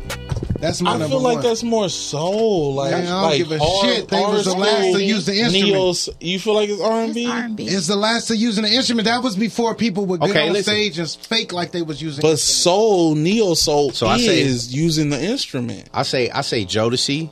That's I feel like that's more soul. Like, Man, I don't like give a R- shit. They was the R- last to use the instrument. Neos- you feel like it's R and B? It's the last of using the instrument. That was before people would get Okay, on listen. stage and fake like they was using. But soul, neo soul So I say is using the instrument. Mm-hmm. I say I say Jodeci,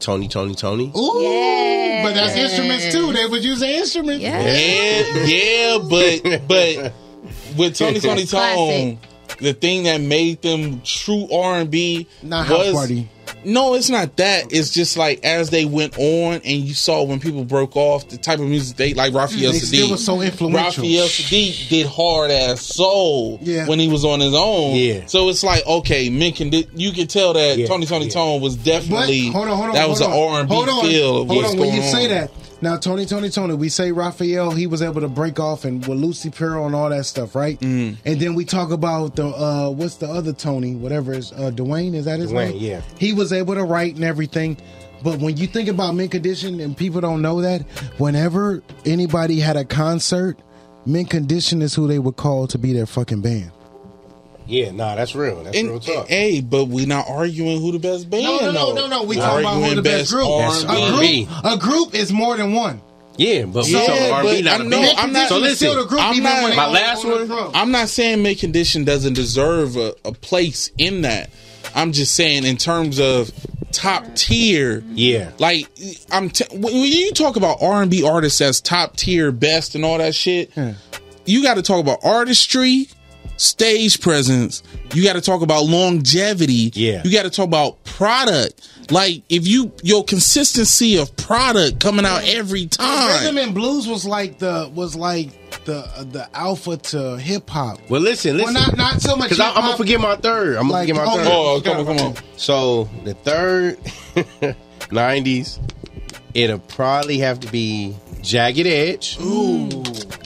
Tony, Tony, Tony. Ooh, but that's Yeah. instruments too. They was using instruments. Yeah, yeah, but but with Tony Tony Tone, the thing that made them true R and B Not was house party. no, it's not that. It's just like as they went on, and you saw when people broke off the type of music they like. Raphael They still Sadiq was so influential. Raphael Sadiq did hard ass soul Yeah. when he was on his own. Yeah. So it's like okay, men can di- you can tell that Tony Tony Tone was definitely But hold on, hold on. that was an hold R on. and B Hold on, feel of Hold what's on. going When you on. say that now, Tony, Tony, Tony, we say Raphael. He was able to break off and with Lucy Pearl and all that stuff, right? Mm. And then we talk about the uh what's the other Tony, whatever is uh, Dwayne. Is that his Dwayne, name? yeah. He was able to write and everything. But when you think about Men Condition and people don't know that, whenever anybody had a concert, Men Condition is who they would call to be their fucking band. Yeah, nah, that's real. That's And- real talk. Hey, but we not arguing who the best band. No, no, no, though. no, no. We We're talking about who arguing the best, group. R&B. A group. A group is more than one. Yeah, but we talking R&B, not a I'm, no, band. I'm not. So listen, Still the group, I'm even when not. they My on- last on the one? drum. I'm not saying Make Condition doesn't deserve a, a place in that. I'm just saying in terms of top tier. Yeah. Like I'm t- when when you talk about R and B artists as top tier, best, and all that shit, you got to talk about artistry, stage presence. You got to talk about longevity. Yeah, you got to talk about product. Like if you your consistency of product coming out every time. Rhythm and blues was like the was like the the alpha to hip hop. Well, listen, Well, listen. not- not so much Because I'm gonna hip-hop. forget my third. I'm gonna Like, forget my oh, third. yeah. Oh, come on, come on. So the third '90s, it'll probably have to be Jagged Edge. Ooh.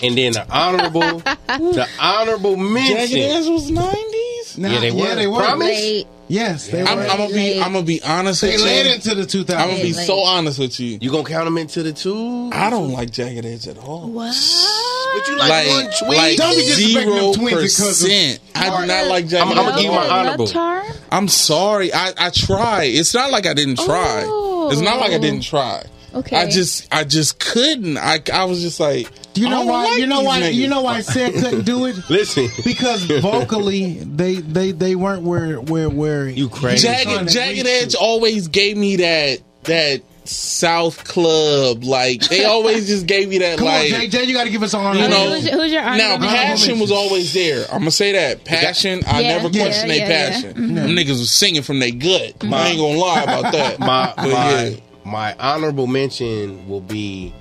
And then the honorable, the honorable mention. Jagged Edge was nineties. Nah, Yeah, they yeah, were. they were. Promise? Late. Yes, they I'm, were. I'm gonna be. Late. I'm gonna be honest. They with you. led into the 2000s. I'm gonna be Late. so honest with you. You gonna count them into the two? I don't like Jagged Edge at all. What? But you like, like Don't be disrespecting zero them twins and cousins. percent. I do not like Jagged I'm, I'm gonna Edge. give my honorable. I'm sorry. I, I tried. It's not like I didn't try. It's not like I didn't try. Oh. Okay. I just I just couldn't. I I was just like You I know don't why? like you know these why? niggas. You know why I said couldn't do it Listen, because vocally they they they weren't where where where you crazy. Jagged, Jagged Edge always gave me that that South Club. Like they always just gave me that Come like on, JJ, you got to give us an honor. You know, now honorable passion mention? was always there. I'm gonna say that passion. I Yeah, never yeah, questioned their yeah, yeah. passion. Mm-hmm. Mhm. Them niggas was singing from their gut. I ain't gonna lie about that. My But my, yeah. my honorable mention will be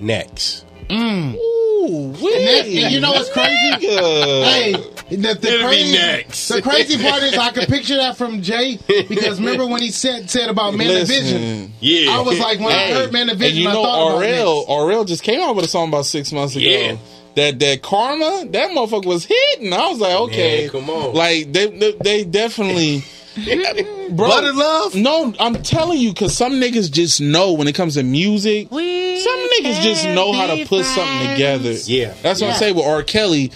next. Mm. Ooh, And that- and you know what's crazy? Hey, the, the It'll be crazy, next. the crazy part is I can picture that from Jay because remember when he said said about Man of Vision? Yeah. I was like, when I heard Man of Vision, and you I know, thought about RL, RL just came out with a song about six months ago. Yeah. That that karma, that motherfucker was hitting. I was like, okay, Man, come on. Like they they, they definitely. Bro, love? No, I'm telling you, because some niggas just know when it comes to music. some niggas just know how to put something together. Yeah. that's what Yeah. I'm saying with R. Kelly.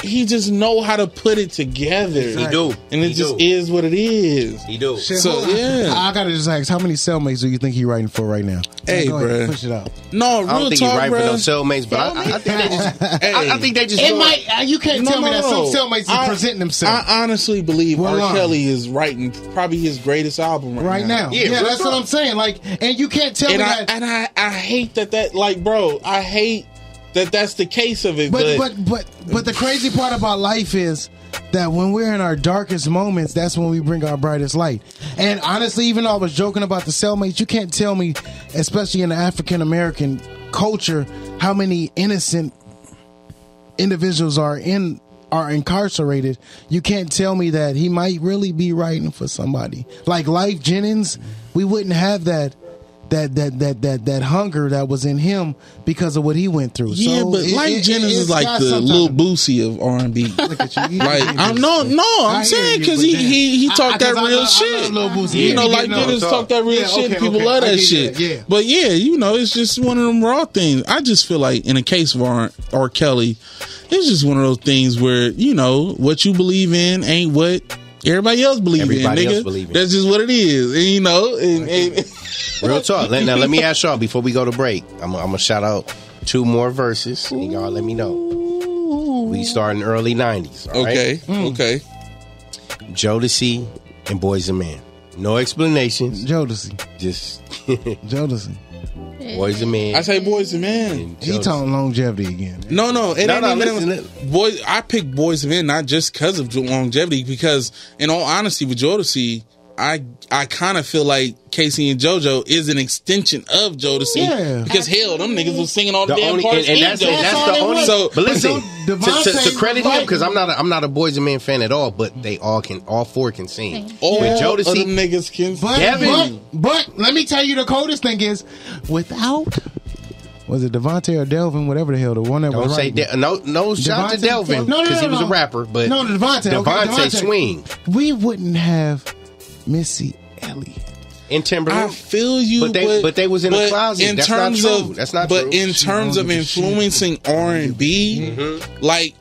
He just know how to put it together. He do. and it He just do. is what it is. He do. Shit, So hold on. yeah, I gotta just ask, how many cellmates do you think he writing for right now? Hey, Go ahead, bruh. push it out. No, I don't real think talk, he's right for bruh. no cellmates, but I, I, I think they just, I, I think they just. It doing- might. uh, You can't No, tell me no, that some no. cellmates is I- presenting themselves I honestly believe We're R. lying. Kelly is writing probably his greatest album right, right now. Yeah, that's what I'm saying. Like, and you can't tell and me I, that. And I, I hate that that like, bro, I hate that that's the case of it. But But, but but but the crazy part about life is that when we're in our darkest moments, that's when we bring our brightest light. And honestly, even though I was joking about the cellmates, you can't tell me, especially in the African American culture, how many innocent individuals are in are incarcerated. You can't tell me that he might really be writing for somebody like Life Jennings. We wouldn't have that that that that that that hunger that was in him because of what he went through. Yeah, So but it- Light it- Jennings it- is it's like got the sometimes- little Boosie of R and B. Like I'm no, no, I'm I hear saying you, because but he, then- he he I- talked I- 'cause that I real love- I shit. love Lil Boosie. You Yeah, know, he like did know. Jennings So- talk that real yeah, shit. okay, People okay, love I that get shit. that, yeah. But yeah, you know, it's just one of them raw things. I just feel like in the case of R, R. Kelly, it's just one of those things where you know what you believe in ain't what. Everybody else believe Everybody in, else nigga. believe in. That's just what it is, and you know. And, and Real talk. Let- now let me ask y'all before we go to break. I'm, I'm gonna shout out two more verses, and y'all let me know. We starting early '90s. all right? Hmm. Okay, okay. Jodeci and Boys and Men. No explanations. Jodeci. Just Jodeci. Boys and Men. I say boys and men. He talking longevity again. No, no, it No, ain't no, even. boy, I picked Boys Men not just because of longevity, because in all honesty, with Jodeci, I I kind of feel like Casey and JoJo is an extension of Jodeci. Yeah. Because hell, them niggas was singing all the, The damn only, and, parts. and in that's, JoJo. that's the only. So, but listen, to, Devontae to- to credit him Martin- because I'm not a, I'm not a Boys and Men fan at all, but they all can all four can sing. All of With Jodeci, them niggas can But, Devin. but but let me tell you the coldest thing is without was it Devontae or Delvin, whatever the hell the one that Don't was say right. De- no. No shout out to Devontae- Delvin because No, no, no, he was no. a rapper, but no, Devontae, okay, Devontae, Devontae. Swing We wouldn't have Missy and Timberland. I feel you, but they but, they was in the but closet. in That's terms not true. of That's not but true. in terms of influencing R and B, Mm-hmm. like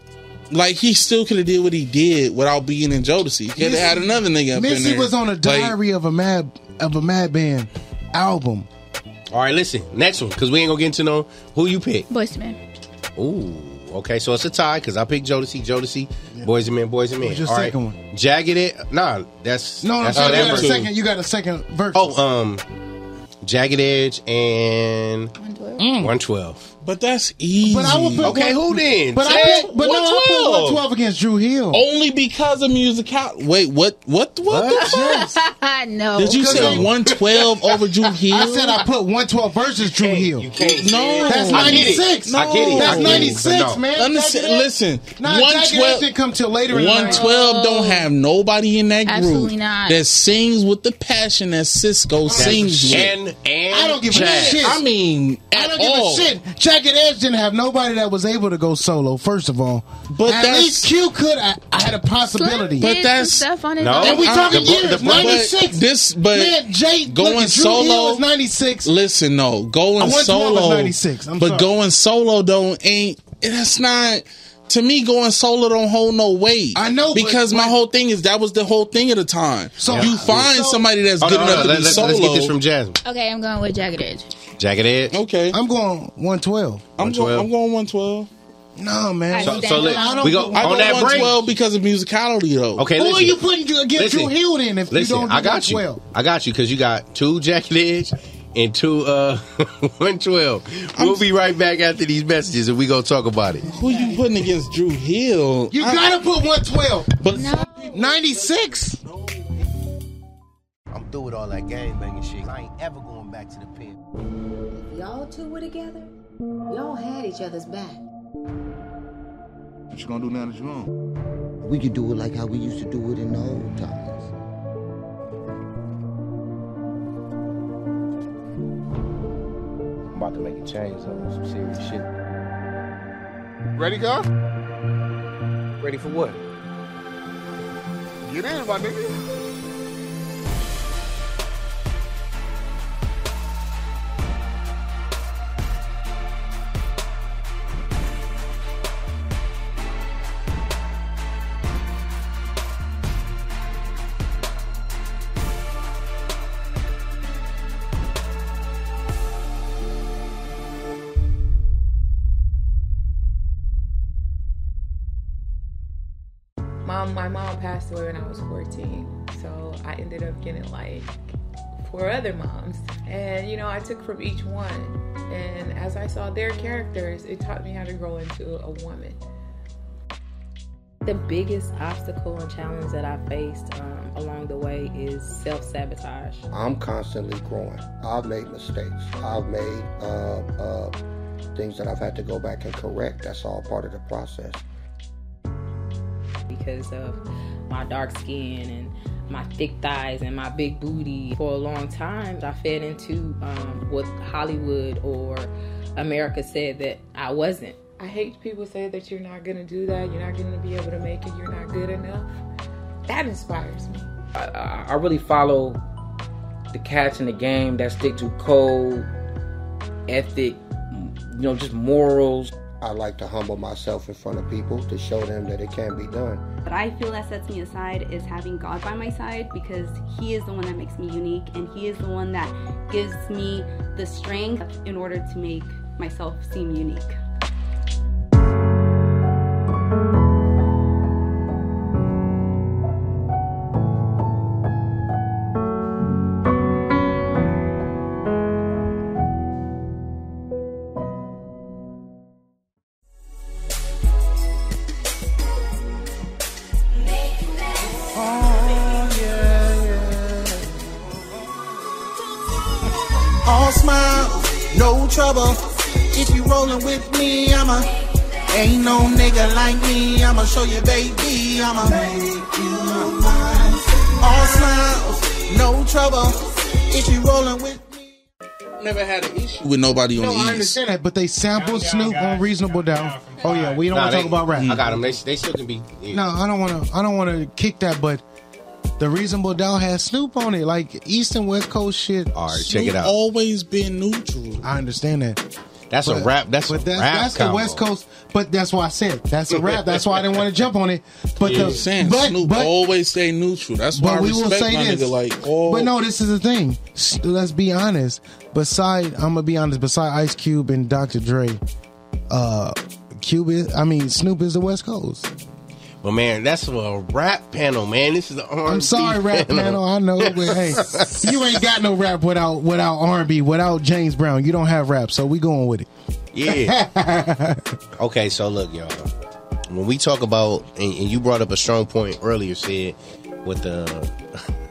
like he still could have did what he did without being in Jodeci. He could have had another nigga up in Missy there. was on a Like, diary of a mad of a mad band album. All right, listen. Next one because we ain't gonna get into no who you pick. Boys man. Ooh, okay. So it's a tie because I picked Jodeci. Jodeci, Boys and Men, Boys and Men. What's your All right, second jagged it. Nah, that's No, no, I'm that's sorry, you got that a verse. second you got a second verse. Oh, um, jagged edge and one twelve. But that's easy. But I would put okay, one- who then? But I Jack, put, but no, I 112. put 112 against Drew Hill. Oh. only because of musicality. Wait, what? What? What? the fuck? no. Did you say one twelve over Drew Hill? Oh, I said I put 112 versus Drew Hill. No, That's 96. I get it. That's I get it. 96, But no. man. Let me Jagged say- Edge- listen, Nah, Jagged Edge 112 didn't come till later. in the night. 112 don't have nobody in that group Absolutely not. that sings with the passion that Cisco sings with. and and I don't give Jack. a shit. I mean, I at don't give all. a shit. Jagged Edge didn't have nobody that was able to go solo. First of all, But at that's- least Q could. I, I had a possibility, But did that's- some stuff on his No. own. And we Uh, talking the bro- years. the bro- ninety six. but this- but man, Jay going look, Drew solo- Hill was ninety six. Listen, no, I going went to one was solo. 96. I'm but sorry. going solo don't ain't. That's not. To me, going solo don't hold no weight. I know because my whole thing is that was the whole thing at the time. So you find somebody that's Hold good on, enough to hold on. Let- be let's- solo. let's get this from Jasmine. Okay, I'm going with Jagged Edge. Jagged edge. Okay, I'm going one twelve. I'm going. I'm going one twelve. No man. So- so let- I don't we go- go- I On go that break. 112 because of musicality though. Okay, Who are listen. you putting you against Drew Hill then? If listen, you don't, do I got you. 112? I got you because you got two Jack Edge and two uh one twelve. We'll be right back after these messages and we gonna talk about it. Who you putting against Drew Hill? You gotta put one twelve. But ninety six. I'm through with all that gang banging shit. I ain't ever going back to the pit. Y'all two were together? Y'all had each other's back. What you gonna do now that you own? We could do it like how we used to do it in the old times. I'm about to make a change on some serious shit. Ready, go? Ready for what? Get in, my nigga. Mom, my mom passed away when I was 14, so I ended up getting like four other moms, and you know I took from each one, and as I saw their characters, it taught me how to grow into a woman. The biggest obstacle and challenge that I faced um, along the way is self sabotage. I'm constantly growing. I've made mistakes. I've made uh, uh, things that I've had to go back and correct. That's all part of the process. because of my dark skin and my thick thighs and my big booty for a long time. I fed into um, what Hollywood or America said that I wasn't. I hate people say that you're not gonna do that, you're not gonna be able to make it, you're not good enough. That inspires me. I, I- I really follow the cats in the game that stick to code, ethic, you know, just morals. I like to humble myself in front of people to show them that it can be done. What I feel that sets me aside is having God by my side because He is the one that makes me unique and He is the one that gives me the strength in order to make myself seem unique. All smile, no trouble. If you rolling with me, I'ma. Ain't no nigga like me, I'ma show you, baby. I'ma make you mine. All smiles, no trouble. If you rolling with Never had an issue. with nobody on No, I the east. understand that, but they sampled Snoop on Reasonable Doubt. Oh yeah, we don't Nah, want to they- talk about rap. I got them. They, they still can be. yeah. No, I don't want to. I don't want to kick that, but the Reasonable Doubt has Snoop on it, like East and West Coast shit. All right, check it out. Always been neutral. I understand that. That's a rap- that's a but that's, rap That's combo. the West Coast. But that's why I said that's a rap. That's why I didn't want to jump on it. But Yeah. the Saying but, Snoop but, always stay neutral. That's why I but we respect will say my this. nigga. Like, all But no, this is the thing. S- Let's be honest. Beside, I'm gonna be honest. Beside Ice Cube and Dr. Dre, uh, Cube is. I mean, Snoop is the West Coast. But man, that's a rap panel, man. This is the R. I'm sorry, rap panel. I know, but hey, you ain't got no rap without without R&B, without James Brown. You don't have rap, so we going with it. Yeah. okay, so look, y'all. When we talk about, and, and you brought up a strong point earlier, said with the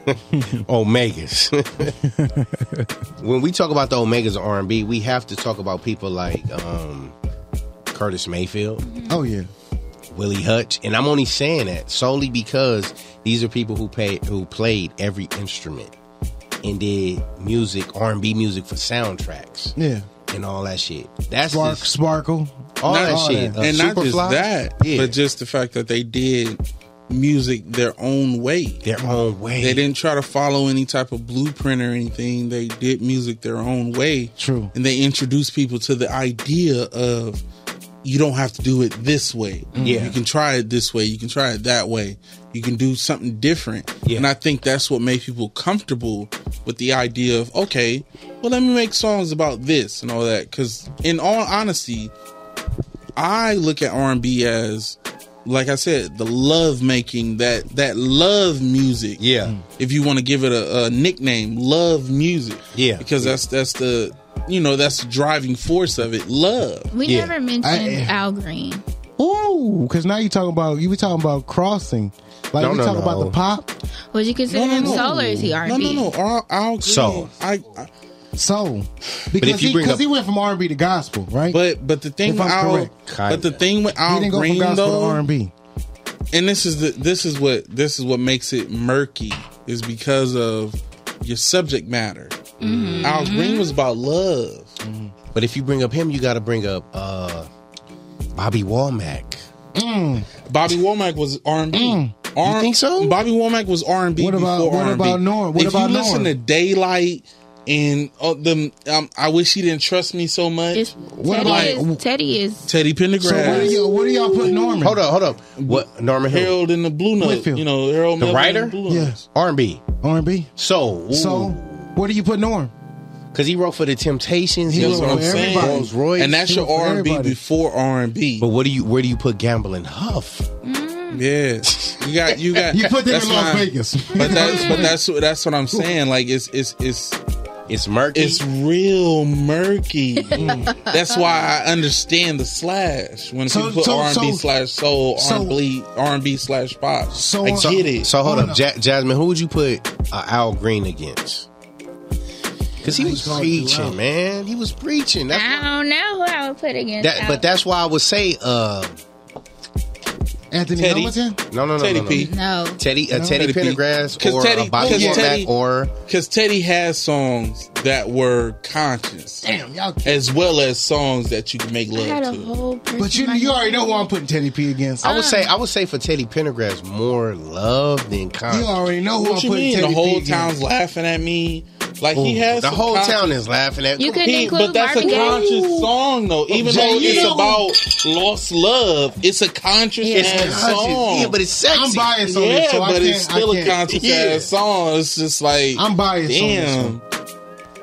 omegas. when we talk about the omegas of R and B, we have to talk about people like um, Curtis Mayfield. Oh yeah. Willie Hutch, and I'm only saying that solely because these are people who pay who played every instrument and did music R&B music for soundtracks Yeah. and all that shit. That's Spark, just- Sparkle, All that shit. and Uh, not just Superfly? that, Yeah. but just the fact that they did music their own way, their own way. They didn't try to follow any type of blueprint or anything. They did music their own way. True, and they introduced people to the idea of you don't have to do it this way. Yeah. you can try it this way. You can try it that way. You can do something different. Yeah. And I think that's what made people comfortable with the idea of okay, well, let me make songs about this and all that. Because in all honesty, I look at R and B as, like I said, the love making that that love music. Yeah. If you want to give it a, a nickname, love music. Yeah. Because that's that's the you know that's the driving force of it. Love. We never mentioned Al Green. Ooh, because now you talking about you were talking about crossing. Like No, we no, talking about no. the pop. Would you consider him soul or is he R&B? No, no, no. Al, Al Green. Soul. I, I soul. Because if you he, bring 'cause up- he went from R&B to gospel, right? But but the thing If with I'm Al, correct. but the thing with he Al didn't Green go from gospel though, to R&B. and this is the this is what this is what makes it murky is because of your subject matter. Mm-hmm. Al Mm-hmm. Green was about love. Mm-hmm. But if you bring up him, you got to bring up uh, Bobby Womack. Mm. Bobby Womack was R and Mm. B. You think so? Bobby Womack was R and B. What about- before what R&B. about Norm? What if about you listen Norm? to Daylight and uh, them, um, I wish he didn't trust me so much. Teddy, is, Teddy is Teddy Pendergrass? So what do you- what do y'all put Norman? Hold up, hold up. What Norman Hill? Harold in the Blue Note. You know Harold the Melvin and writer. the Blue Note. R&B. R&B. Soul. Soul. What do you put Norm? Because he wrote for the Temptations. He That's wrote what I'm for saying. everybody. Rolls Royce. And that's He your wrote for R&B everybody. before R and B. But what do you? Where do you put Gambling Huff? Yeah, you got you got You put them that's in Las why- Vegas. but that's but that's what that's what I'm saying. Like it's it's it's it's murky. It's real murky. Mm. that's why I understand the slash when So- people put so- R and B so- slash soul so- R and B R and B slash pop. So- I get it. So hold up, ja- Jasmine. Who would you put uh, Al Green against? Because he was preaching, man. He was preaching. Ah, That's I don't know who I would put against. that, Al. but that's why I would say uh, Anthony Teddy. Hamilton? No, no, no, Teddy no, no. P. No. Teddy, uh, No. Teddy Teddy, P. Pendergrass, 'Cause or Teddy- a Bobby 'cause Womack, Teddy- or because Teddy has songs that were conscious, Damn, y'all. as well as songs that you can make I love had a to. whole person. But you, you already know who I'm putting Teddy P against. Ah. I would say I would say for Teddy Pendergrass more love than conscious. You already know who What I'm you putting mean? Teddy The whole P town's against. laughing at me. Like he Ooh, has the some whole conscious- town is laughing at You couldn't He- but include that's Marvin a Gaye? conscious song though. Even Jay, though it's you- about lost love, it's a conscious It's ass conscious. song. Yeah, but it's sexy. I'm biased on yeah, this, so I but can't- it's still I a can't. conscious Yeah. ass song. It's just like I'm biased on this Damn, one.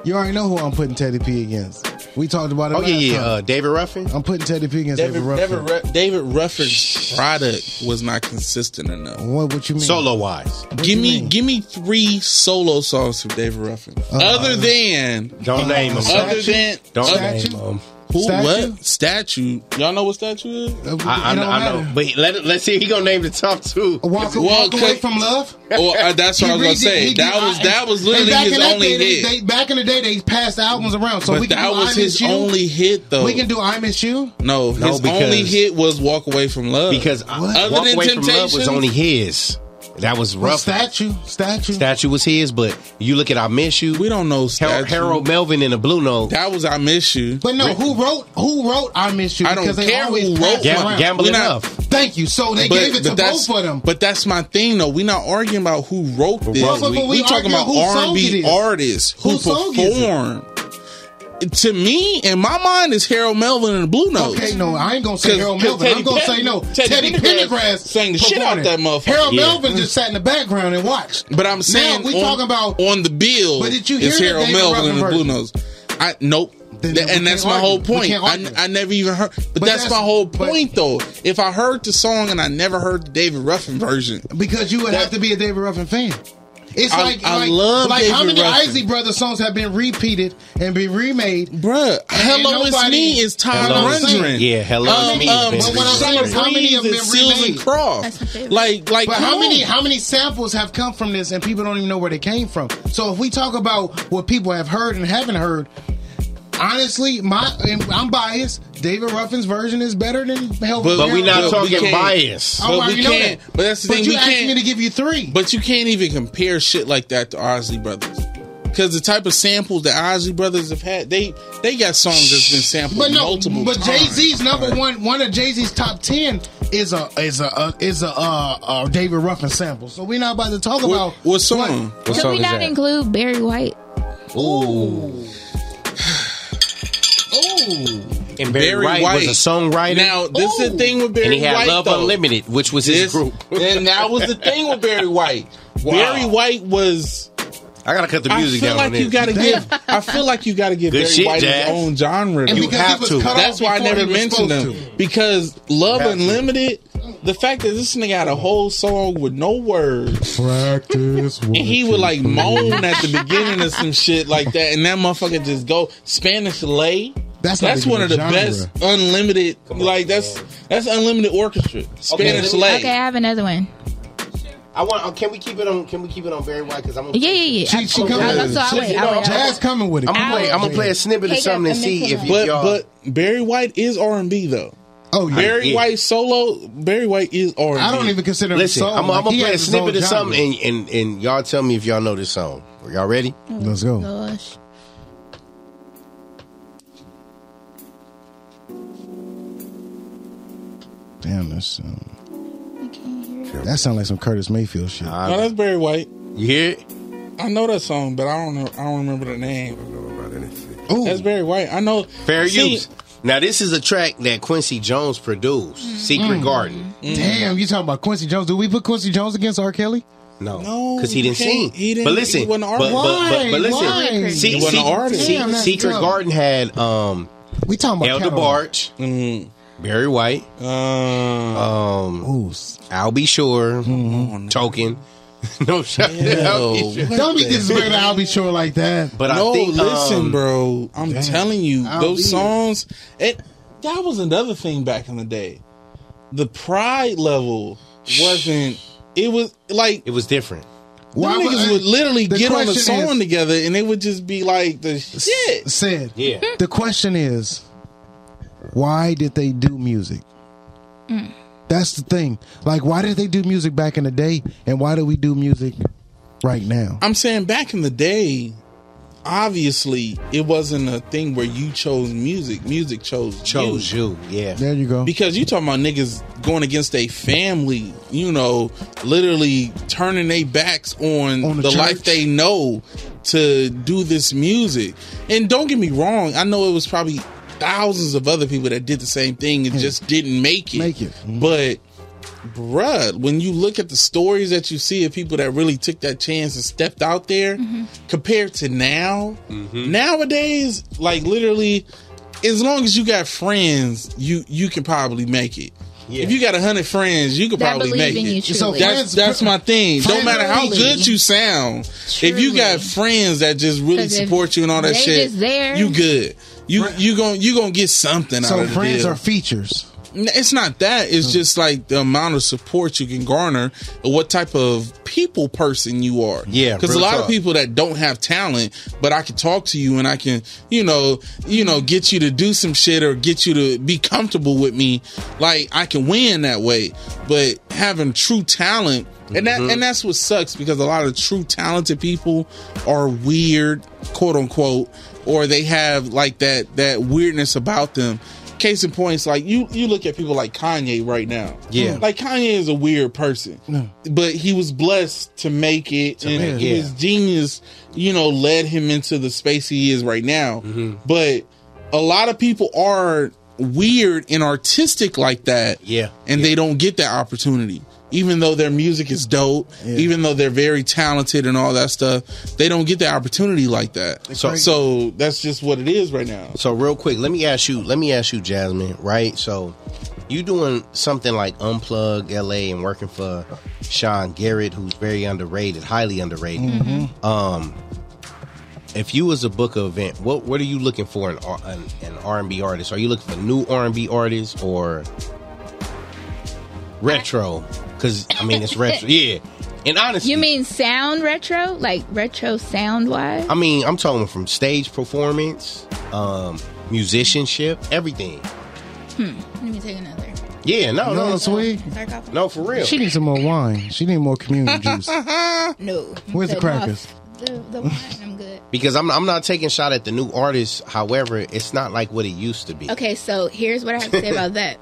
You already know who I'm putting Teddy P against. We talked about it. Oh yeah, last yeah. time. Uh, David Ruffin. I'm putting Teddy P against David, David Ruffin. David, Ru- David Ruffin's product was not consistent enough. What? What you mean? Solo wise, give me, give me three solo songs from David Ruffin, other than, don't name him. other than, Don't other- name Uh, Statue? him. who, Statue? what statue? Y'all know what statue is? Uh, I, it I, know, don't I know, matter. but let it- let's see. He gonna name the top two. Walk, Well, walk away click- from love. Or uh, that's what I was gonna He redid- say. he That did- was I- that was and literally back his in that only day, they- hit. They, back in the day, they passed albums around, so we but can that do was I his Miss You. only hit though. We can do I Miss You. no, No, his because- only hit was "Walk Away from Love." Because I- Walk Away from Love was Temptations, only his. That was Well, rough. statue, statue. Statue was his, but you look at I Miss You. we don't know. Har- Statue. Harold Melvin in the Blue Note. that was "I Miss You." But no, who wrote? Who wrote I Miss You? I don't because they care who always wrote pass Gam- it around. Gamble We're not- enough. Thank you. So they gave it to both of them. But that's my thing, though. We're not arguing about who wrote this. but- but we, we talking arguing about whose R and song it B is. artists who Whose song is it? perform. To me, in my mind, is Harold Melvin and the Blue Notes. Okay, no, I ain't gonna say 'Cause- Harold 'cause Melvin. Teddy I'm gonna Pendergrass- say no. Teddy Teddy, Pendergrass Pendergrass, sang the shit performed out that it. motherfucker. Harold Yeah. Melvin just sat in the background and watched. But I'm saying now we on, talking about on the bill. But did you it's hear Harold the David Melvin and the Blue Ruffin Notes. I nope. Then Th- we and that's can't my whole argue. We point. can't I, argue. I never even heard. But, But that's, that's- my whole but- point, though. If I heard the song and I never heard the David Ruffin version, because you would have to be a David Ruffin fan. It's I- like I like, love like how David many Ruffin. Isley Brothers songs have been repeated and been remade. bruh, "Hello It's nobody- Me" is Todd Hello It's Me. Rundgren. Yeah, Hello It's Me is Um, basically but when the I'm same. how many of them been Susan remade? That's my Croft? favorite. Like, like But how come many on. how many samples have come from this and people don't even know where they came from? So if we talk about what people have heard and haven't heard, honestly, my and I'm biased. David Ruffin's version is better than Hell. But- But we Yeah, not but we talking can't- bias. Oh, I but already we know can't- that. but that's the but thing, You we asked can't- me to give you three. But you can't even compare shit like that to Ozzy Brothers. Because the type of samples that Ozzy Brothers have had, they they got songs that's been sampled But no, multiple but times. Jay Z's number one, one of Jay Z's top ten is a is a uh, is a uh, uh, David Ruffin sample. So we're not about to talk What, about what song? What Could song we is not that? include Barry White? Oh, Ooh. Ooh, And Barry, Barry White, White. was a songwriter. Now, this is the thing with Barry and he had White. Love though. Unlimited, which was his This, group. and that was the thing with Barry White. Wow. Barry White was. I gotta cut the I music feel down like on you this. gotta give. I feel like you gotta give Good Barry shit, White Jazz. his own genre. and though. You because have he was to. cut That's off why I before never he was mentioned them supposed to. because Love Have to. Unlimited. The fact that this nigga had a whole song with no words, Practice. and he would like moan at the beginning of some shit like that, and that motherfucker just go Spanish lay. That's not that's even one a of the genre. best unlimited. like that's that's unlimited orchestra Spanish Okay. lay. Okay, I have another one. I want. uh, Can we keep it on? Can we keep it on Barry White? Because I'm. Gonna, Yeah, yeah, yeah. She, she I, coming. I, so I She- wait. I wait. I Jazz coming with it. I'm gonna play. I'm gonna play a snippet of Take something a- and a see minute if, if But y'all. but Barry White is R and B though. Oh yeah. Barry yeah. White solo. Barry White is R and I don't even consider him listen, soul. I'm, Like, I'm gonna he play a has his own snippet of genre. Mm-hmm. something, and, and and y'all tell me if y'all know this song. Are y'all ready? Let's go. will. Gosh. Damn, that's um, that sounds like some Curtis Mayfield shit. No, that's Barry White. You hear it? I know that song, but I don't know. I don't remember the name. Ooh, That's Barry White. I know. Fair See, use. Now this is a track that Quincy Jones produced, Mm-hmm. Secret Garden. Mm. damn, you talking about Quincy Jones? Do we put Quincy Jones against R. Kelly? No, No, because he you didn't sing. can't. He didn't- but listen, he wasn't an but, but, artist. but, but listen, Why? Why? See, He wasn't see- an artist. see, Damn, that's Secret dumb. Garden had um, We talking about Elder catalog. Barge, Mm, Barry White, uh, um, Ooh, s- I'll Be Sure, Mm-hmm. Token. no shot. I'll Be Sure. don't be disrespecting Albie Shore like that. But no, I think listen, um, bro. I'm damn. telling you, I'll those be- songs. It that was another thing back in the day. The pride level wasn't. It was like It was different. Why them niggas would- would literally the get on the question song is- together, and it would just be like the shit. Said. Yeah. The question is, why did they do music? That's the thing. Like, why did they do music back in the day, and why do we do music right now? I'm saying back in the day, obviously it wasn't a thing where you chose music. Music chose Chose you, yeah. There you go. Because you talking about niggas going against a family, you know, literally turning their backs on, On the the, life church. they know to do this music. And don't get me wrong, I know it was probably thousands of other people that did the same thing and just didn't make it. Make it. Mm-hmm. But bruh, when you look at the stories that you see of people that really took that chance and stepped out there compared to now, nowadays, like literally, as long as you got friends, you you can probably make it. If you got a hundred friends, you could That probably believe make in you it. So truly. that's Friends- that's my thing. Don't friends matter how only. good you sound, if you got friends that just really 'Cause if support you and all that they shit, just there- you good. You you going you gonna get something out So of the friends deal. are features. N- It's not that. Hmm. It's just like the amount of support you can garner and what type of people person you are. Yeah, because a real lot talk. of people that don't have talent, but I can talk to you and I can, you know, you know, get you to do some shit or get you to be comfortable with me. Like I can win that way. But having true talent. And that and that's what sucks because a lot of true talented people are weird, quote unquote, or they have like that that weirdness about them case in point, it's like you you look at people like Kanye right now. Mm-hmm. Yeah. like Kanye is a weird person, but he was blessed to make it, To and make it. his genius, you know, led him into the space he is right now. Mm-hmm. But a lot of people are weird and artistic like that. Yeah. and they don't get that opportunity. Even though their music is dope, even though they're very talented and all that stuff, they don't get the opportunity like that. So- so that's just what it is right now. So real quick, let me ask you. Let me ask you, Jasmine. Right? So you doing something like Unplug LA and working for Sean Garrett, who's very underrated, highly underrated. Mhm. Um, if you was a book of event, what what are you looking for in R- an an R and B artist? Are you looking for new R and B artists or retro? Because I mean, it's retro. Yeah. And honestly, You mean sound retro? Like retro sound wise? I mean, I'm talking from stage performance, um, musicianship, everything. Hmm. Let me take another. Yeah, no, no, No, no, sweet. No, for real. She needs some more wine. She needs more communion juice. no. Where's the crackers? The, the wine, I'm good. Because I'm I'm not taking shot at the new artists. However, it's not like what it used to be. Okay, so here's what I have to say about that.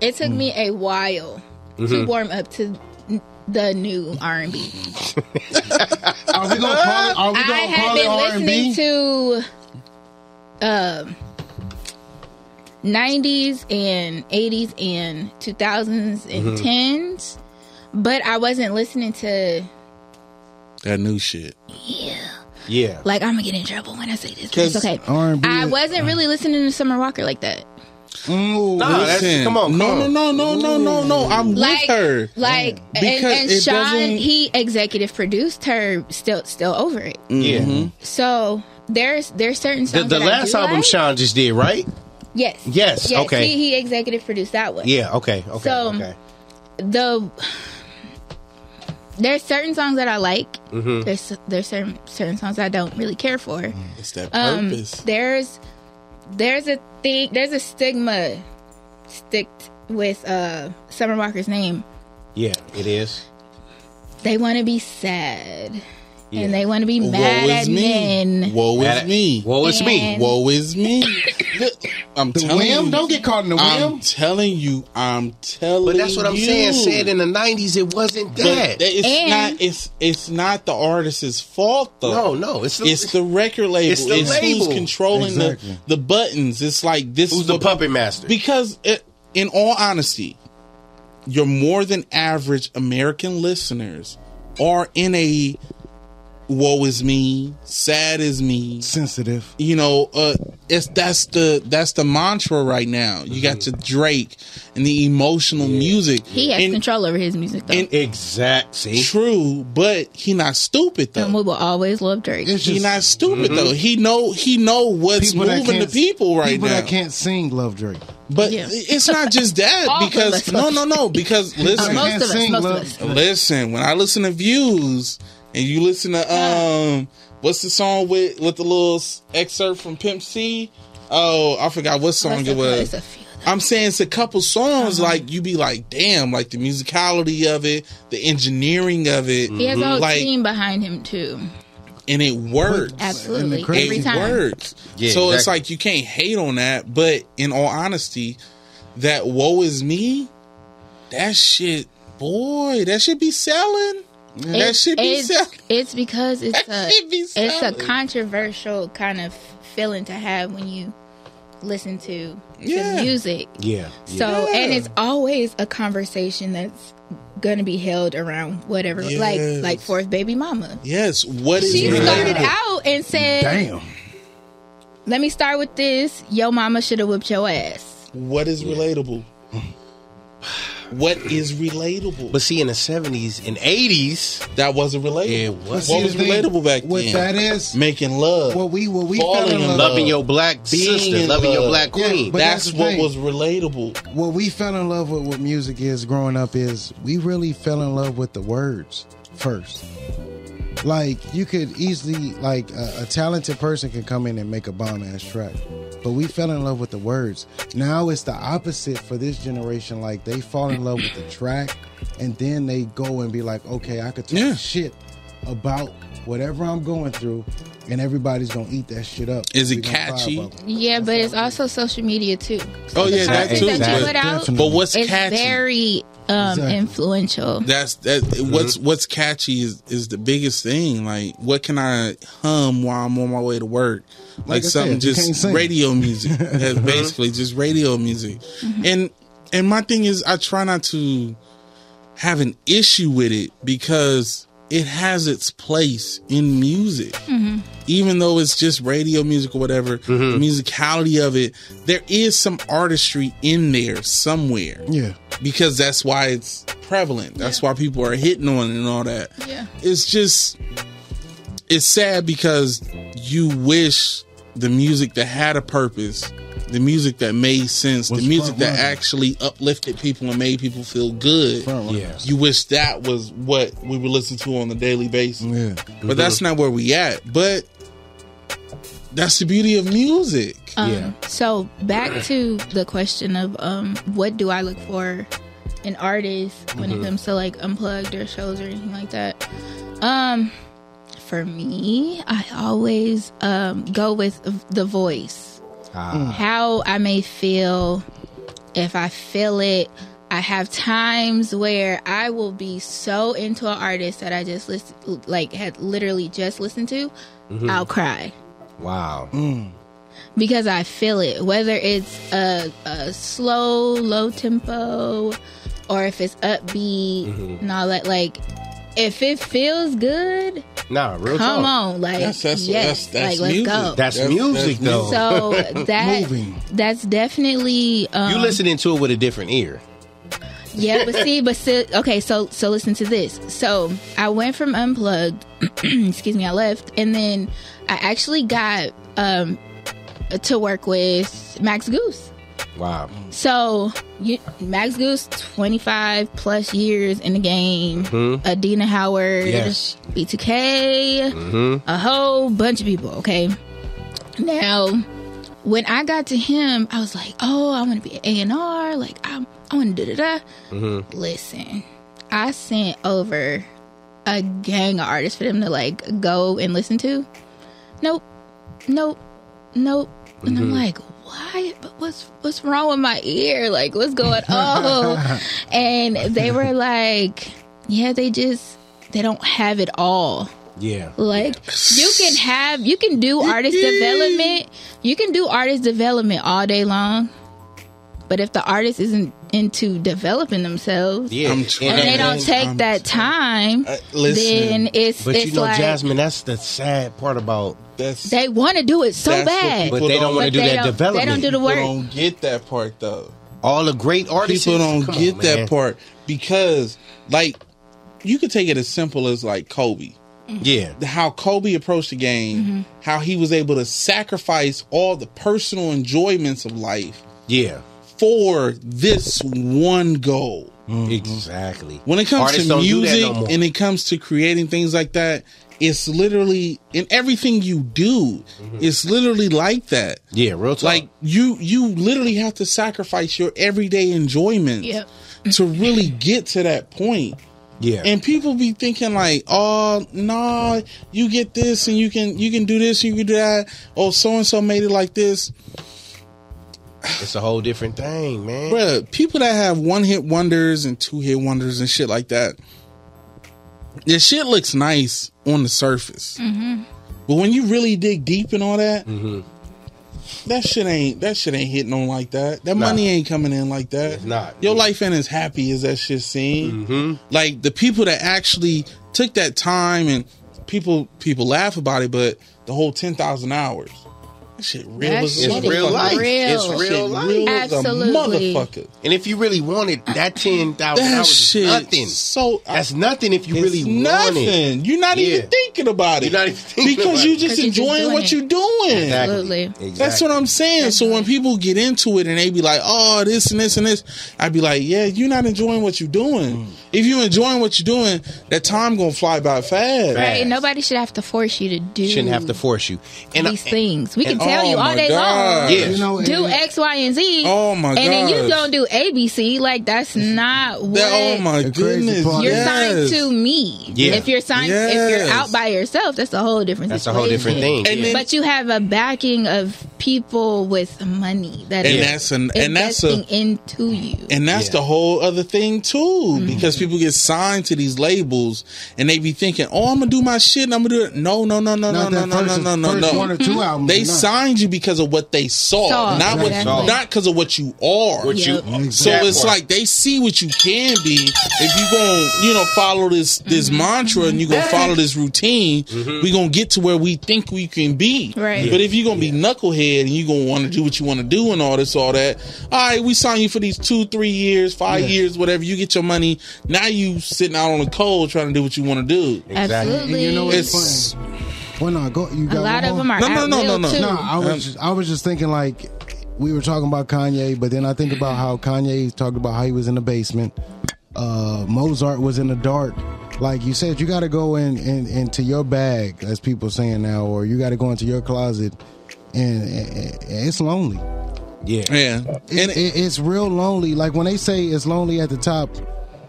It Mm. took me a while to Mm-hmm. Mhm. warm up to n- the new R&B. Are we gonna call it? Are we I gonna have call it been R and listening B? to um, 90s and 80s and 2000s and Mm-hmm. Mhm. 10s, but I wasn't listening to That new shit. yeah. Yeah. Like I'm gonna get in trouble when I say this. But it's 'Cause okay. R&B I wasn't really listening to Summer Walker like that. Nah, that's- come on, No, come on. no, no, no, no, no, no. I'm Like- with her. Like and, Because and it Sean, doesn't- he executive produced her still still over it. Yeah. Mm-hmm. So there's there's certain The, songs. the that I last do album like. Sean just did, right? Yes. Yes, okay. He, he executive produced that one. Yeah. Okay. Okay. So- okay. The there's certain songs that I like. Mhm. There's there's certain certain songs I don't really care for. It's that Um, purpose. there's there's a thing there's a stigma sticked with uh Summer Walker's name. Yeah, it is. They want to be sad. Yeah. And they want to be mad at men. Woe Mad is at- me. Woe is me. And- Woe is me. I'm telling whim? you. Don't get caught in the I'm whim. telling you. I'm telling. But that's what I'm you. saying. Said in the '90s, it wasn't But that. that- it's And- not. It's it's not the artist's fault No, though. no, it's the- the, it's the record label. it's the label. who's controlling Exactly. the the buttons. It's like this. Who's the puppet master? Because it, in all honesty, your more than average American listeners are in a woe is me, sad is me, sensitive. You know, uh, it's that's the that's the mantra right now. You got your Drake and the emotional music. He has And- control over his music though. and exactly true, but he not stupid though. and we will always love Drake. he not stupid though. Mm-hmm. He know he know Oh, what's moving the people right people now. that can't sing love Drake. But it's not just that All of us because no, love no, no. Because People listen, that can't Most of us, sing most of love us. Drake. listen. When I listen to views, and you listen to um, what's the song with with the little s- excerpt from Pimp C? Oh, I forgot what song it was. I'm saying it's a couple songs Uh-huh. like you be like, damn, like the musicality of it, the engineering of it, He has a whole like, team behind him too. and it works. Absolutely. And the Every it time. works. Yeah, so it's exactly. like you can't hate on that, but in all honesty, that woe is me, that shit, boy, that should be selling. That It's- should be it's, selling. it's because it's a it's a selling. controversial kind of feeling to have when you listen to Yeah. the music. Yeah. So and it's always a conversation that's going to be held around whatever, like Yes. like fourth baby mama. Yes, what is She it? started out and said, Let me start with this. Yo, mama should have whipped your ass. What is relatable? What is relatable? But see, in the seventies and eighties, that wasn't relatable. It What was. was relatable back then? what that is making love. What we what we Falling fell in in love, love. loving your black Being sister, in loving your love. black Yeah, queen. but That's, the what thing. was relatable. what we fell in love with what music is growing up is we really fell in love with the words first like you could easily like a, a talented person can come in and make a bomb ass track but we fell in love with the words now it's the opposite for this generation like they fall in love with the track and then they go and be like okay i could talk shit about whatever i'm going through and everybody's gonna eat that shit up Is We it gonna vibe catchy? up. Yeah, but it's also social media too. Oh yeah, the that content too. That but- you put out, but what's it's catchy? very um, influential. That's that. Mm-hmm. What's what's catchy is is the biggest thing. Like, what can I hum while I'm on my way to work? Like, Like I said, something you can't just sing. Uh-huh. radio music. That's basically just radio music. And and my thing is, I try not to have an issue with it because it has its place in music even though it's just radio music or whatever, Mm-hmm. the musicality of it, there is some artistry in there somewhere. Yeah. Because that's why it's prevalent. That's why people are hitting on it and all that. Yeah. It's just it's sad because you wish the music that had a purpose, the music that made sense, the music that actually uplifted people and made people feel good. Yeah. You wish that was what we would listen to on a daily basis. But that's not where we at. But that's the beauty of music. Um, So back to the question of um, what do I look for in artists when Mhm. it comes to like unplugged or shows or anything like that. Um, for me, I always um, go with the voice, Ah. how I may feel, if I feel it. I have times where I will be so into an artist that I just listen, like had literally just listened to, Mhm. I'll cry Wow. Mm. because I feel it. Whether it's a, a slow, low tempo, or if it's upbeat Mhm. and all that, like if it feels good, Nah, real come talk. on, like That's- that's- that's- yes, that's like music. let's go. That's That's- music, that's though. music. So that Moving. that's definitely um, you listening to it with a different ear. yeah, but see, but see, okay, so so listen to this. So I went from unplugged, excuse me, I left, and then I actually got um to work with Max Goose. Wow. So you, Max Goose, twenty five plus years in the game. Mhm. Adina Howard, Yes. B2K, Mhm. a whole bunch of people. Okay, now when I got to him, I was like, oh, I want to be A and R. Like I, I want to da da da. Mm-hmm. Listen, I sent over a gang of artists for them to like go and listen to. Nope, nope, nope. And I'm Mm. Mhm. like, why? But what's what's wrong with my ear? Like, what's going on? and they were like, yeah, they just they don't have it all. Yeah. Like you can have you can do artist development. You can do artist development all day long. But if the artist isn't into developing themselves Yeah. I'm and they don't take that time, then it's But it's you know, like Jasmine, that's the sad part about that's they want to do it so That's what bad. people But they don't wanna do they that don't- They don't development. do the People work. People don't get that part though. All the great artists People don't come get on, man. that part because, like, you could take it as simple as like Kobe. Mm-hmm. Yeah. How Kobe approached the game, how he was able to sacrifice all the personal enjoyments of life Yeah. for this one goal. Mm-hmm. Exactly. When it comes Artists to don't do that music no more. and it comes to creating things like that, it's literally in everything you do, it's literally like that. Mm-hmm. Yeah, real talk. Like you you literally have to sacrifice your everyday enjoyment Yep. to really get to that point. Yeah. And people be thinking like, oh no, you get this and you can you can do this and you can do that. Oh, so and so made it like this. It's a whole different thing, man. Bruh, people that have one hit wonders and two hit wonders and shit like that, their shit looks nice on the surface. Mm-hmm. But when you really dig deep and all that, Mm-hmm. that shit ain't that shit ain't hitting on like that. That Nah. money ain't coming in like that. It's not. Mm-hmm. Your life ain't as happy as that shit seemed. Like the people that actually took that time and people people laugh about it, but the whole ten thousand hours. That shit real That as a shit is motherfucker. real life. It's That shit real life. as a Absolutely. motherfucker. And if you really wanted that ten thousand That hours, is shit nothing. So that's nothing if you really want it. Nothing. You're not even thinking about it. You're not even thinking because about you're it. just 'Cause you're enjoying doing what it. you're doing. Exactly. Absolutely. That's what I'm saying. So when people get into it and they be like, "Oh, this and this and this," I'd be like, "Yeah, you're not enjoying what you're Mm. doing. If you're enjoying what you're doing, that time gonna fly by fast. Right. and Nobody should have to force you to do. Shouldn't have to force you. And these things. We can and- tell you oh all my day God. long. Yeah. You know, do and- X, Y, and Z. Oh my And then you gosh. gonna do A, B, C. Like that's not what. Mm-hmm. oh my goodness! You're yes. signed to me. Yeah. If you're signed, if Yes. you're out by yourself, that's a whole different. That's a situation. whole different thing. And then- but you have a backing of people with money that And is that's an- and that's a- investing into you. And that's the whole other thing too, because people get signed to these labels and they be thinking, "Oh, I'm gonna do my shit. and I'm gonna do it." No, no, no, no, Not no, that no, first- no, no, no, first no. one or two albums, They not. signed you because of what they saw, Saw, not what, exactly. not because of what you are. What you- Yep. So That it's part. like they see what you can be if you gonna, you know, follow this this mantra and you gonna follow this routine. We gonna get to where we think we can be. Right. But if you're gonna be knucklehead and you're gonna want to do what you want to do and all this, all that, all right, we sign you for these two, three years, five Yeah. years, whatever. You get your money. Now you sitting out on the cold trying to do what you want to do. Exactly. And you know It's- what's funny? Well, no, go. You got lot one of more? them are No, no, at no, will, no, no. too. I Um, was just, I was just thinking like we were talking about Kanye, but then I think about how Kanye talked about how he was in the basement. Uh, Mozart was in the dark. Like you said, you got to go in, in into your bag, as people saying now, or you got to go into your closet, and, and- and it's lonely. Yeah. Yeah. It, it, it's real lonely. Like when they say it's lonely at the top,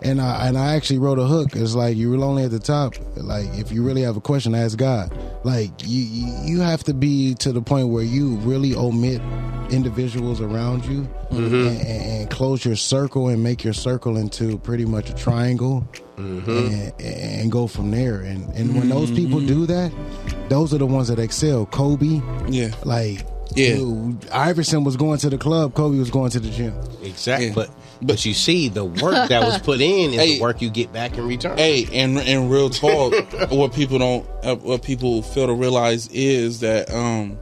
and I and I actually wrote a hook. It's like you were lonely at the top. Like if you really have a question, ask God. Like you you you have to be to the point where you really omit individuals around you Mm-hmm. and, and, and close your circle and make your circle into pretty much a triangle and, Mm-hmm. and go from there. And and when those people do that, those are the ones that excel. Kobe, yeah, like Yeah. dude, Iverson was going to the club. Kobe was going to the gym. Exactly. But but you see, the work that was put in is the work you get back in return. Hey, and and real talk, what people don't, uh, what people fail to realize is that um,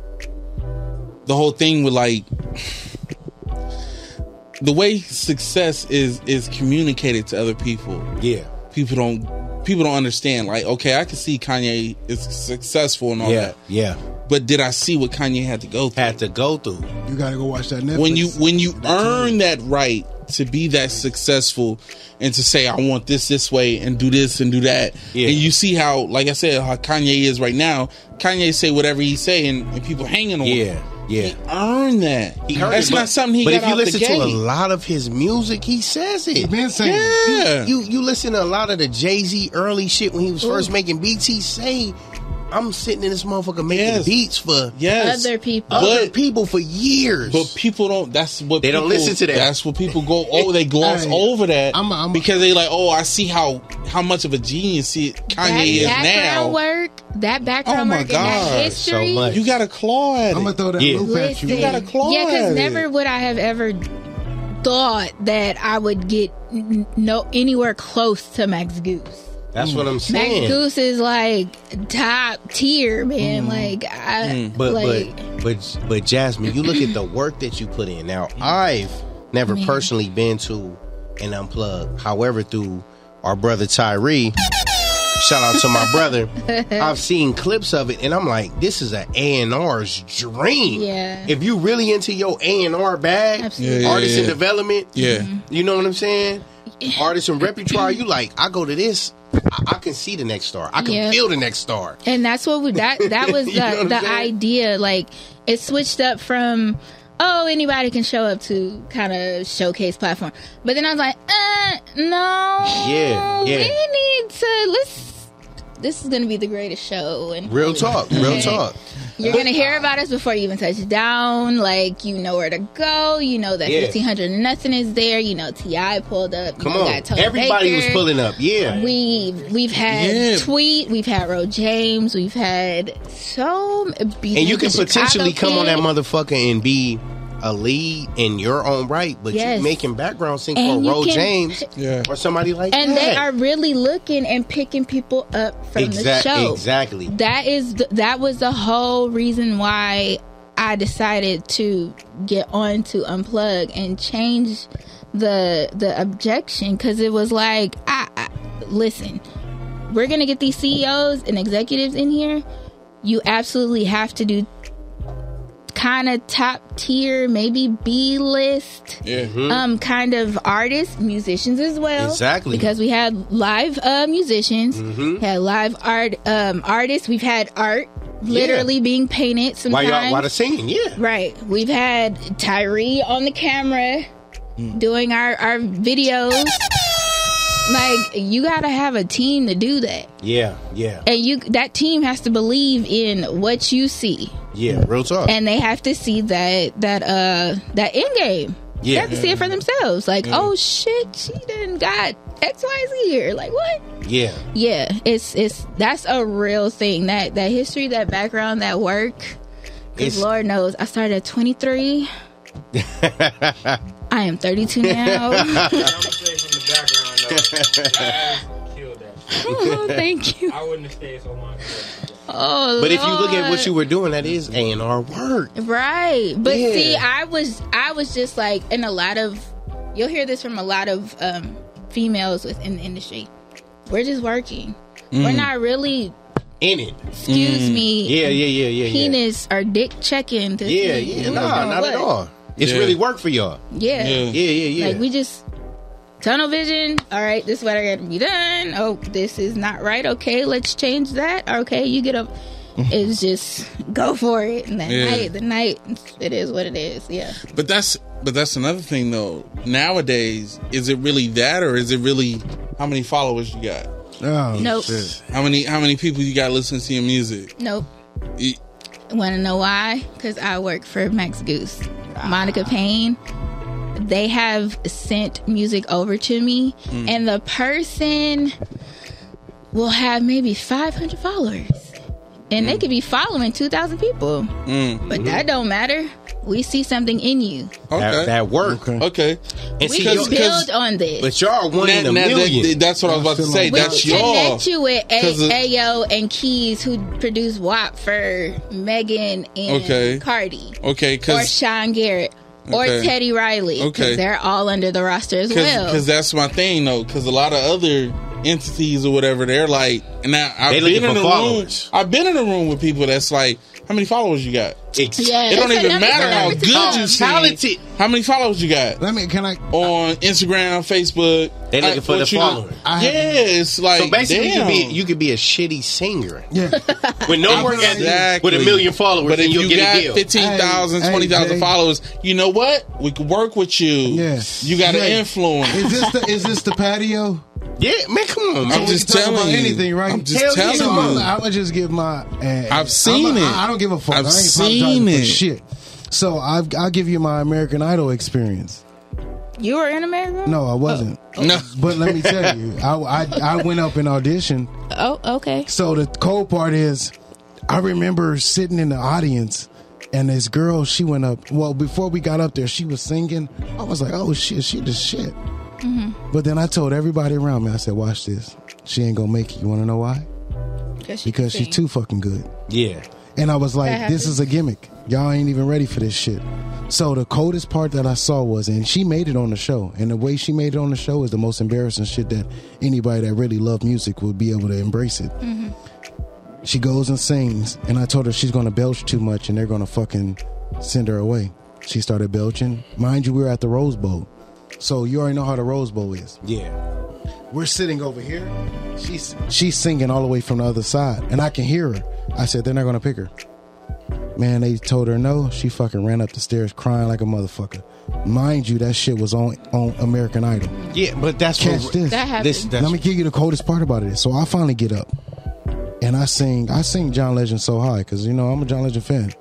the whole thing with like the way success is is communicated to other people. Yeah, people don't people don't understand. Like, okay, I can see Kanye is successful and all yeah, that, yeah. but did I see what Kanye had to go through? Had to go through. You got to go watch that Netflix. when you when you earn that right to be that successful and to say I want this this way and do this and do that, and you see how, like I said, how Kanye is right now. Kanye say whatever he say, and, and people hanging on. Yeah, yeah. He earned that. He heard That's it, but- not something he But got if you out listen the gate. to a lot of his music, he says it. been saying it. Yeah. You, you you listen to a lot of the Jay Z early shit when he was Mm. first Ooh. making beats. He say, "I'm sitting in this motherfucker making Yes. beats for Yes. Other people. other people for years." But people don't. That's what They don't people- listen to that. That's what people go. Oh, they gloss Hey, over that I'm a- I'm a- because they like. Oh, I see how how much of a genius he, Kanye is that now. background work, that background Oh my work, and that god! history. You got to claw at it. I'm gonna throw that yeah. Listen, You got to claw yeah, at because it. never would I have ever thought that I would get n- no anywhere close to Max Goose. That's what I'm saying. Max Goose is like top tier, man. Mm. Like I, Mm. But Uh, like, but but but Jasmine, you look at the work that you put in. Now I've never Man. personally been to an unplug. However, through our brother Tyree, shout out to my brother. I've seen clips of it, and I'm like, this is an A and R's dream. Yeah. If you really into your A and R bag, Absolutely. Mm-hmm. Yeah, yeah, artist yeah. and development. Yeah. You know what I'm saying? artists and repertoire, you like, I go to this, I, I can see the next star. I can Yeah. feel the next star. And that's what we, that that was You know what the I'm the saying? idea. Like it switched up from oh anybody can show up to kind of showcase platform. But then I was like, uh, no, Yeah, yeah. we need to let's. This is gonna be the greatest show. And Real talk, real Okay. talk. You're gonna hear about us before you even touch down. Like you know where to go. You know that Yeah. fifteen hundred nothing is there. You know Ti pulled up. Come you on. got Tony Everybody was Baker. pulling up, yeah. We we've had Yeah. tweet. We've had Ro James. We've had so. And and you can potentially come on that motherfucker and be a lead in your own right, but Yes. you making background sync And for you Ro can- James or somebody like And that. they are really looking and picking people up from the Exact- show. exactly. That is th- that was the whole reason why I decided to get on to unplug and change the the objection because it was like I, I listen. We're gonna get these CEOs and executives in here. You absolutely have to do kind of top tier, maybe B list Yeah. Mm-hmm. um kind of artists, musicians as well. Exactly. Because we had live uh, musicians, Mhm. had live art um artists, we've had art literally being painted Why sometimes. y'all why the singing, yeah. Right. We've had Tyree on the camera Mm. doing our our videos. like you got to have a team to do that. Yeah, yeah. And you that team has to believe in what you see. Yeah, real talk. And they have to see that that uh that end game. They Yeah. have to see it for themselves. Like, Yeah. oh shit, she didn't got X Y Z here. Like what? yeah. Yeah, it's it's that's a real thing. That that history, that background, that work. Because It's- Lord knows, I started at 23. I am 32 now. Oh, thank you. I wouldn't have stayed so long. oh, But if you look at Lord. what you were doing, that is A and R work. Right. But Yeah. see, I was I was just like in a lot of you'll hear this from a lot of um females within the industry. We're just working. We're Mm. not really In it. Excuse Mm. me. Yeah, yeah, yeah, yeah, yeah. penis or dick checking to Yeah, see yeah, who's nah, doing not at what. all. It's Yeah. really work for y'all. Yeah. yeah, yeah, yeah. Like we just tunnel vision. All right, this is what I got to be done. Oh, this is not right. Okay, let's change that. Okay, you get up. Mm-hmm. It's just go for it. And that Yeah. night, the night, it is what it is. Yeah. But that's but that's another thing though. Nowadays, is it really that or is it really how many followers you got? Oh, Nope. shit. How many how many people you got listening to your music? Nope. E- Want to know why? Because I work for Max Goose, Ah. Monica Payne. They have sent music over to me, Hmm. Mm. and the person will have maybe 500 followers, and Hmm. they could be following 2,000 people. mm. But that don't matter. We see something in you. That, that work. Okay. And we see, can y'all- build on this. But y'all one in Now- a now that- million. that's what I was about to say. we That's can y'all. connect you with a- 'Cause of- Ayo and Keys, who produce WAP for Megan and Okay. Cardi, Okay, or because Sean Garrett, or Okay. Teddy Riley. 'cause Okay. they're all under the roster as well. because that's my thing though. Because a lot of other entities or whatever, they're like, and I, I've They looking been in for the followers. room. I've been in the room with people that's like, how many followers you got? Yeah, it don't that's even another matter how thing. good you sing. Talented. How many followers you got? Let me. Can I on Instagram, Facebook? They looking for what the you- followers. Yeah, it's like so basically, damn. you could be you could be a shitty singer. Yeah. With no work ethic, Exactly. with a million followers, But if and you'll you get got a deal. 15,000, 20,000 followers, you know what? We could work with you. Yes. You got an Jay, influence. Is this the is this the patio? Yeah, man, come on. I'm just telling about you. anything, right? I'm just Hell telling yeah. you. I would just give my. eh, I've seen I'm a- it. I, I don't give a fuck. I've I ain't seen apologizing it. For shit. So I've, I'll give you my American Idol experience. you were in America. No, I wasn't. Oh, No, but let me tell you, I, I I went up and auditioned. Oh, okay. So the cold part is, I remember sitting in the audience, and this girl, she went up. Well, before we got up there, she was singing. I was like, oh shit, she the shit. But then I told everybody around me, I said, watch this. She ain't gonna make it. You wanna know why? Mm-hmm. because she's too fucking good. Yeah. And I was That like, this happens. is a gimmick. Y'all ain't even ready for this shit. So the coldest part that I saw was, and she made it on the show. And the way she made it on the show is the most embarrassing shit that anybody that really loved music would be able to embrace it. Mm-hmm. She goes and sings, and I told her she's gonna belch too much and they're gonna fucking send her away. She started belching. Mind you, we were at the Rose Bowl. So you already know how the Rose Bowl is. Yeah. We're sitting over here. She's she's singing all the way from the other side, and I can hear her. I said they're not gonna pick her. Man, they told her no. She fucking ran up the stairs crying like a motherfucker. Mind you, that shit was on on American Idol. Yeah, but that's Catch what this. Let me give you the coldest part about it. So I finally get up and I sing. I sing John Legend so high because you know I'm a John Legend fan.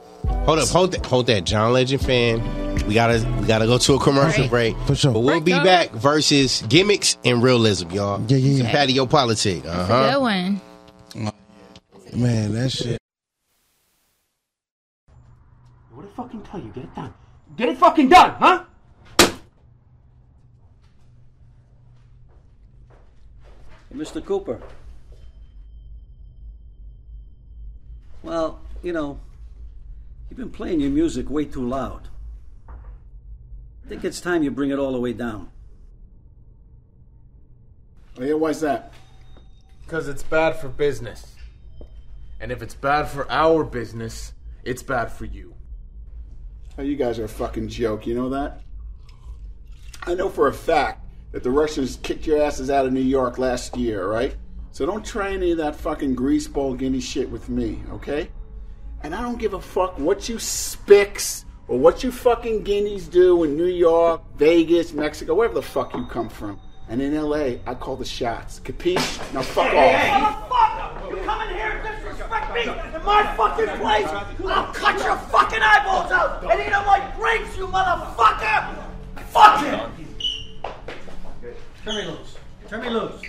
Hold up, hold that, hold that, John Legend fan. We gotta, we gotta go to a commercial break for sure. But we'll be back versus gimmicks and realism, y'all. Yeah, yeah, yeah. Patio politic. Uh Uh-huh. Good huh. one. Man, that shit. What did I fucking tell you? Get it done. Get it fucking done, huh? Mr. Cooper. Well, you know, you've been playing your music way too loud. I think it's time you bring it all the way down. Yeah, why's that? Because it's bad for business. And if it's bad for our business, it's bad for you. Oh, you guys are a fucking joke, you know that? I know for a fact that the Russians kicked your asses out of New York last year, right? So don't try any of that fucking greaseball guinea shit with me, okay? And I don't give a fuck what you spicks or what you fucking guineas do in New York, Vegas, Mexico, wherever the fuck you come from. And in LA, I call the shots. Capiche? Now fuck off. Motherfucker! You come in here and disrespect me in my fucking place! I'll cut your fucking eyeballs out and eat them like grapes, you motherfucker! Fuck it! Turn me loose. Turn me loose.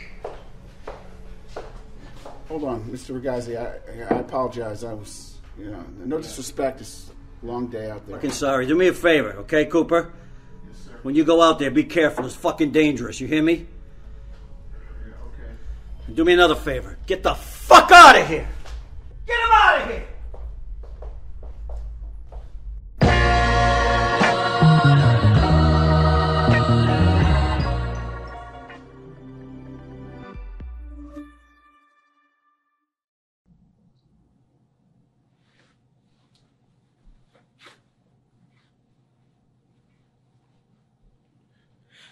Hold on, Mr. Regazzi. I, I apologize. I was, you know, no disrespect. It's a long day out there. Fucking sorry. Do me a favor, okay, Cooper? When you go out there, be careful. It's fucking dangerous. You hear me? And do me another favor. Get the fuck out of here. Get him out of here!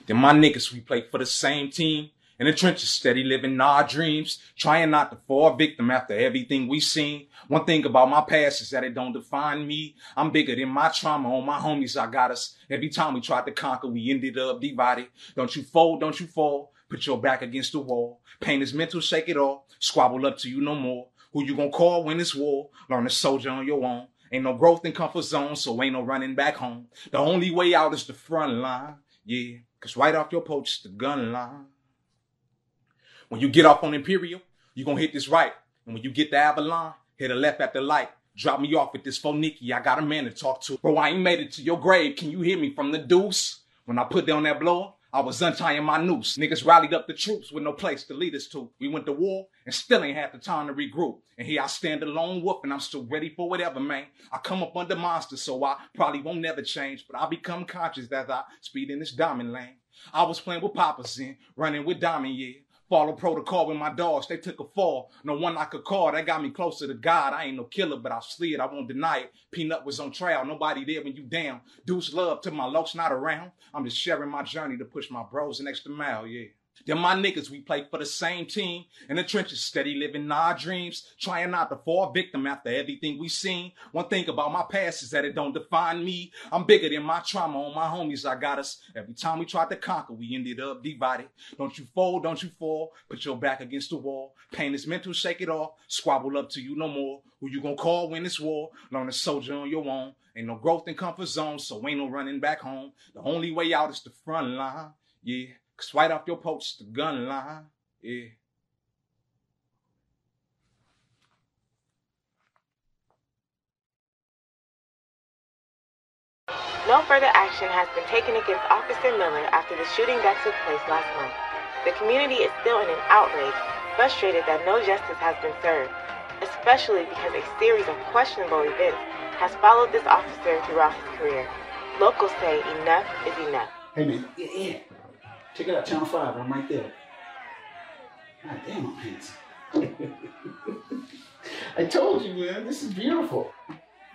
Then my niggas, we play for the same team. In the trenches, steady living our dreams. Trying not to fall victim after everything we seen. One thing about my past is that it don't define me. I'm bigger than my trauma. On my homies, I got us. Every time we tried to conquer, we ended up divided. Don't you fold, don't you fall. Put your back against the wall. Pain is mental, shake it off. Squabble up to you no more. Who you gonna call when it's war? Learn to soldier on your own. Ain't no growth in comfort zone, so ain't no running back home. The only way out is the front line. Yeah, cause right off your poach is the gun line. When you get off on Imperial, you gonna hit this right. And when you get to Avalon, hit a left at the light. Drop me off at this phoniki. I got a man to talk to. Bro, I ain't made it to your grave. Can you hear me from the deuce? When I put down that blower, I was untying my noose. Niggas rallied up the troops with no place to lead us to. We went to war and still ain't had the time to regroup. And here I stand a lone wolf and I'm still ready for whatever, man. I come up under monsters, so I probably won't never change. But I become conscious as I speed in this diamond lane. I was playing with Papa's in, running with Diamond, yeah. Follow protocol with my dogs, they took a fall. No one I could call, that got me closer to God. I ain't no killer, but I slid, I won't deny it. Peanut was on trial, nobody there when you down. Deuce love to my lokes not around. I'm just sharing my journey to push my bros an extra mile, yeah. Then my niggas, we play for the same team. In the trenches, steady living our dreams. Trying not to fall victim after everything we seen. One thing about my past is that it don't define me. I'm bigger than my trauma on my homies, I got us. Every time we tried to conquer, we ended up divided. Don't you fold, don't you fall. Put your back against the wall. Pain is mental, shake it off. Squabble up to you no more. Who you gonna call when it's war? Learn to soldier on your own. Ain't no growth in comfort zone, so ain't no running back home. The only way out is the front line. Yeah. Cause right off your poach, the gun line. Yeah. No further action has been taken against Officer Miller after the shooting that took place last month. The community is still in an outrage, frustrated that no justice has been served, especially because a series of questionable events has followed this officer throughout his career. Locals say enough is enough. Hey, man. Yeah, yeah. Check it out, Channel 5. I'm right there. God damn, I'm handsome. I told you, man, this is beautiful.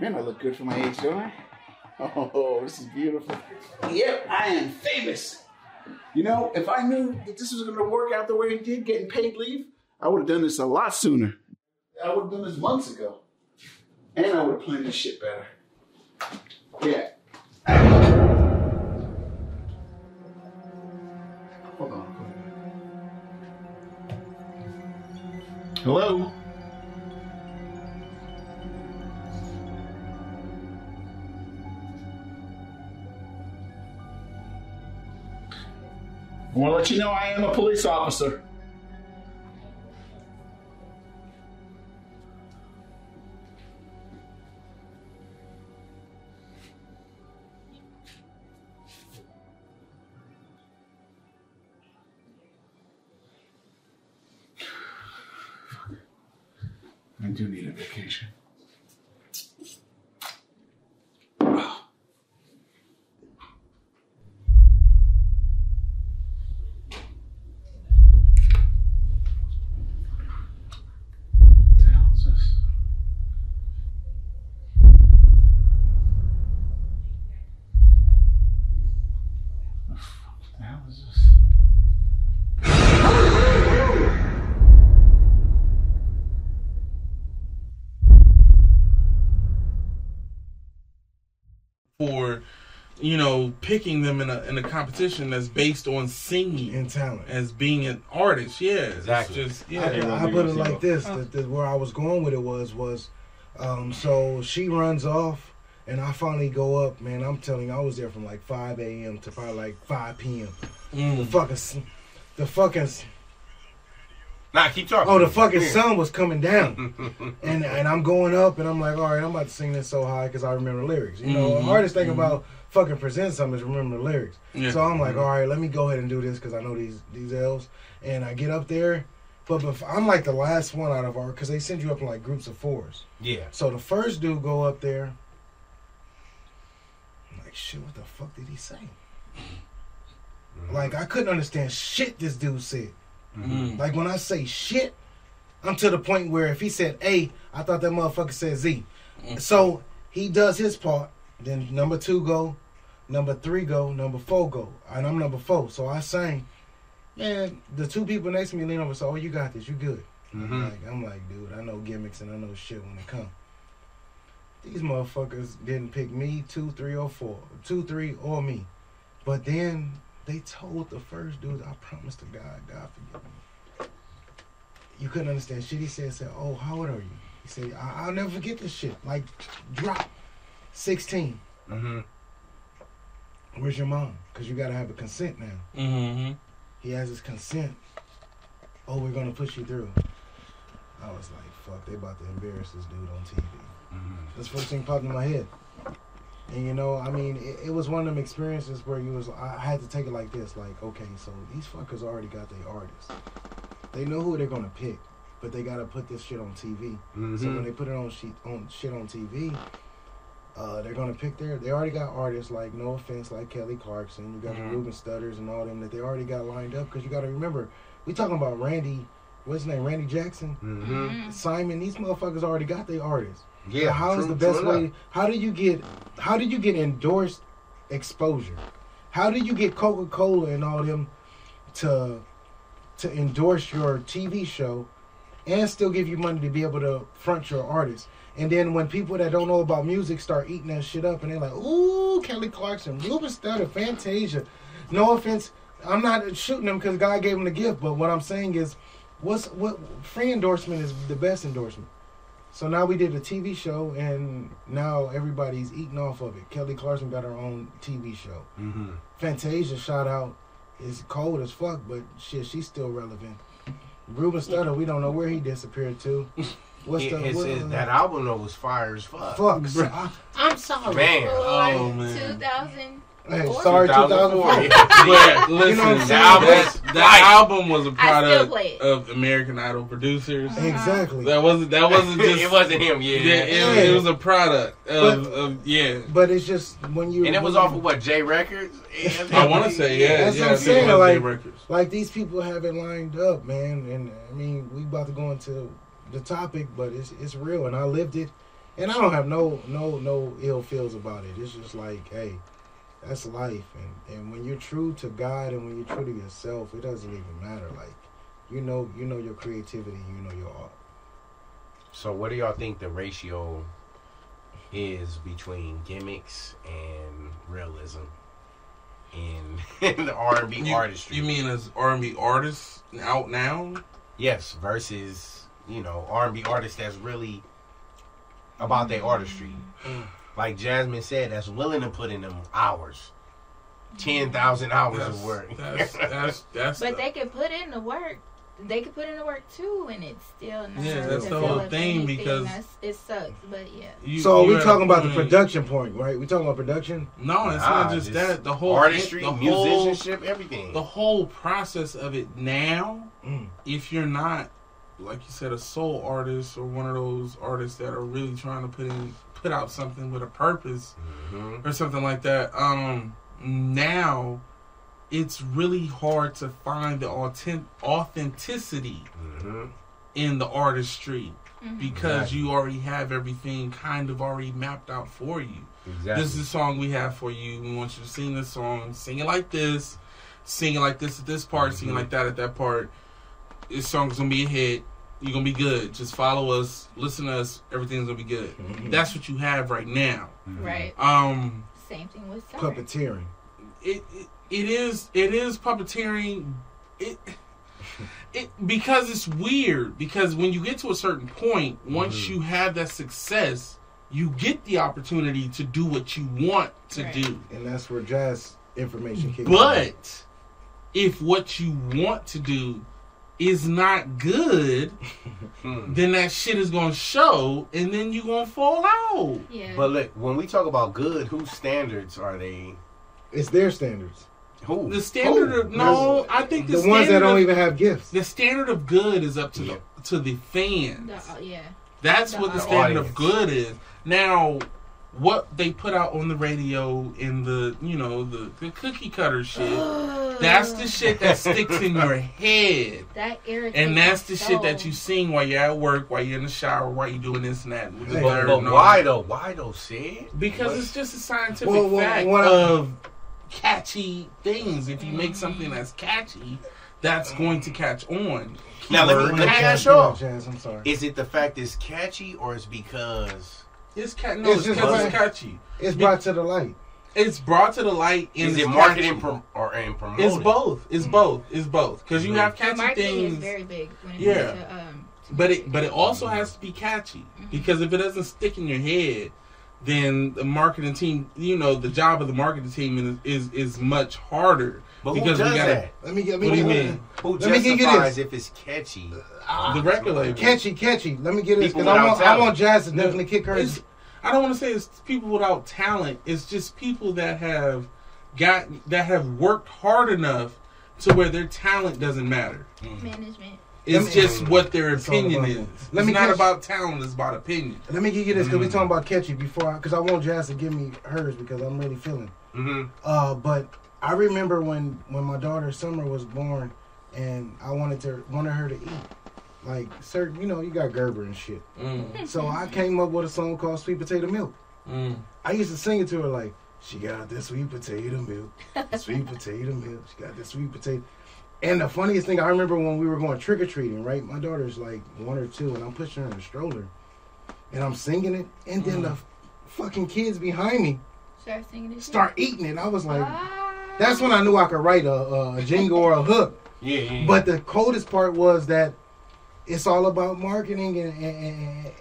Man, I look good for my age, don't I? Oh, this is beautiful. Yep, I am famous. You know, if I knew that this was going to work out the way it did, getting paid leave, I would have done this a lot sooner. I would have done this months ago. And I would have planned this shit better. Yeah. Hold on. Hello? I want to let you know I am a police officer. I do need a vacation. What the hell is this? What the hell is this? for you know picking them in a in a competition that's based on singing and talent as being an artist. Yeah, exactly. just yeah. I, I put it like this: that, that where I was going with it was was, um, so she runs off, and I finally go up. Man, I'm telling you, I was there from like 5 a.m. to probably like 5 p.m. The fucking, s- the fucking, s- Nah, keep talking. oh, the fucking sun was coming down. and and I'm going up and I'm like, all right, I'm about to sing this so high because I remember lyrics. You know, Mhm, the hardest thing mhm. about fucking presenting something is remember the lyrics. Yeah. So I'm like, Mhm. all right, let me go ahead and do this because I know these these elves. And I get up there, but bef- I'm like the last one out of our because they send you up in like groups of fours. Yeah. So the first dude go up there. I'm like, shit, what the fuck did he say? Like I couldn't understand shit this dude said. Mhm. Like when I say shit, I'm to the point where if he said A, I thought that motherfucker said Z. So he does his part. Then number two go, number three go, number four go, and I'm number four. So I sang. Man, the two people next to me lean over. So oh, you got this. You good. Mhm. Like, I'm like, dude, I know gimmicks and I know shit when it comes. These motherfuckers didn't pick me two, three, or four, two, three, or me. But then they told the first dude, I promise to God, God forgive me. You couldn't understand shit. He said, said, Oh, how old are you? He said, I- I'll never forget this shit. Like, drop 16. Mm-hmm. Where's your mom? Because you got to have a consent now. Mm-hmm. He has his consent. Oh, we're gonna push you through. I was like, fuck, they about to embarrass this dude on TV. Mm-hmm. That's the first thing popped in my head. And you know, I mean, it, it was one of them experiences where you was, I I had to take it like this, like, okay, so these fuckers already got their artists. They know who they're gonna pick, but they gotta put this shit on TV. So Mhm. when they put it on sheet on shit on TV, uh, they're gonna pick their. They already got artists like no offense, like Kelly Clarkson. You got Mhm. the Ruben Studders and all them that they already got lined up. Because you got to remember, we talking about Randy. What's his name? Randy Jackson, Mhm. Simon. These motherfuckers already got their artists. Yeah, So how is the true- best true way? enough. How do you get? How do you get endorsed exposure? How do you get Coca Cola and all them to to endorse your TV show and still give you money to be able to front your artist. And then when people that don't know about music start eating that shit up and they're like, ooh, Kelly Clarkson, Ruben Studdard, Fantasia. No offense, I'm not shooting them because God gave them the gift. But what I'm saying is, what's what free endorsement is the best endorsement. So now we did a TV show and now everybody's eating off of it. Kelly Clarkson got her own TV show. Mm-hmm. Fantasia shout out is cold as fuck, but shit, she's still relevant. Ruben Studdard, we don't know where he disappeared to. What's the His, what- his, that album though was fire as fuck. Fuck, so I, am sorry, Man, oh man. 2000. Hey, sorry, 2004. yeah, You know listen, what I'm the saying? album, That's that right. album was a I still product play it. of American Idol producers. Exactly. That wasn't that wasn't just It wasn't him, yeah. it, it was a product of, of yeah. But it's just when you And it was when- off of what J Records. I want to say yeah, That's yeah. what I I'm think it was saying. J Like, Records. like these people have it lined up, man. And I mean, we about to go into the topic, but it's it's real, and I lived it, and I don't have no no no ill feels about it. It's just like, hey, that's life. And, and when you're true to God and when you're true to yourself, it doesn't even matter. Like, you know, you know your creativity, you know your art. So, what do y'all think the ratio is between gimmicks and realism in, in the R and B You- artistry? You mean as R and B artists out now? Yes, versus you know R and B artists that's really about their artistry. Mm. Like Jasmine said, that's willing to put in them hours, ten thousand hours That's- of work. that's- that's- but they can put in the work. They could put in the work too, and it's still not. Yeah, that's the developed whole thing, anything. because- That's- it sucks. But yeah, so you we at a talking about the point- production point, right? We talking about production? No, it's not just that. The whole artistry, the musicianship, everything. Mm. The whole process of it now. If you're not, like you said, a soul artist or one of those artists that are really trying to put in, put out something with a purpose Mm-hmm. or something like that, um, now it's really hard to find the authentic authenticity Mm-hmm. in the artistry Mhm. because Exactly. you already have everything kind of already mapped out for you. Exactly. This is the song we have for you. We want you to sing this song, sing it like this, sing it like this at this part, sing it like that at that part. This song's gonna be a hit. You're gonna be good. Just follow us, listen to us. Everything's gonna be good. That's what you have right now. right. Um, Same thing with summer. Puppeteering. it, it it is it is puppeteering it it because it's weird because when you get to a certain point once Mm-hmm. you have that success you get the opportunity to do what you want to do and that's where jazz information kicks in. but if what you want to do is not good then that shit is gonna show and then you gonna fall out yeah But look, when we talk about good, whose standards are they? It's their standards. Who? The standard Who? of no, I think the, The ones that standard don't of- even have gifts. The standard of good is up to the to the fan. The, uh, yeah. That's The what the audience. standard of good is. Now, what they put out on the radio in the you know the, the cookie cutter shit. that's the shit that sticks in your head. That irritates. And that's the shit that so- you sing while you're at work, while you're in the shower, while you're doing this and that. with the But, blur but and all why that. though? Why though? Sid? Because What- it's just a scientific Well, well, fact what I- of catchy things. If you make something Mm-hmm. that's catchy, that's going to catch on. Now let Keyword me let me catchy. ask y'all. Jazz, I'm sorry. Is it the fact it's catchy or it's because It's cat. No, it's, because it's catchy. It's brought to the light. It's brought to the light. and Is it's it marketing catchy. prom- or and Hmm. promoting? It's both. It's both. It's both. Because you have The catchy marketing things. is very big when it Yeah. comes to um. But it but it Hmm. also has to be catchy Hmm. because if it doesn't stick in your head, then the marketing team, you know, the job of the marketing team is is, is much harder. But who because does we gotta, that? Let me get- let me What do you get- mean? Who Let me give you justifies this. if it's catchy? the record label. Catchy, catchy. Let me get this People because I without want, I talent. want Jazz to definitely kick her. It's- I don't want to say it's people without talent. It's just people that have got that have worked hard enough to where their talent doesn't matter. Management. It's just what their It's all opinion about- is. Let it's me not catch- about talent. It's about opinion. Mm-hmm. Let me give you this because Mm. we talking about catchy before, because I want Jazz to give me hers because I'm really feeling. Mm-hmm. Uh, but I remember when when my daughter Summer was born, and I wanted to wanted her to eat, like certain, you know, you got Gerber and shit. Mm. So I came up with a song called Sweet Potato Milk. I used to sing it to her like, she got this sweet potato milk, sweet potato milk. She got this sweet potato. And the funniest thing I remember when we were going trick or treating, right? My daughter's like one or two, and I'm pushing her in a stroller, and I'm singing it, and then the fucking kids behind me Start singing this. shit. start eating it. I was like, that's when I knew I could write a, a jingle or a hook. Yeah, yeah, yeah. But the coldest part was that it's all about marketing and, and, and-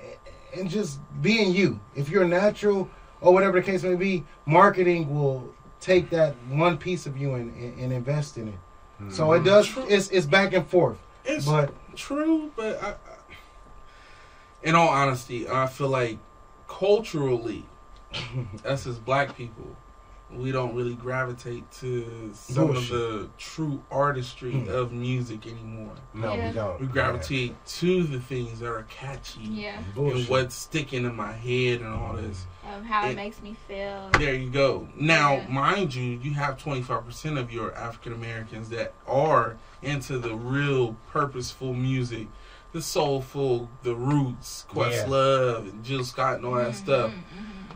and just being you. If you're natural or whatever the case may be, marketing will take that one piece of you and, and, and invest in it. So it does. It's it's back and forth. It's but true, but I, I, in all honesty, I feel like culturally, us as black people, we don't really gravitate to some Bullshit. Mm. of the true artistry of music anymore. No, we Yeah. don't. We gravitate to the things that are catchy Yeah. and Bullshit. what's sticking in my head and all this. Of Um, how it, It- makes me feel. There you go. Now, Yeah. mind you, you have 25% of your African Americans that are into the real purposeful music, the soulful, the roots, Yeah. Questlove Love, and Jill Scott, and all that stuff.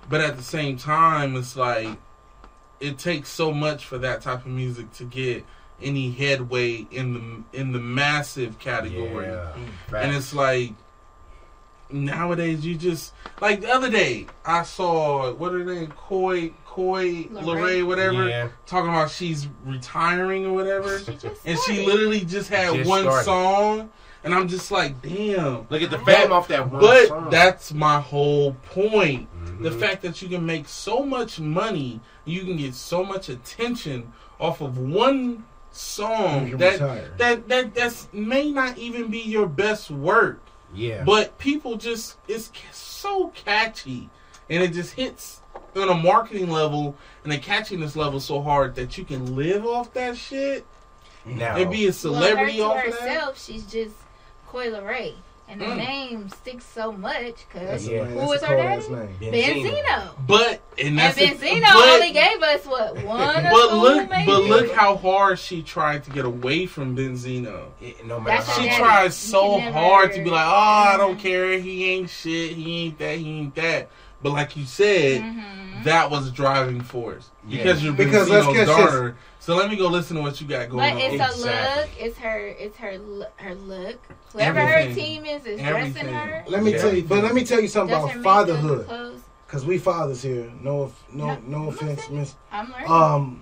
But at the same time, it's like it takes so much for that type of music to get any headway in the in the massive category. Yeah, and it's like nowadays you just like the other day I saw what her name Coy Coy Lorraine whatever Yeah. talking about she's retiring or whatever, and she started. literally just had Just one started. song. And I'm just like, damn. Look at the That- fame off that one But song. that's my whole point. The fact that you can make so much money, you can get so much attention off of one You song can retire. that, that that that's may not even be your best work. Yeah. But people just it's ca- so catchy, and it just hits on a marketing level and a catchiness level so hard that you can live off that shit. Now and be a celebrity well, her off to of that. herself, she's just Coyle Ray. And the Mm. name sticks so much because That's a- who that's was a her daddy? cold-ass name. Benzino. Benzino. But and And, that's the- Benzino but- only gave us what one or but two, look, maybe. but look how hard she tried to get away from Benzino. no matter That's how- she her daddy. tried so You can never- Mm-hmm. hard to be like, oh, I don't care. He ain't shit. He ain't that. He ain't that. But like you said, Mm-hmm. that was driving force because Yeah. you're Because let's Benzino's get this- daughter. So let me go listen to what you got going But on. it's her look. It's her. It's her. lo- Her look. Whoever her Everything. team is is dressing Everything. her. Let me tell you, but let me tell you something about Does her makeup, her fatherhood, clothes. because we fathers here. No, off- no, no offense, miss. I'm learning. Um,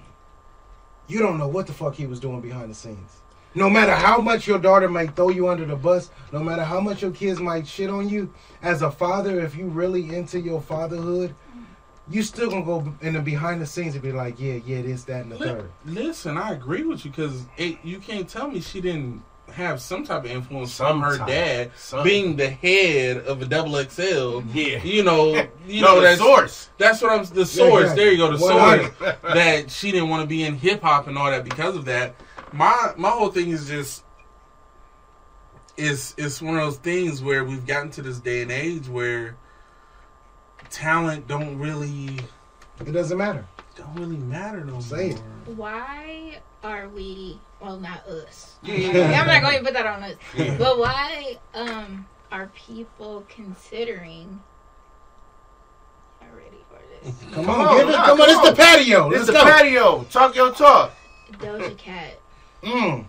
you don't know what the fuck he was doing behind the scenes. No matter how much your daughter might throw you under the bus, no matter how much your kids might shit on you, as a father, if you really into your fatherhood, you still gonna go in the behind the scenes and be like, yeah, yeah, this, that, and the Li- third. Listen, I agree with you because you can't tell me she didn't have some type of influence from Some her type. dad Some. being the head of a double XL. Yeah. you know, you No, know the that's source. That's what I'm. The source. exactly. There you go. The 100. source that she didn't want to be in hip hop and all that because of that. My my whole thing is just it's it's one of those things where we've gotten to this day and age where talent don't really It doesn't matter. Don't really matter no Say it. Why are we? Well, not us. Yeah. I'm not going to put that on us. Yeah. But why um are people considering? I'm ready for this. Come on, give it- come on, it's the patio. It's Let's the go. patio. Talk your talk. Doja Cat. Mm.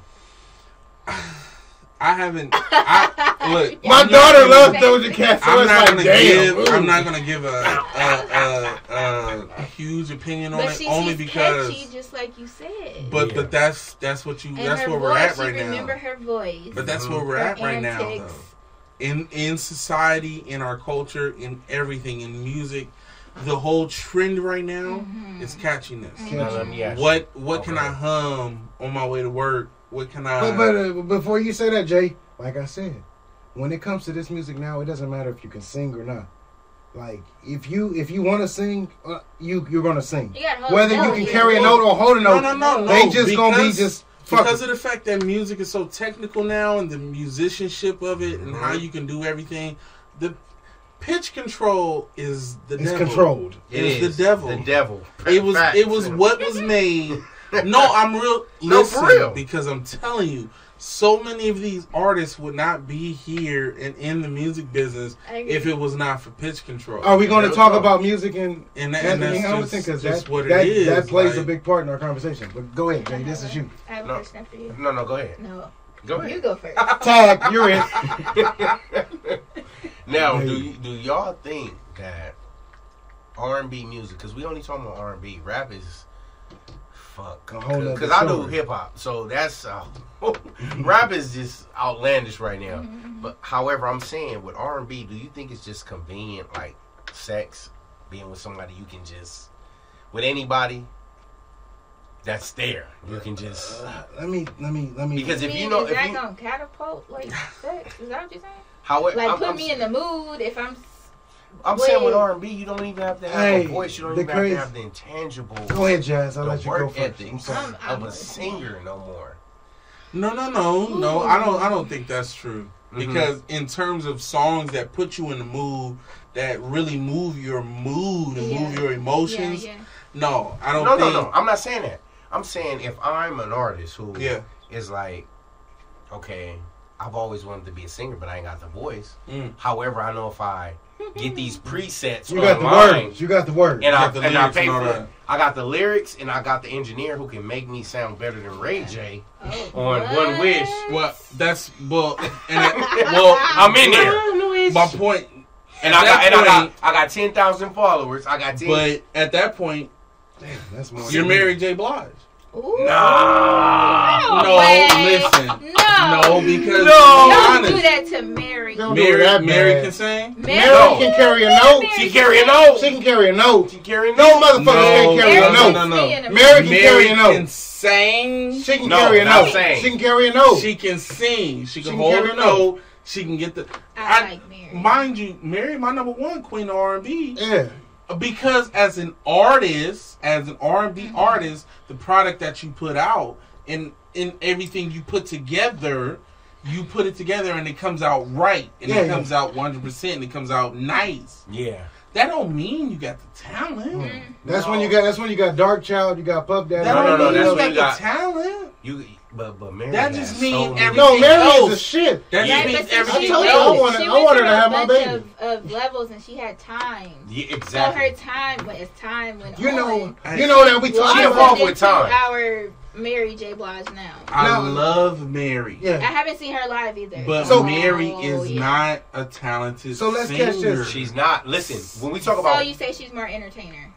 I haven't. I, look, My I'm not daughter gonna- loves Doja Cat, so I'm it's not like, gonna damn, give. I'm ooh. not gonna give a a, a, a huge opinion on But it she, only she's because. catchy, just like you said. But but that's that's what you And that's her where voice, we're at you right Remember now. her voice. But that's where we're her at right now, antics. though. In in society, in our culture, in everything, in music, the whole trend right now Mm-hmm. is catchiness. Mhm. Yes. What what can I hum on my way to work? What can I? But, but uh, before you say that, Jay, like I said, when it comes to this music now, it doesn't matter if you can sing or not. Like if you if you want to sing, uh, you you're gonna sing. You gotta hold Whether a you note, can yeah. carry a note or hold a No, no, note, no, no. they just gonna be Because- just fuck because of the fact that music is so technical now and the musicianship of it and Mm-hmm. how you can do everything. The pitch control is the It's devil. controlled. It It is, is the devil. the devil. It was. Facts. It was what was made. No, I'm real. No, for listen, real. Because I'm telling you, so many of these artists would not be here and in the music business I agree. if it was not for pitch control. Are we going to talk about music and And that- and that's just- just that, what it that, is, that plays a like- big part in our conversation. But go ahead, Jay. This is you. I have a question for you. No, no, go ahead. No. Go ahead. You go first. Tag, you're in. Now, do you, do y'all think that R and B music? Because we only talking about R and B. Rap is fuck. A whole nother Because I do story. hip hop, so that's uh, rap is just outlandish right now. Mm-hmm, But however, I'm saying with R and B, do you think it's just convenient, like sex, being with somebody you can just with anybody that's there, you can just. Uh, Let me let me let me. Because if mean, you know, is if that you, gonna catapult like sex? Is that what you're saying? however, like I'm, put I'm, me in the mood if I'm. I'm saying with Wait. R and B, you don't even have to have Hey, a voice. You don't the even crazy- have to have the intangible. Go ahead, Jazz. I'll the let you go work first. ethic I'm sorry. of a singer no more. No, no, no, no. I don't. I don't think that's true. Because in terms of songs that put you in the mood, that really move your mood and move your emotions. yeah. No, I don't. No, think, no, no. I'm not saying that. I'm saying if I'm an artist who is Yeah. like, okay, I've always wanted to be a singer, but I ain't got the voice. Mm. However, I know if I get these presets. You got the online, words. You got the words. And I You got the and I lyrics pay and all for that. it. I got the lyrics and I got the engineer who can make me sound better than Ray J on One Wish. Well, that's well, and it- well, I'm in there. My point, and at I got that and I got point- I got ten thousand followers. I got ten. but at that point, that's you're Mary J. Blige. Nah, no, way. listen, No. no, because Don't honest, do that to Mary. Mary, that, Mary man. can sing. Mary Mary can carry a note. Mary She carry a note. She can carry a note. She carry a No motherfucker No, can carry a no, note. no, no, no. Mary can Mary carry a note. can sing. She can carry a note. She can carry a note. She can sing. She can can hold carry a a note. She can get the. I, Mind you, Mary, my number one queen of R and B. Yeah. Because as an artist, as an R and Mm-hmm. B artist, the product that you put out and in everything you put together, you put it together and it comes out right and Yeah, it yeah. comes out one hundred percent and it comes out nice. Yeah. That don't mean you got the talent. Mm-hmm. That's when you got. That's when you got Dark Child. You got Puff Daddy. That No, no, don't no, mean you that's what got the you got. talent. You but but Mary. That has just so means many- everything. No, Mary is else. the shit. That Yeah, just but means see, she everything went- else. I wanted- she I went wanted through to a have my bunch baby. Of, of levels, and she had time. Yeah, So her time went as time went You on. know- you know that we Well, talking I about turned with into time. Our Mary J. Blige now. I No. love Mary. I haven't seen her live either. But So- Mary Oh, is yeah. not a talented So let's catch this. singer. She's not. Listen, when we talk So about you say she's more entertainer.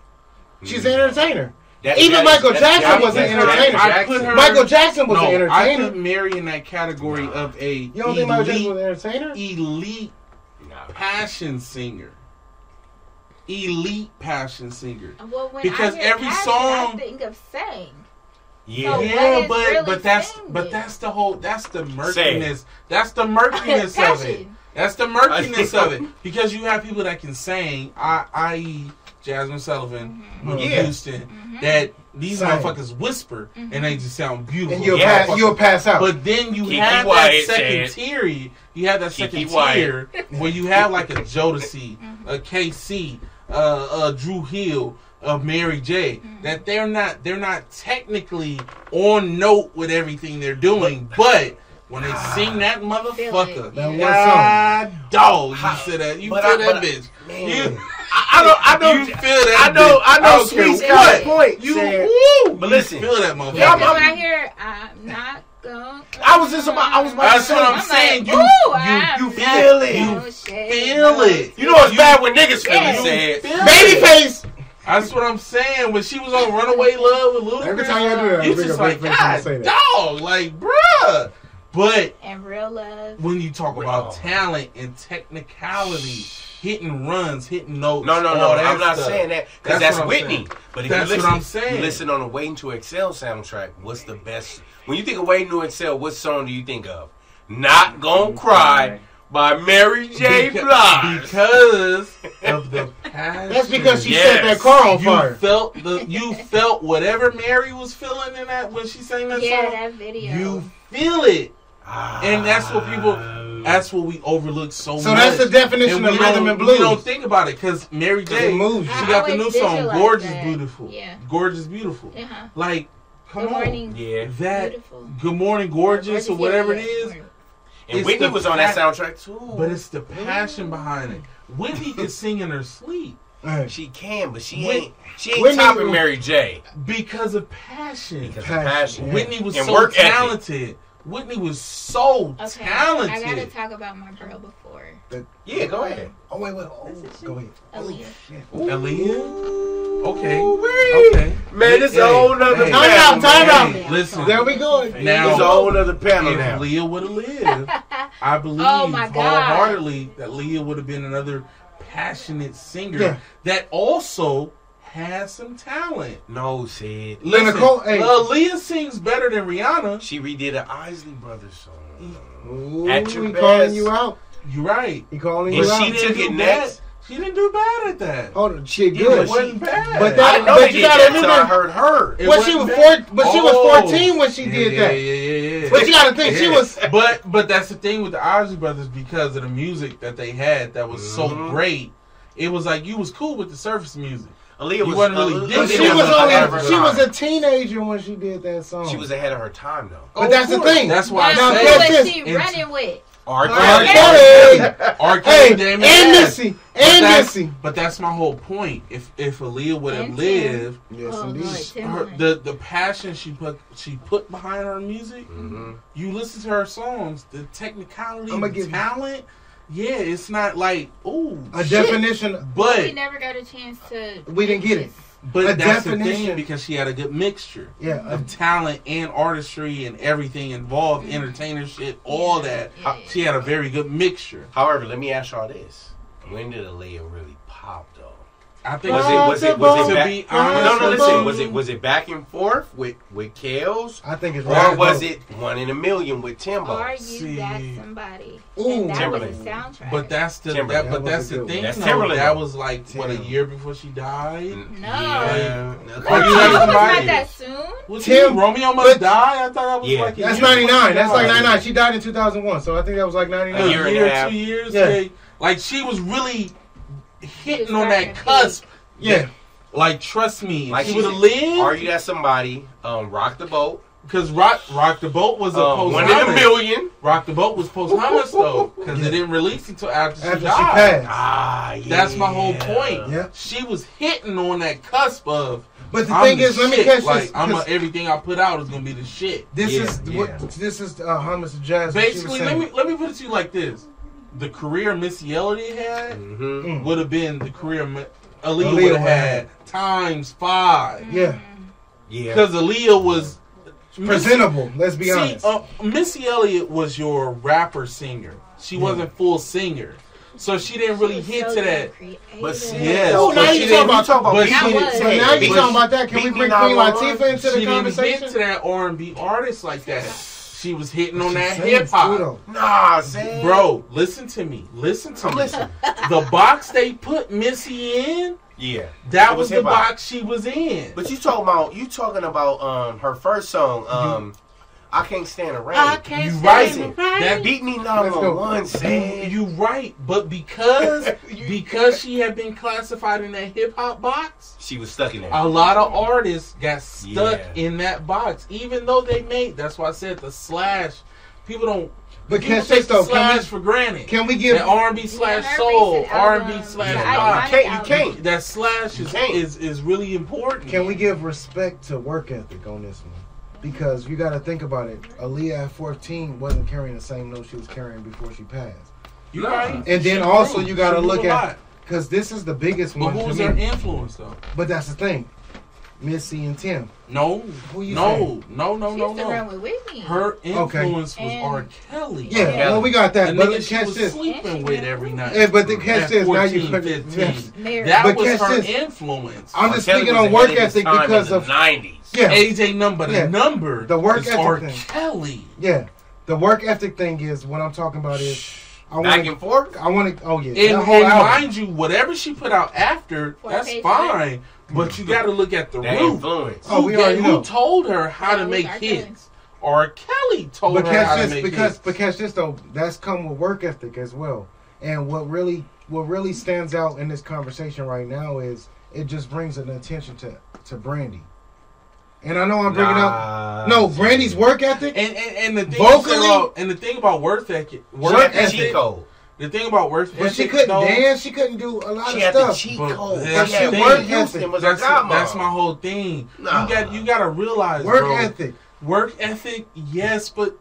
She's an entertainer. That's Even Jack- Michael that's Jackson Jack- was an that's entertainer. Jack- I put her- Michael Jackson was no, an I put entertainer. Mary in that category of a you don't think Michael Jackson was an entertainer? Elite passion singer. Elite passion singer. Uh, Well, when Because I hear every passion, song- I think of sang. Yeah, So what yeah, is but really but that's singing? but that's the whole that's the Say it. murkiness. That's the murkiness of it. Passion. That's the murkiness of it because you have people that can sing, I- i.e., Jasmine Sullivan, Mm-hmm. Whitney Yeah. Houston, that these Sing. motherfuckers whisper and they just sound beautiful. And you'll Yeah. pass- you'll pass out. But then you Kiki have Wyatt that second said- tier. You have that second Kiki Wyatt. tier where you have like a Jodeci, a KC, uh, a Drew Hill, a Mary J. Mm-hmm. That they're not they're not technically on note with everything they're doing, but when they sing that Ah. motherfucker, That one God, dog, you feel that? You But feel I- that but I- bitch? man. You, I know, I know, you feel that? I know, bitch. I know. don't care Sweet's what. got a point. You, Sam. woo, But you listen, feel that motherfucker? Yeah, I'm- Because I'm- I hear I'm not going. I was just about, I was about That's to what say. I'm saying. You- Ooh, you- I'm you not feel it. gonna You shake feel no it. You know it's bad when niggas feel Yeah. it. Said Feel babyface. That's what I'm saying. When she was on Runaway Love with Ludacris, Every time y'all do that, I you bring just up like Big Face when I God, say that." dog, like bruh. But And real love. when you talk oh. about talent and technicality, hitting runs, hitting notes, No, no, no. all that I'm not stuff. saying that because that's, what I'm Whitney. saying. But if that's you listen, what I'm saying. you listen on the Waiting to Excel soundtrack. What's the best? When you think of Waiting to Excel, what song do you think of? Not Gonna Cry by Mary J. Beca- Blige. because of the passion. That's because she set that car on you fire. Felt the you felt whatever Mary was feeling in that when she sang that Yeah, song. that video. You feel it, and that's what people. That's what we overlook so, much. So that's the definition we of rhythm don't- and blues. We don't think about it because Mary J. it moves She you. got I the new always song, visualize "Gorgeous that. Beautiful." Yeah. Gorgeous Beautiful. Uh-huh. Like, come Good on, Morning, yeah. That "Good Morning Gorgeous" or whatever it is. And it's Whitney the was on that pa- soundtrack too. But it's the passion behind it. Whitney can sing in her sleep. She can, but she Whit- ain't. She ain't Whitney topping was- Mary J. because of passion. Because of passion. Whitney was And so work ethic. talented. Whitney was so Okay, talented. I gotta talk about my girl before. Yeah, go ahead. Oh wait, wait. Oh, go ahead. Aaliyah. Aaliyah. Okay. Okay. Man, it's a whole nother hey, panel, hey, man. hey, Listen. There we go. Now, It's a whole nother panel if now. Leah would have lived, I believe Oh, my God. wholeheartedly that Leah would have been another passionate singer Yeah. that also has some talent. No, said. Listen, Nicole, hey. uh, Leah sings better than Rihanna. She redid an Isley Brothers song. Ooh, At your he best. calling you out. You're right. He calling And you out. she took it next. She didn't do bad at that. Hold on, she Yeah, good. it wasn't bad. But I that, didn't know but they you did gotta that remember, till I heard her. It Well, she was wasn't four, bad. but she was Oh. fourteen when she Yeah, did yeah, that. Yeah, yeah, yeah. But you gotta think she Yeah. was. But but that's the thing with the Ozzy brothers because of the music that they had that was Mm-hmm. so great. It was like you was cool with the surface music. Aaliyah you was- wasn't Aaliyah- really But digging she it. was ahead of only her she was time. a teenager when she did that song. She was ahead of her time, though. but that's the course. thing. Oh, That's why I now, said catch it. this. She running with. R. R. Kelly. Kelly. R. Kelly. Hey, damn it. and Nipsey. But And that's- Nipsey. But that's my whole point. If if Aaliyah would have And Tim. lived, Yes, Oh, indeed. Lord, Tim her, Hunt. the the passion she put she put behind her music. You listen to her songs, the technicality, I'ma the talent. Yeah, it's not like ooh A shit. definition- we but never got a chance to. We didn't get it. but a that's the definition. thing because she had a good mixture Yeah, of talent and artistry and everything involved, Mm-hmm. entertainership, all that. She had a very good mixture. However, let me ask y'all this: When did Aaliyah really pop, though? I think- was it was it was it To back, be no no honest, listen was it was it back and forth with with Kels? I think it's or back was and it one in a million with Timbo? Are you that somebody? Ooh. and that was Timberland. a soundtrack. But that's the that, Timberland. but That that's was a the good thing. one. That's though. Timberland. That was like what a year before she died. No, yeah. Come Are you kidding on, it was me? not that Was Tim- he Romeo must die. I thought that was Yeah. like a That's year before she 99. That's like died. 99. She died in 2001, so I think that was like 99. A year, two years. Yeah. they- like she was really hitting on that cusp. Yeah. Like trust me, Like she she would have said, lived. Are you that somebody? Um, rock the boat. Because rock, rock the boat was a Um, post one in a million. Rock the boat was posthumous though, because it didn't release until after, she After she died. passed. Ah, That's my whole point. She was hitting on that cusp of. But the I'm thing is, let me shit. catch this, like, I'm a, 'cause- everything I put out is gonna be the shit. This is what this is uh, homage to jazz. what she was Basically, saying. let me let me put it to you like this: the career Missy Elliott had would have been the career Ma- Aaliyah Mm-hmm. Aaliyah would have had. had times five. Yeah. Yeah. because Aaliyah was Presentable, let's be See, honest. uh, Missy Elliott was your rapper singer. She wasn't full singer. So she didn't really hit to that. But see, yes, no, but now she you didn't- talking about talking about. but beat she me didn't- to but the now tag. you But talking about that. Can beat we me bring now, Queen Lauren. Latifah into the She didn't hit conversation? to that R and B artist like that. She was hitting on She that sings hip hop. too, though. Nah, Sam. bro, listen to me. Listen to me. the box they put Missy in, Yeah, That It was the hip-hop. box she was in. But you talking about you talking about um her first song um I can't stand a rain. I can't you stand right. the rain. That beat me number one. Sam. You, you right, but because because she had been classified in that hip hop box, She was stuck in there. a lot of artists got stuck Yeah. in that box, even though they made. That's why I said the slash. People don't. But people catch take this, though. the Can we- slash for granted. can we give- that R and B slash soul, R and B slash Yeah, pop? you can't- you can't. That slash is, is is really important. Can we give respect to work ethic on this one? Because you got to think about it. Aaliyah at 14 wasn't carrying the same note she was carrying before she passed. You right. And She then also grew. you got to She grew look a at lot. because this is the biggest But one. who to was me. her influence though? But that's the thing, Missy and Tim. No, who you No, saying? no, no, She no, used to run with no. Whitney. Her influence was And- R. Kelly. Yeah, Kelly. well, we got that, The but nigga she catch was this. sleeping with every night. Yeah, but the catch At this, now you- 14, 15. yes. Mary. That But was catch her this. influence. I'm just speaking on work ethic because of Yeah, AJ number. The Yeah. number. The work is ethic R. thing. Kelly. Yeah, the work ethic thing is what I'm talking about is I Back wanna- and forth? I want to. Oh yeah, And, the whole and album. mind you, whatever she put out after, that's page fine. But you got to look at the That root. influence. Who, Oh, we gave- already who know. told her how to Yeah, make R. Kelly. hits? Or Kelly told but her how catch to this make because hits. but catch this though that's come with work ethic as well and what really what really stands out in this conversation right now is it just brings an attention to to brandy and i know i'm bringing up no brandy's work ethic and and, and the thing vocally about, and the thing about work ethic, work Check the ethic, cheat code. The thing about work ethic, but she couldn't though, dance she couldn't do a lot She of had the stuff cheat But code. that's She had the thing. Whitney Houston was her that's, godmom. that's my whole thing. Nah. You got you got to realize Work bro, ethic. Work ethic, yes, but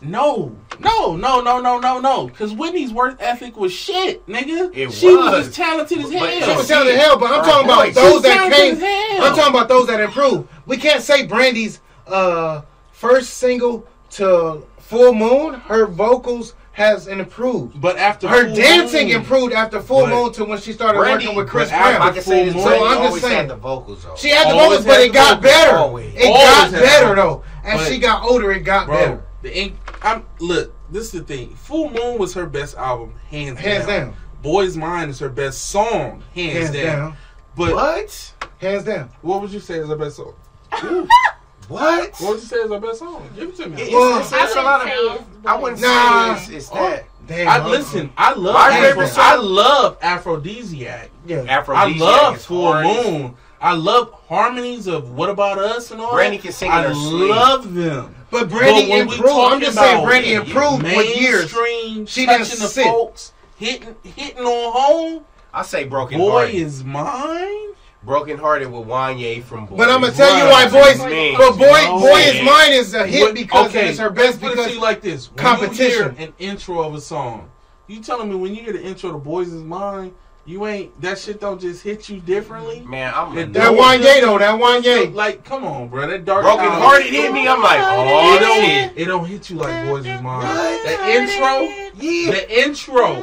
no, no, no, no, no, no, no. Because Whitney's work ethic was shit, nigga. It she was. was. just talented as But- hell. she was talented hell but i'm talking about She's those that talented came as hell. i'm talking about those that improved we can't say brandy's uh first single to full moon her vocals has improved But after her Full dancing Moon- improved after Full But- Moon to when she started Brandy- working with Chris but after Brown. Full Moon, so I'm just always had saying the vocals, though. She had the Always vocals, but had it the got vocals, better. always. It Always got had better the though. vocals. As But- she got older, it got Bro, better. The ink. I'm look. This is the thing. Full Moon was her best album, hands, Hands down. down. Boy's Mind is her best song, hands, Hands down. down. But what? Hands down. What would you say is her best song? What? What would you say is her best song? Give it to me. It- it's- it's- it's a lot of- I wouldn't say it's, it's that. Damn, Oh, I listen. I love. My Afro, favorite song- I love Aphrodisiac. Yeah. I Aphrodisiac love is Full hard. Moon. I love harmonies of "What About Us" and all. Brandy that. can sing in I her sleep. love them. But Brandy when we improved. I'm talking just saying about Brandy improved with years. mainstream, She touching didn't the sit. folks, hitting hitting on home. I say broken Boy hearted. is mine. Broken hearted with Wanye from Boy. But I'ma tell you why Boys- but Boy- Boy Is Mine is a hit because it's her best let's put it because to you like this. When competition. You hear an intro of a song. You telling me when you hear the intro to Boys Is Mine, you ain't that shit don't just hit you differently? Man, I'm It That don't Wanye just- though, that Wanye. Like, come on, bro. That dark Broken Tower- hearted hit me. I'm like, oh it don't, shit. It don't hit you like Boys Is Mine. The intro, the intro,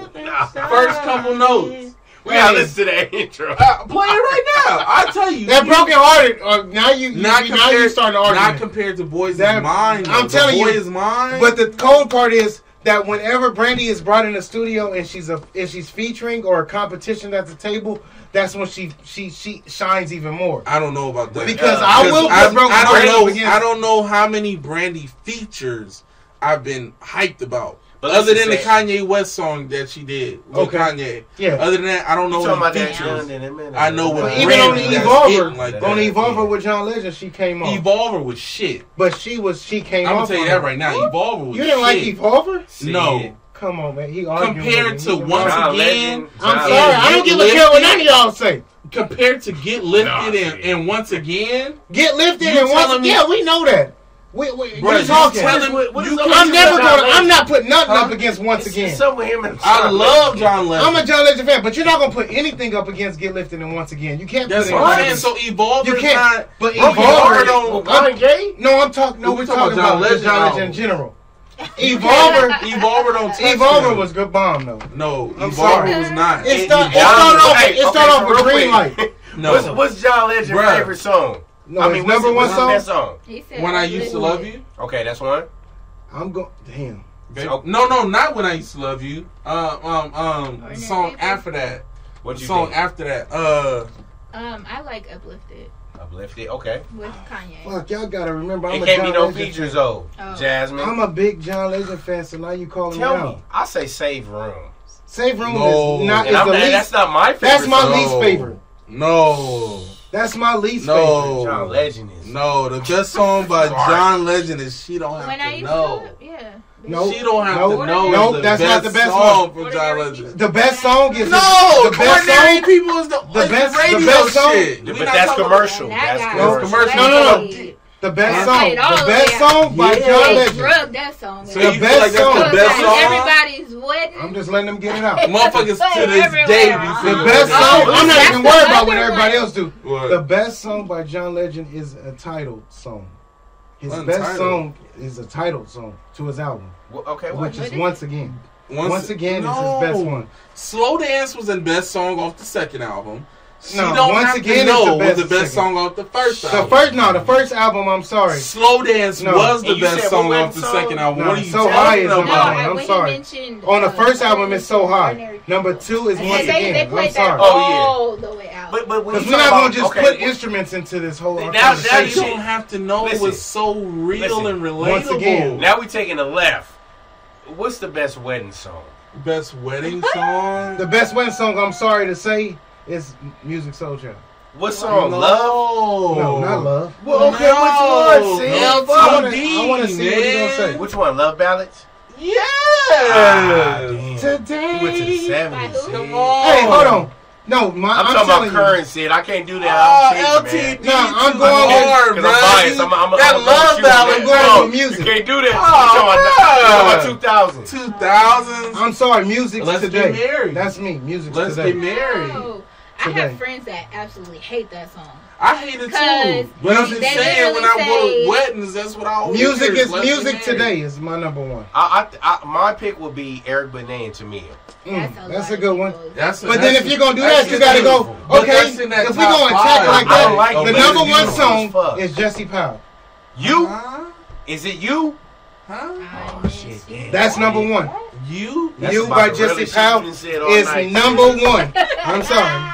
first couple notes. We gotta listen to that intro. Uh, play it right now. I tell you, That broken hearted. Uh, now you, you Not now you compared- starting to argue. not compared to boys is mine. though. I'm The telling boy you, is mine. But the cold part is that whenever Brandy is brought in the studio and she's a and she's featuring or a competition at the table, that's when she she she shines even more. I don't know about that because I will I, put broken I hearted up don't know. against- I don't know how many Brandy features I've been hyped about. But other listen, than the Zach. Kanye West song that she did with Okay. Kanye, Yeah. Other than that, I don't You know talking what about that features. Young in a minute. I know But what even on the Brandy that's Evolver, hitting like on that. the Evolver with John Legend, she came on. Evolver was shit. But she was she came I'm gonna off tell you on that her. right now. Evolver was You didn't shit. like Evolver? No. Come on, man. He arguing Compared with to me. He once arguing. again, I'm sorry. I don't give a care what none of y'all say. Compared to get lifted and, and once again, Get lifted You and once telling me- yeah, we know that. We, we, Bro, you you talking. telling- what- what is You- up with I'm you never and John gonna. I'm Legend? not putting nothing Huh? up against once again. Something with him and I love John Legend. I'm a John Legend fan, but you're not gonna put anything up against Get Lifted and once again. You can't. That's put it what I'm up saying. against- So Evolver's you can't. not- but Broken Evolver Hearted on- I'm- No, I'm talking. No, We're we're talking about talking about John Legend, Legend album. in general. Evolver, Evolver don't. touch Evolver him. was good bomb though. No, I'm Evolver sorry. was not. It start- it Evolver- start off- Hey, it start okay, off with real Green quick. Light. No. What's, what's John Legend's Bruh. favorite song? No, I his mean, number what's, one what's song? That song? He said, When I Used to Love You. Okay, that's one. I'm going. Damn. No, no, not when I used to love you. Uh, um, um, the song after that. What The you song think? after that? Uh, Um, I like uplifted Uplifted. Okay. with Kanye. Fuck, y'all gotta remember. I'm It a can't John be no Legend features fan. Oh. though, Oh. Jasmine. I'm a big John Legend fan, so now you calling Tell me out. me. I say Save Room. Save Room No. is not. Is And I'm the mad least, that's not my That's favorite my song. least No. favorite. no, That's my least no. favorite. John Legend is. No, the best song by John Legend is "She Don't Have When to I used Know." to love, yeah. Nope. She don't have Nope. to know. is Nope, the that's best not the best song one. from John Legend. The best song is No, the best Ordinary song. People is the, is the best, radio the best song. shit. We not talking about that. That's commercial. commercial. No, no, That's no. The best Got song. it all The best over song by Yeah. John They Legend. Drug that song. So The you feel best like that's song. the best song? Everybody's wedding. I'm just letting them get it out. Motherfuckers to this day be The singing best that song. shit. I'm not even worried about what everybody else do. What? The best song by John Legend is a title song. His best Untitled. song is a title song to his album, Well, okay, which what is is once again. Once, Once, again, no. is his best one. Slow Dance was the best song off the second album. She No, don't Once have Again to is know the best was the best second. song off the first The album. first, no, the first album. I'm sorry. Slow Dance No. was the And you best said song what off the song? second album. No, what are you So talking High is about? number one. I'm sorry. On the first album, it's so high. Number two is once uh, they, they again. played I'm that sorry. Oh, all the way out. But but Because Oh, we're not gonna just put instruments into this whole. Now, now you conversation. don't have to know it was so real and relatable. Once again. Now we taking a left. What's the best wedding song? Best wedding song. The best wedding song, I'm sorry to say, is Music Soul Child. What song? No. Love? No, not love. Well, okay, No. which one? No. Fuck. I wanna- I wanna see what he gonna man. say. Which one? Love ballads? Yeah. Ah. Today. He went to the 70s. Come Hey, hold on. No, my, I'm, I'm, talking telling about you. current shit. I can't do that. Oh, I'm cheating, LTD man. Nah, I'm too going with- hard, Because bro. I'm biased. I'm, I'm, I'm, That I'm love ballad Oh, going I'm with music. You can't do that. Oh, you talking about 2000. 2000s. I'm sorry, music Let's get today. married. That's me, music Let's today. get married. No. Oh, I Today. have friends that absolutely hate that song. I hate it Because too. But I'm they just saying, when I literally go say- to weddings, that's what I always Music hear is Oh, Let's music get married. today is my number one. I, I, I, my pick would be Eric Benet and Tamia. Mm, that's, a good one. That's a- but then that's if a- you're gonna do that's that, you a gotta go. beautiful. But Okay, that's in that if we're top gonna attack five. like I that, don't like the it. number Beautiful one as song is Jesse Powell. Uh-huh. You? Huh? Is it you? Huh? Oh, shit. damn. That's number one. You? That's you about by the Jesse realest shit Powell you done said all is night. number one. I'm sorry.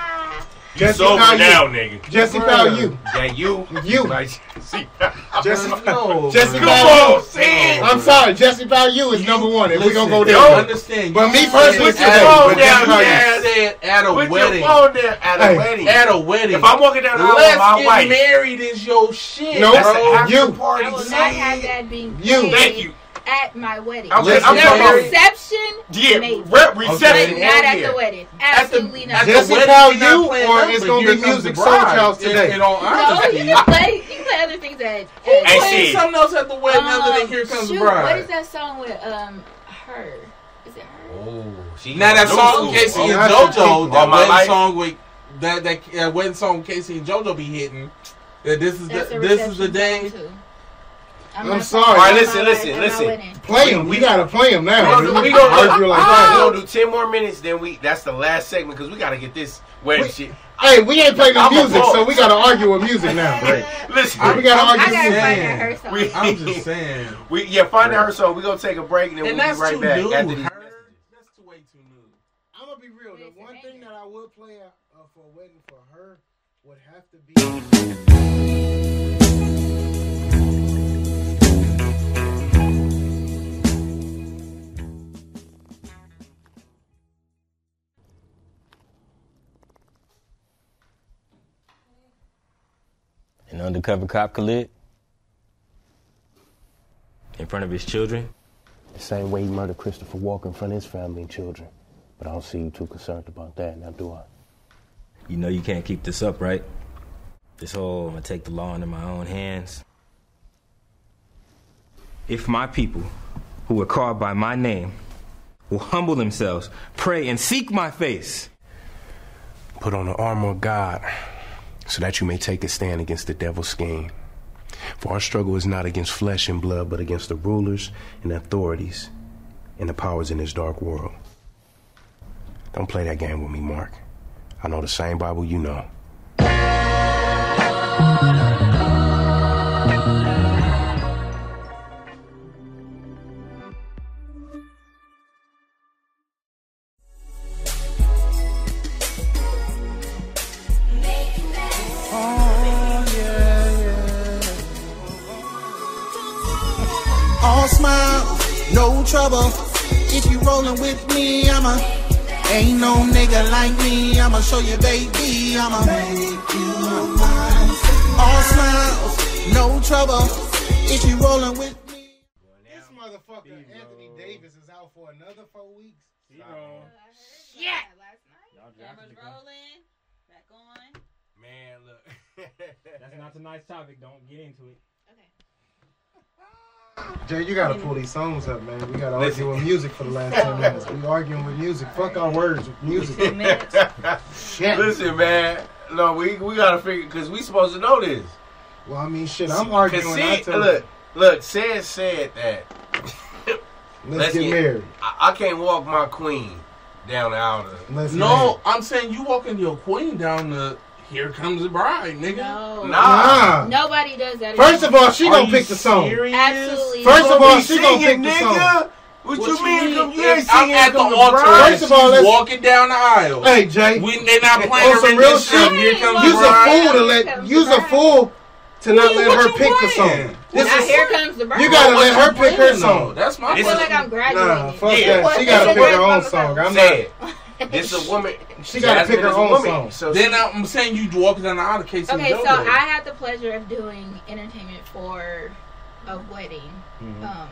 Just Jesse sober Powell, you. now, nigga. Jesse Powell, you. Yeah, you. You. Like, see, Jesse, no, Jesse bro. Come Powell. on, say it. I'm sorry, Jesse Powell, you is number one. If we gonna go Listen, there, yo, but- understand, But you me said personally, at today, a but wedding, Jesse Powell, you. yeah, there at a Put your wedding. phone there at a Hey. wedding. At a wedding. If I'm walking down the aisle Let's with my get wife, married is your shit. Nope. bro. You. party. I will not have that being played You. Thank you. at my wedding. I'm- There's I'm a sorry. reception, Yeah, maybe. re- reception But not and at here. the wedding. Absolutely not. Jesse Powell, you, or it's gonna be music soul child today. No, you can play. You can play other things at. Who at- plays something else at the wedding other than Here Comes the shoot, Bride? What is that song with um her? Is it her? Oh, Now that No song school. Casey Oh, and that's JoJo, the- all that my wedding life. song with that that uh, wedding song Casey and JoJo be hitting. That this is the, That's a this is the reception day. I'm, I'm sorry. All right, listen, listen, listen. Play him. We gotta play him now. Brother, we gonna, Argue like we that. gonna do ten more minutes. Then we that's the last segment because we gotta get this wedding shit. Hey, we ain't playing no I'm a music, so boss. we gotta argue with music now. Listen, we gotta argue. with music. We, I'm just saying. We yeah, find out her song. We gonna take a break and then And we'll that's be right too back new. after these I'm gonna be real. The one thing that I would play uh, for a wedding for her would have to be. An undercover cop, Khalid? In front of his children? The same way he murdered Christopher Walker in front of his family and children. But I don't see you too concerned about that, now do I? You know you can't keep this up, right? This whole I'm gonna take the law into my own hands. If my people, who are called by my name, will humble themselves, pray, and seek my face. Put on the armor of God, so that you may take a stand against the devil's scheme. For our struggle is not against flesh and blood, but against the rulers and authorities and the powers in this dark world. Don't play that game with me, Mark. I know the same Bible you know. All smile, no trouble. If you rollin' with me, I'ma. Ain't no nigga like me, I'ma show you, baby. I'ma make you mine. All smiles, no trouble. If you rollin' with This motherfucker Anthony Davis is out for another four weeks. You know. Shit. Man, look. That's not tonight's topic. Don't get into it. Jay, you gotta pull these songs up, man. We gotta Listen. argue with music for the last ten minutes. We arguing with music. Fuck our words with music. Shit. Listen, man. No, we we gotta figure because we supposed to know this. Well, I mean, shit. I'm arguing. Cause I see, tell look, look. Said said that. Let's get married. I, I can't walk my queen down the aisle. to- No, I'm saying you walking your queen down the Here Comes the Bride, nigga. Nah. Nobody does that. First of all, she Are gonna you pick the song. serious? Absolutely. First of all, We she gonna pick singing, the nigga. song. What What, you you mean? mean? Come, you If ain't I'm singing at the Come to altar. Bride. First of all, let's- Walking down the aisle. Hey, Jay. When they not Hey, playing on some her real this shit. shit, Here Comes You's the a Bride. fool to let. You's a fool to not let What her you pick the playing? song. Now This is. here comes the bride. You gotta let her pick her song. That's my I feel like I'm graduating. Nah, fuck Yeah. that. She Well, gotta it's a pick her word own song. I'm not. Say it. This a woman. She gotta Jasmine pick her is a own woman, song. So Then I'm saying you walking down the aisle to Casey Okay, and so JoJo. I had the pleasure of doing entertainment for a wedding. Mm-hmm. Mhm. Um,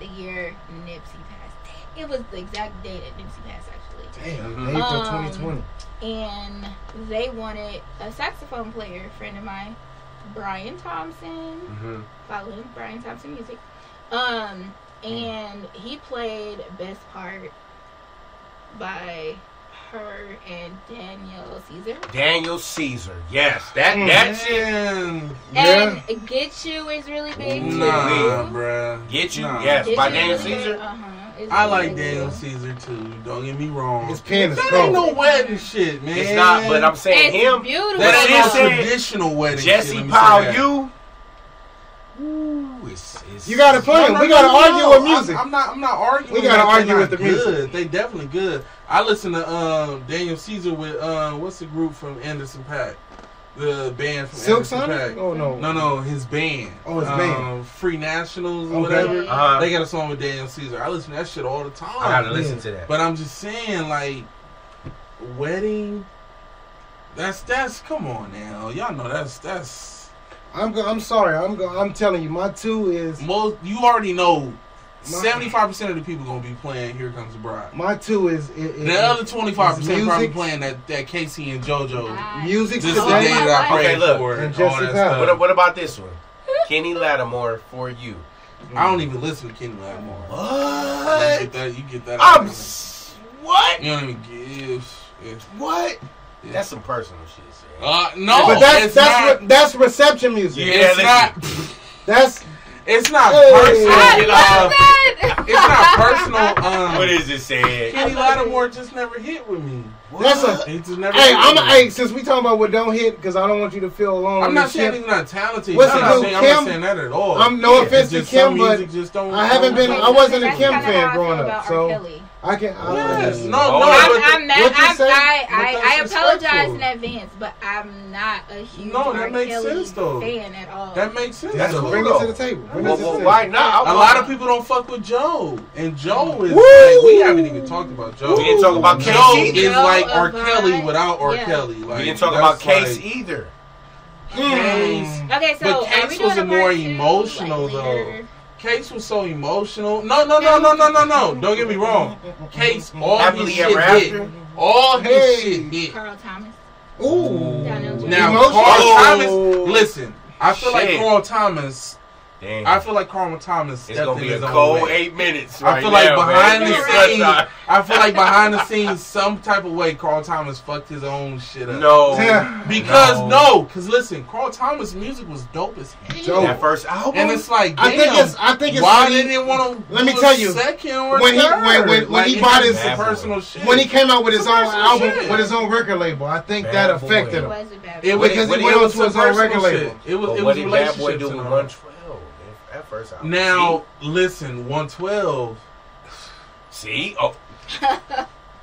the year Nipsey passed. It was the exact day that Nipsey passed, actually. Um, Damn, Mm-hmm. April 2020. And they wanted a saxophone player, friend of mine, Brian Thompson. Mhm. Follow him, Brian Thompson Music. Um, and he played Best Part by her and Danielle Caesar. Daniel Caesar. Yes, that Mm. that shit. And Get You is really big too. Nah, bruh. Get you. Nah. Yes, Get by You Daniel is really- Caesar. Uh-huh. It's I really like big. Daniel Caesar too. Don't get me wrong. His pen That ain't no wedding shit, man. It's not, but I'm saying It's him. beautiful. But That ain't she no said traditional wedding. Jesse shit, let me say Powell, that. you. Ooh, it's, is. You gotta play it. We gotta argue with music. I'm, I'm not. I'm not arguing. We gotta that argue they're with not the music. Good. They definitely good. I listen to um, Daniel Caesar with um, what's the group from Anderson Pack? The band from Silk Anderson Sonic? Paak. Oh, no. no, no, his band. Oh, his um, band. Free Nationals or Okay. whatever. Uh-huh. They got a song with Daniel Caesar. I listen to that shit all the time. I gotta listen to that. But I'm just saying, like, wedding. That's that's come on now, y'all know that's that's. I'm go- I'm sorry. I'm go- I'm telling you, my two is most. You already know. Seventy five percent of the people gonna be playing "Here Comes the Bride." My two is it, it, The other is twenty five percent probably music, playing that that Casey and JoJo Music This is the day today. that I prayed Okay, look. for and all that stuff. What, what about this one? Kenny Lattimore for you. I don't even listen to Kenny Lattimore. What? You get that? You get that? I'm s- what? You don't even give. Yeah. What? That's some personal shit. Sid. Uh, no, but that's it's that's not. re- that's reception music. Yeah, It's listen. not- That's it's not personal. I love It's not personal. Um, what is it, Sid? Kenny Lattimore just never hit with me. That's a. He just never. hey, hit I'm. with me. Hey, since we talking about what don't hit, because I don't want you to feel alone. I'm in not this saying shit. he's not talented. What's I'm, the not dude, saying, I'm not Kim? saying that at all. I'm no Yeah, offense to it's just some Kim, but music just don't- I haven't been. I wasn't a That's Kim kinda fan how I growing feel about up, R. so Kelly. I can. I Yes, no, Oh, no, I'm- but- I'm- I'm mad. What you I'm, say? I, But I, I that's apologize respectful. in advance, but I'm not a huge No, that R. makes Kelly sense, though. fan at all. That makes sense. That's though. cool, Bring it to though. the table. Bring it Well, to well, the why table. not? I A want- lot of people don't fuck with Joe, and Joe is like, we haven't even talked about Joe. We didn't talk about Joe Casey. is Joe like of R. Vine. Kelly without R. Yeah. Kelly. Like, we didn't talk about that's Case like- either. Case. Mm. Okay, so but are we Case doing was a a more part two, emotional like, though. later? Case was so emotional. No, no, no, no, no, no, no. Don't get me wrong. Case, all Happily his shit ever after? hit. All his Hey. shit hit. Carl Thomas. Ooh. Now, Emotional. Carl Oh. Thomas. Listen, I feel Shit. like Carl Thomas. Damn. I feel like Carl Thomas. It's stepped gonna in be a his own cold way. eight minutes I right feel like now, behind man. the Good scenes. God. I feel like behind the scenes, some type of way, Carl Thomas fucked his own shit up. No. because No. no, because listen, Carl Thomas' music was dope as hell. Dope. That first album? and it's like, I think damn, it's- I think it's why when he- didn't it want to? Let me tell you, second or when he- third? when- when- when Like, he it's bought just his- personal shit, When he came out with his It's own personal album, shit. with his own record label, I think Bad that Boy. affected It him. was It Boy. because What he did- went what on to was his the own personal record shit? label. It was- But it what was did Bad Boy relationships do and with all. 112? If- That first album. Now, listen, 112. See? See? Oh.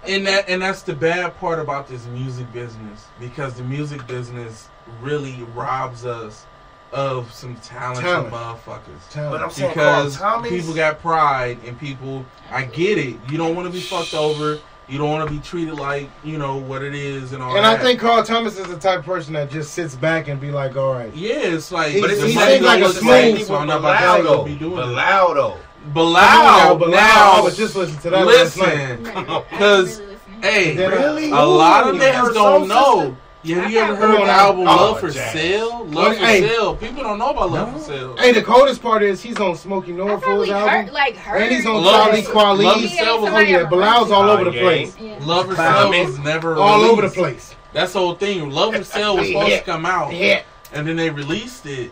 and that and that's the bad part about this music business because the music business really robs us of some talented Talent. motherfuckers. Talent. But I'm saying because Carl Thomas- people got pride and people. I get it. You don't want to be fucked over. You don't want to be treated like you know what it is and all And I that. think Carl Thomas is the type of person that just sits back and be like, all right. yeah, it's like But it's- the he money seems like don't a look right, smooth- so I'm not Bilal about though. to be doing it. Bilal Bilal, Bilal, now, I was just listening to that last Listen, night. because hey, Did I? Really? a lot of Ooh. niggas Soul don't know. Have you ever heard Come of on the now. album Oh, Love for Jazz. Sale? Well, Love for hey. Sale. People don't know about Love for Sale. Hey, the coldest part is he's on Smokey Norfolk's album. heard- like, heard. And he's on Love Charlie is- Quali. Love is Yeah, Silver. Oh, yeah, Bilal's all over the place. Love for Clown. Sale was never All released. over the place. That's the whole thing. Love for Sale was supposed Yeah. to come out, Yeah. and then they released it.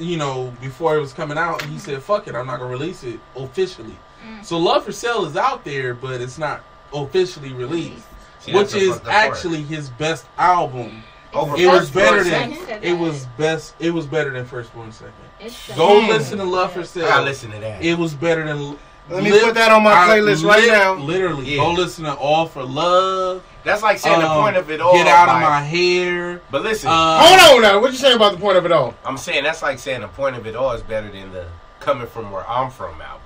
You know, before it was coming out, and he said, "Fuck it, I'm not gonna release it officially." So Love for Sale is out there, but it's not officially released, See, that's which the is fucked up part. actually his best album. Over it was Firstborn better than Second? it was best. It was better than Firstborn Second. It's Go so- listen to Love for Sale. I listen to that. It was better than. Let me put that on my playlist right now. Literally, Yeah. go listen to All for Love. Um, That's like saying the point of it all. Get out of like- Oh, my hair. Uh, But listen, Hold on now. What you saying about the point of it all? I'm saying that's like saying the point of it all is better than the coming from where I'm from album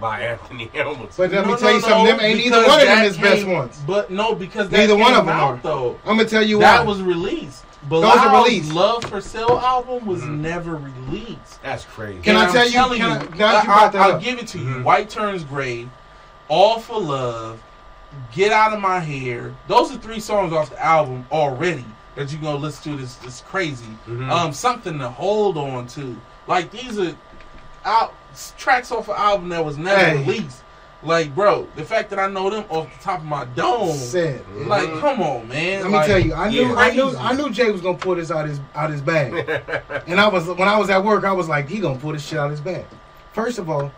by Anthony Hamilton. But let me tell you something. Them ain't either one of them his best ones. But no, because that Neither one came of them out, are. though. I'm gonna tell you that why. was released. Those Bilal's are released. Love for Sale album was never released. Mm-hmm. That's crazy. Mm-hmm. Can I tell you- can I- now that you brought that I'll up. give it to you. White turns gray. All for love. Get out of my hair. Those are three songs off the album already that you gonna listen to. This this crazy. Mm-hmm. Um, something to hold on to. Like these are out tracks off an album that was never Hey. released. Like, bro, the fact that I know them off the top of my dome. Said. Like, Mm-hmm. come on, man. Let me Like, tell you, I knew, yeah. I knew, I knew Jay was gonna pull this out his out his bag. and I was when I was at work, I was like, he gonna pull this shit out his bag. First of all,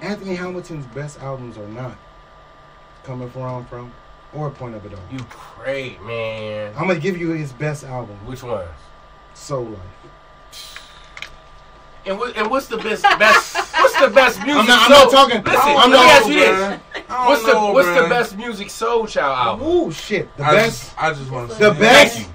Anthony Hamilton's best albums are not coming from where I'm from or point of it all. You Great man. I'm gonna give you his best album, Which one? Soul Life. And, what, and what's the best best what's the best music? I'm not- I'm not soul- talking- Listen, I don't let me know, ask you bruh. this. I don't What's the know, what's the bruh. best music soul child album? Ooh shit, the I best. Just, I just want to the best.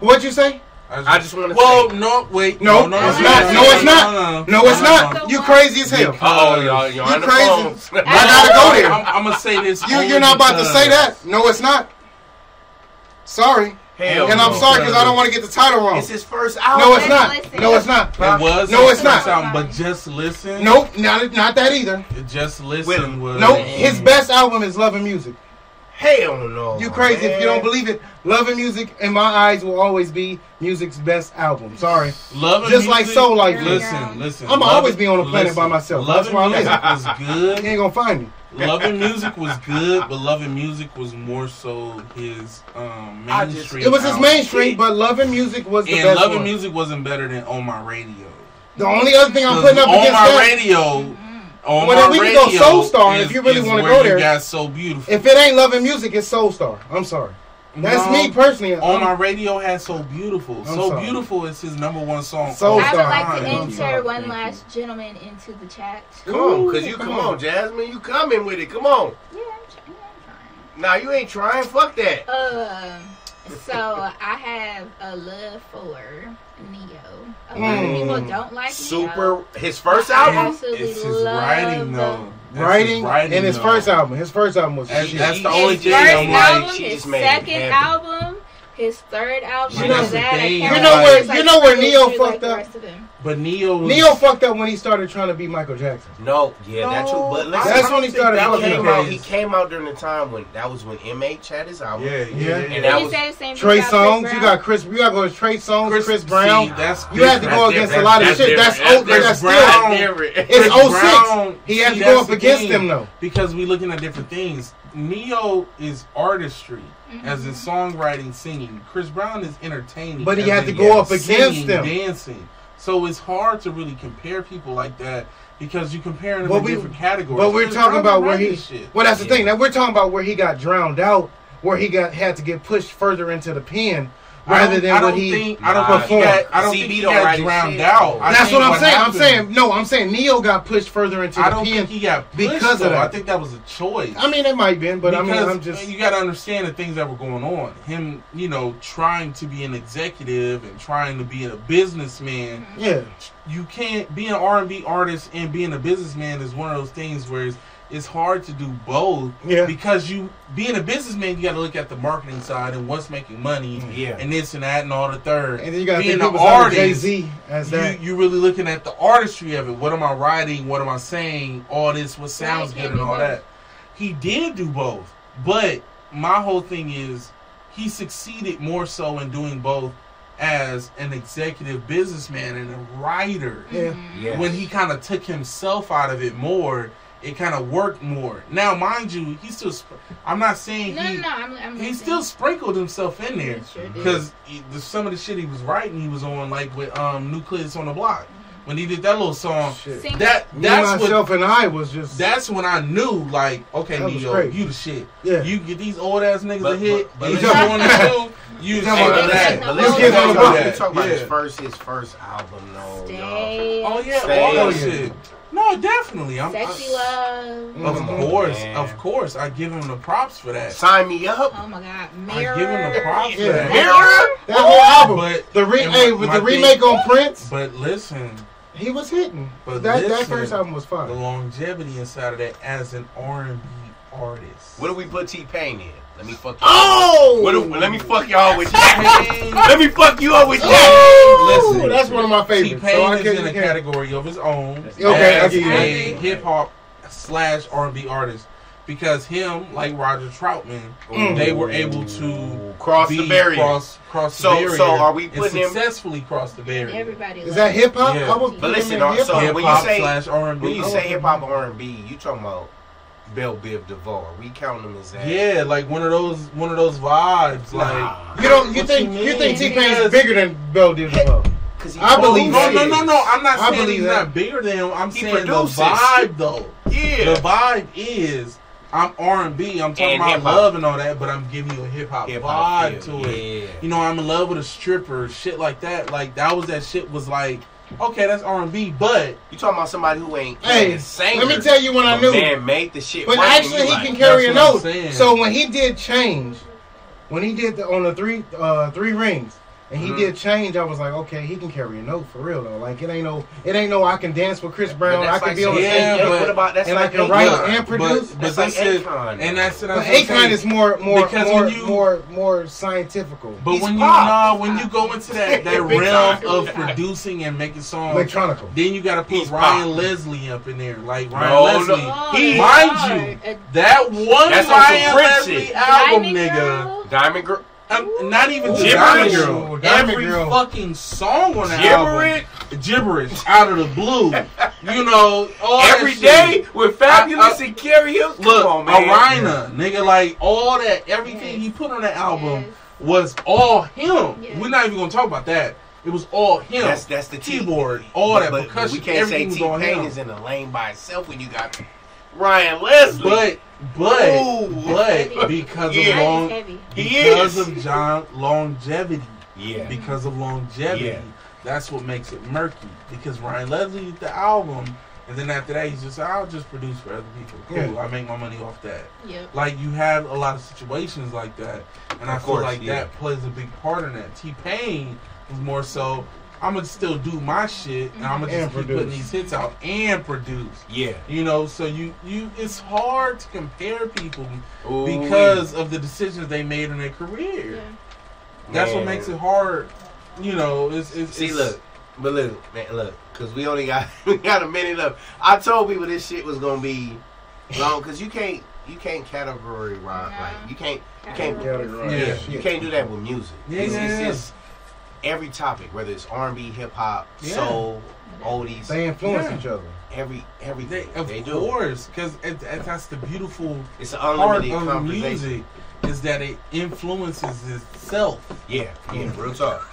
What'd you say? I just want to. Well, no, wait, No, no, no, it's no, no, not. No, it's no, not. no, No, no. it's not. You crazy as hell. Oh, y'all, y'all You on the crazy. phone. I gotta go there. I'm, I'm gonna say this. You, only you're not about to say that. because- No, it's not. Sorry. Hell and I'm no. sorry because I don't want to get the title wrong. It's his first No, it's not. No, it's not. It was. No, his it's not. first album, but just listen. Nope, not not that either. Just listen. Was, Nope, his best album is Love and Music. Hell no. You crazy if you man. don't believe it. Love and Music, in my eyes, will always be music's best album. Sorry. Love and Just like Music- Soul Life. Listen, listen. I'm Love always and- be on the planet by listen. myself. Love That's why I'm and Music here. was good. You ain't gonna find me. Loving music was good, but loving music was more so his um, I mainstream. just- it was his album. mainstream, but Love and Music was the and best loving one. music wasn't better than on my radio. The only other thing I'm 'Cause putting up on against my that- radio. On Well, then my we can radio go Soul Star if is- you really is wanna where go you there. Got so beautiful. If it ain't Love and Music, it's Soul Star. I'm sorry. That's No, me personally. On I'm- my radio had so beautiful. I'm so sorry. beautiful is his number one song. Oh, Soul all Star. time. I To Thank you. enter one last gentleman into the chat. Come on, Ooh, cause you- you come come on. on, on, Jasmine, you coming with it? Come on. Nah, you ain't trying. Fuck that. Um, so I have a love for Neo. A lot Mm. of people don't like Neo. Super. His first I album? absolutely It's his love writing, though. That's his Writing, writing, and his though. first album. His first album was That's- shit. that's the only His first album, his second album, his third album. You know, after that, I you can't know remember. where It's like you know where three Neo through, like, fucked the up. rest of them. But Neo, Neo fucked up when he started trying to be Michael Jackson. No, No, yeah, that Oh, too, but listen- That's when he started fucking fucking up. up. He He came out during the time when that was when MH had his album. Yeah, yeah, And yeah. that He was said the same thing Trey about Chris Songz. You Brown. got Chris. You got to go to Trey Songz, Chris, Brown. that's you had to different. go That's against different. a lot of That's shit. different. That's old. That's That's, still. different. Chris It's Brown, 06. He had to see, go that's up the against thing, them though. Because we looking at different things. Neo is artistry as in songwriting, singing. Chris Brown is entertaining. But he as had in to go up against singing, them. Dancing. So it's hard to really compare people like that because you comparing them But in we- different categories. But we're Chris talking Brown about wrote where he. this shit. Well, that's the Yeah. thing. Now we're talking about where he got drowned out, where he got had to get pushed further into the pen, I rather don't- than I what don't he think- I don't think he performed. got- I don't CB think he don't got write his drowned shit. out. I that's think what I'm what saying. happened- I'm saying no. I'm saying Neo got pushed further into I the don't pen think he got pushed, because though. of that. I think that was a choice. I mean, it might have been, but I mean, Because I'm just. you got to understand the things that were going on. Him, you know, trying to be an executive and trying to be a businessman. Yeah. You can't be an R and B artist and being a businessman is one of those things where it's, it's hard to do both. Yeah. Because you being a businessman, you got to look at the marketing side and what's making money. Mm-hmm. Yeah. And this and that and all the third. And then you got to being think an people artist, Jay artist. Z as that. You, you really looking at the artistry of it. What am I writing? What am I saying? All this, what sounds Right, good and all that. He did do both, but my whole thing is he succeeded more so in doing both as an executive businessman and a writer. Yeah. Mm-hmm. Yes. When he kind of took himself out of it more, it kind of worked more. Now, mind you, he still. Sp- I'm not saying No, he no, no. I'm, I'm he listening. still sprinkled himself in there did. because some of the shit he was writing, he was on like with um, Nucleus on the Block Mm-hmm. when he did that little song. Sing That it. Me, that's Myself, what, and I was just. That's when I knew like, okay, That was Neo, great. you the shit. Yeah. you get these old ass niggas a hit, but but you listen- on the shoe, you Hey, the but shit. listen- That. but listen- Let's get on Talk the block. about We talk about that. his Yeah. first- his first album, though. Stay. Oh yeah, Stay. all that shit. No, definitely. I'm, Sexy I- love. of course, of course, I give him the props for that. Sign me up. Oh my God. I Mirror. give him the props for Yeah. that. That whole album. But the re- and hey, my- with my the remake thing- on Prince, But listen, he was hitting. but that that listen, first album was fine. The longevity inside of that as an R and B artist. What do we put T Pain in? Let me fuck. Oh! What do- let me fuck y'all with that. let me fuck you up with that. Listen, that's one of my favorites. T-Pain So I is can- in a yeah. category of his own. Okay, I as get you. a hip hop slash R and B artist. Because him, like Roger Troutman, Mm. they were able to Cross be- the barrier. Cross, cross So- the barrier. so are we and putting him- successfully cross the barrier? Everybody. Is that hip hop? Yeah. I was But listen, putting him in uh, also, hip-hop. when you Hip-hop say- slash R&B. when I you was say hip hop R and B, you talking about Bell Biv DeVore? We count him as that. Yeah, like one of those one of those vibes. Like You don't. You What think mean? you, think T Pain is bigger than Bell Biv DeVore? Because I believe no, that. no, no, no. I'm not I saying believe he's that. not bigger than him. I'm He saying produces. the vibe though. Yeah. the vibe is I'm R&B. I'm talking And about hip-hop. love and all that, but I'm giving you a hip hop Hip-hop vibe feel, to it. You know, I'm in love with a stripper, shit like that. Like that was that shit was like Okay, that's R and B, but you talking about somebody who ain't Hey, a singer, let me tell you when I but knew. Man, make the shit. But work and actually, you he like, can carry a that's what note. I'm saying. So when he did change, when he did the, on the three uh, three rings, and he Mhm. did change, I was like, okay, he can carry a note for real though. Like it ain't no, it ain't no. I can dance with Chris Brown. I that's can like be on the saying, stage. yeah, but what about- that's and I like can Akon. write But- and but- produce. but That's like this is- Akon. and that's what I But was gonna Akon say. is more more Because more when you- more more scientifical. But when you pop. nah, when you go into that, that Big realm time. of producing and making songs, Electronical. then you got to put Ryan Leslie up in there, like Ryan No, Leslie. no. Oh, He, that's mind hard. you, that one That's on some Ryan Prince Leslie shit. album, Diamond nigga. Diamond Girl. I'm not even Diamond Diamond Girl. Girl. Diamond Every Girl. fucking song on that Gibberish. album, gibberish out of the blue. You know, all Every that day shit. with Fabulous I- I- and Curious. Look, Come on, man. Arina, nigga, like all that, everything he put on that album was all him. We're not even gonna talk about that. It was all him. That's- that's the T. keyboard, all But- that but percussion. We can't say everything T was all Pain him. is in the lane by itself when you got Ryan Leslie. But but Ooh. but because of Yeah. long He because is. of John longevity. Yeah. Because of longevity. Yeah. That's what makes it murky. Because Ryan Leslie did the album and then after that he's just I'll just produce for other people. Cool. Yeah. I make my money off that. Yep. Like you have a lot of situations like that. And I Of feel course, like yeah. that plays a big part in that. T Pain was more so I'ma still do my shit and I'ma just And keep putting produce. these hits out and produce. Yeah. You know, so you you it's hard to compare people Ooh. because of the decisions they made in their career. That's what Man. makes it hard. You know, it's, it's See, it's- look, but look, man, look, because we only got we got a minute left. I told people this shit was gonna be long because you can't you can't categorize like you can't you can't Categorize. yeah, you can't do that with music. Yeah, It's- yeah, it's yeah. just every topic, whether it's R and B, hip hop, Yeah. soul, oldies, They influence each other. Every everything Of they do. course, because that's the beautiful It's an part unlimited of conversation. music is that it influences itself. Yeah, yeah, real talk,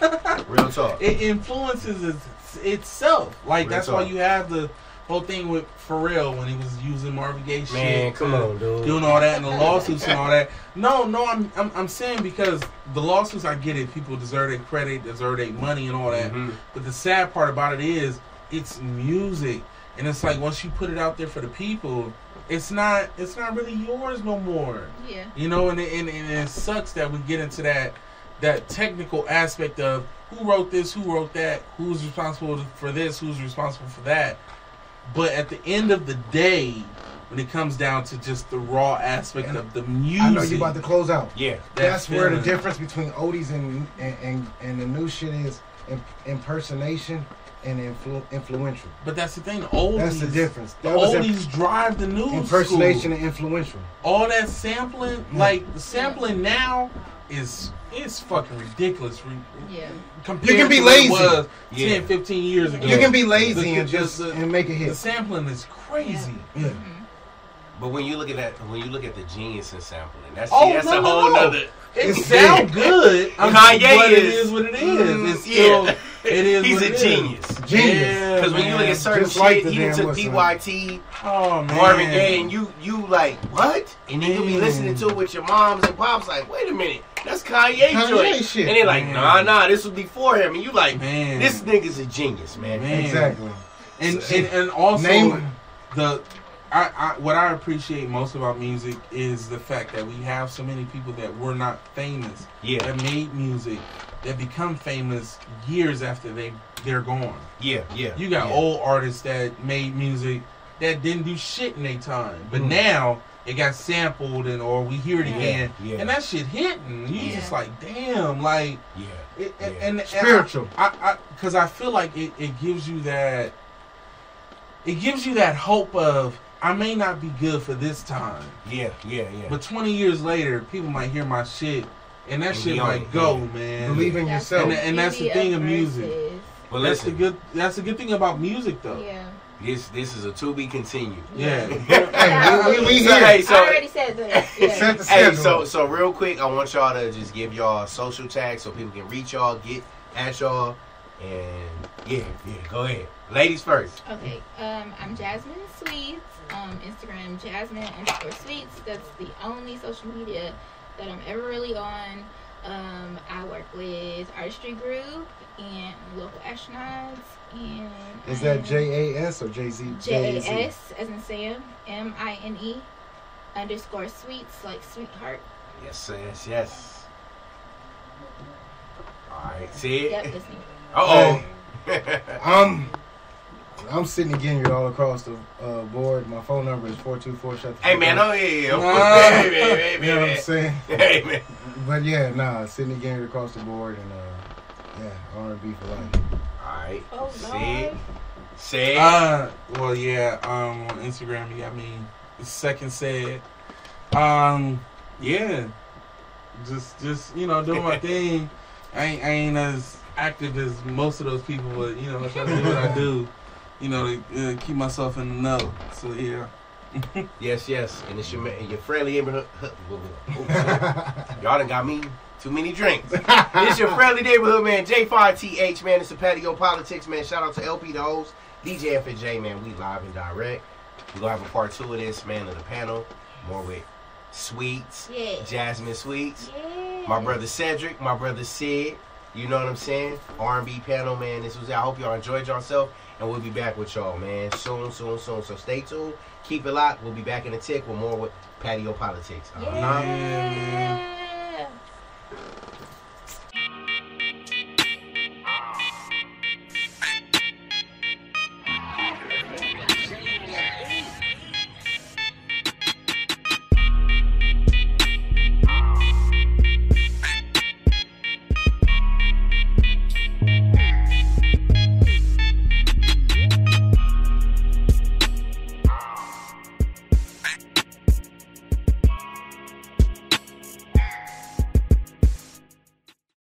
real talk. It influences its, itself. Like Real that's talk. why you have the whole thing with Pharrell when he was using Marvin Gaye shit, Man, come and on, dude. doing all that and the lawsuits and all that. No, no, I'm I'm, I'm saying because the lawsuits, I get it. People deserve their credit, deserve their money, and all that. But the sad part about it is, it's music, and it's like once you put it out there for the people, it's not it's not really yours no more. Yeah. You know, and it, and, and it sucks that we get into that that technical aspect of who wrote this, who wrote that, who's responsible for this, who's responsible for that. But at the end of the day, when it comes down to just the raw aspect of the music, I know you about to close out. Yeah, that's, where the feeling. difference between oldies and and, and, and the new shit is Im- impersonation and influ- influential. But that's the thing, the oldies. That's the difference. The That was imp- oldies drive the new impersonation school. and influential. All that sampling, Mm. like the sampling now is is fucking ridiculous. Re- Yeah. compared You can be to what it lazy. was 10, Yeah. 15 years ago. You can be The- lazy the- and just the- and make a The hit. sampling is crazy. Yeah. But when you look at that, when you look at the genius in sampling, that's Oh, see, that's no, a no, whole no. nother. It sound good. I'm- Kanye but is. it is what it is. Mm, It's still, yeah. it is. He's what a it is. genius. Yeah, Because when you look man. at certain Just like shit, the he damn done took whistle. PYT, oh, man. Marvin Gaye, and you you like what? And then you'll be Man. listening to it with your moms and pops, like, wait a minute, that's Kanye, Kanye joint. shit. And they're like, Man. nah, nah, this was before him. And you like, Man. this nigga's a genius, man. Man. Exactly. And, and and also Name- the I, I what I appreciate most about music is the fact that we have so many people that were not famous. Yeah. That made music that become famous years after they they're gone. Yeah, yeah. You got yeah. old artists that made music that didn't do shit in their time. But Mm. now it got sampled and or we hear it Yeah, again. yeah. And that shit hitting. You just like, damn, like Yeah. it, and- And, and Spiritual. I, because I, feel like it, it gives you that. It gives you that hope of I may not be good for this time, Yeah, yeah, yeah. but 20 years later, people might hear my shit, and that And shit be on might it, go, yeah. man. Believe in That's yourself. And, the and that's the beauty thing of of music. verses. Well, that's the listen. good. That's the good thing about music, though. Yeah. This this is a to be continued. Yeah. Hey, we- we so, here. hey, so, I already said that. Yeah. Set the hey, schedule. so so real quick, I want y'all to just give y'all social tags so people can reach y'all, get at y'all, and yeah, yeah. Go ahead, ladies first. Okay, um, I'm Jasmine Sweets. Um, Instagram Jasmine underscore Sweets. That's the only social media that I'm ever really on. Um, I work with Artistry Group and Local Astronauts and Is I that am J A S or Jay Z? J-A-S as in Sam, M-I-N-E E underscore sweets like sweetheart. Yes, yes, yes. All right, see it. Yep, that's me. Uh oh. I'm I'm sitting again here all across the uh, board. My phone number is four two four. Shut the Hey, fuck man, up. oh, yeah, yeah, of Nah. course. Hey, man, hey, You know man. what I'm saying? Hey, man. But yeah, nah, sitting again here across the board and uh, yeah, R and B for life. All right, See? Say. Uh, well, yeah. Um, on Instagram, you got me. Second said. Um, yeah. Just, just you know, doing my thing. I ain't, I ain't as active as most of those people, but you know, I try to do what I do. You know, to uh, keep myself in the know. So yeah. yes, yes, and it's your ma- your friendly neighborhood. Oh, Y'all done got me too many drinks. it's your friendly neighborhood man, J5TH man. It's the patio politics man. Shout out to LP the host, DJ F and J man. We live and direct. We gonna have a part two of this man of the panel. More with Sweets, Yeah. Jasmine Sweets, my brother Cedric, my brother Sid. You know what I'm saying? R&B panel man. This was it. I hope y'all enjoyed yourself, and we'll be back with y'all man soon, soon, soon. So stay tuned. Keep it locked. We'll be back in a tick with more with patio politics. Uh-huh. Yeah, man.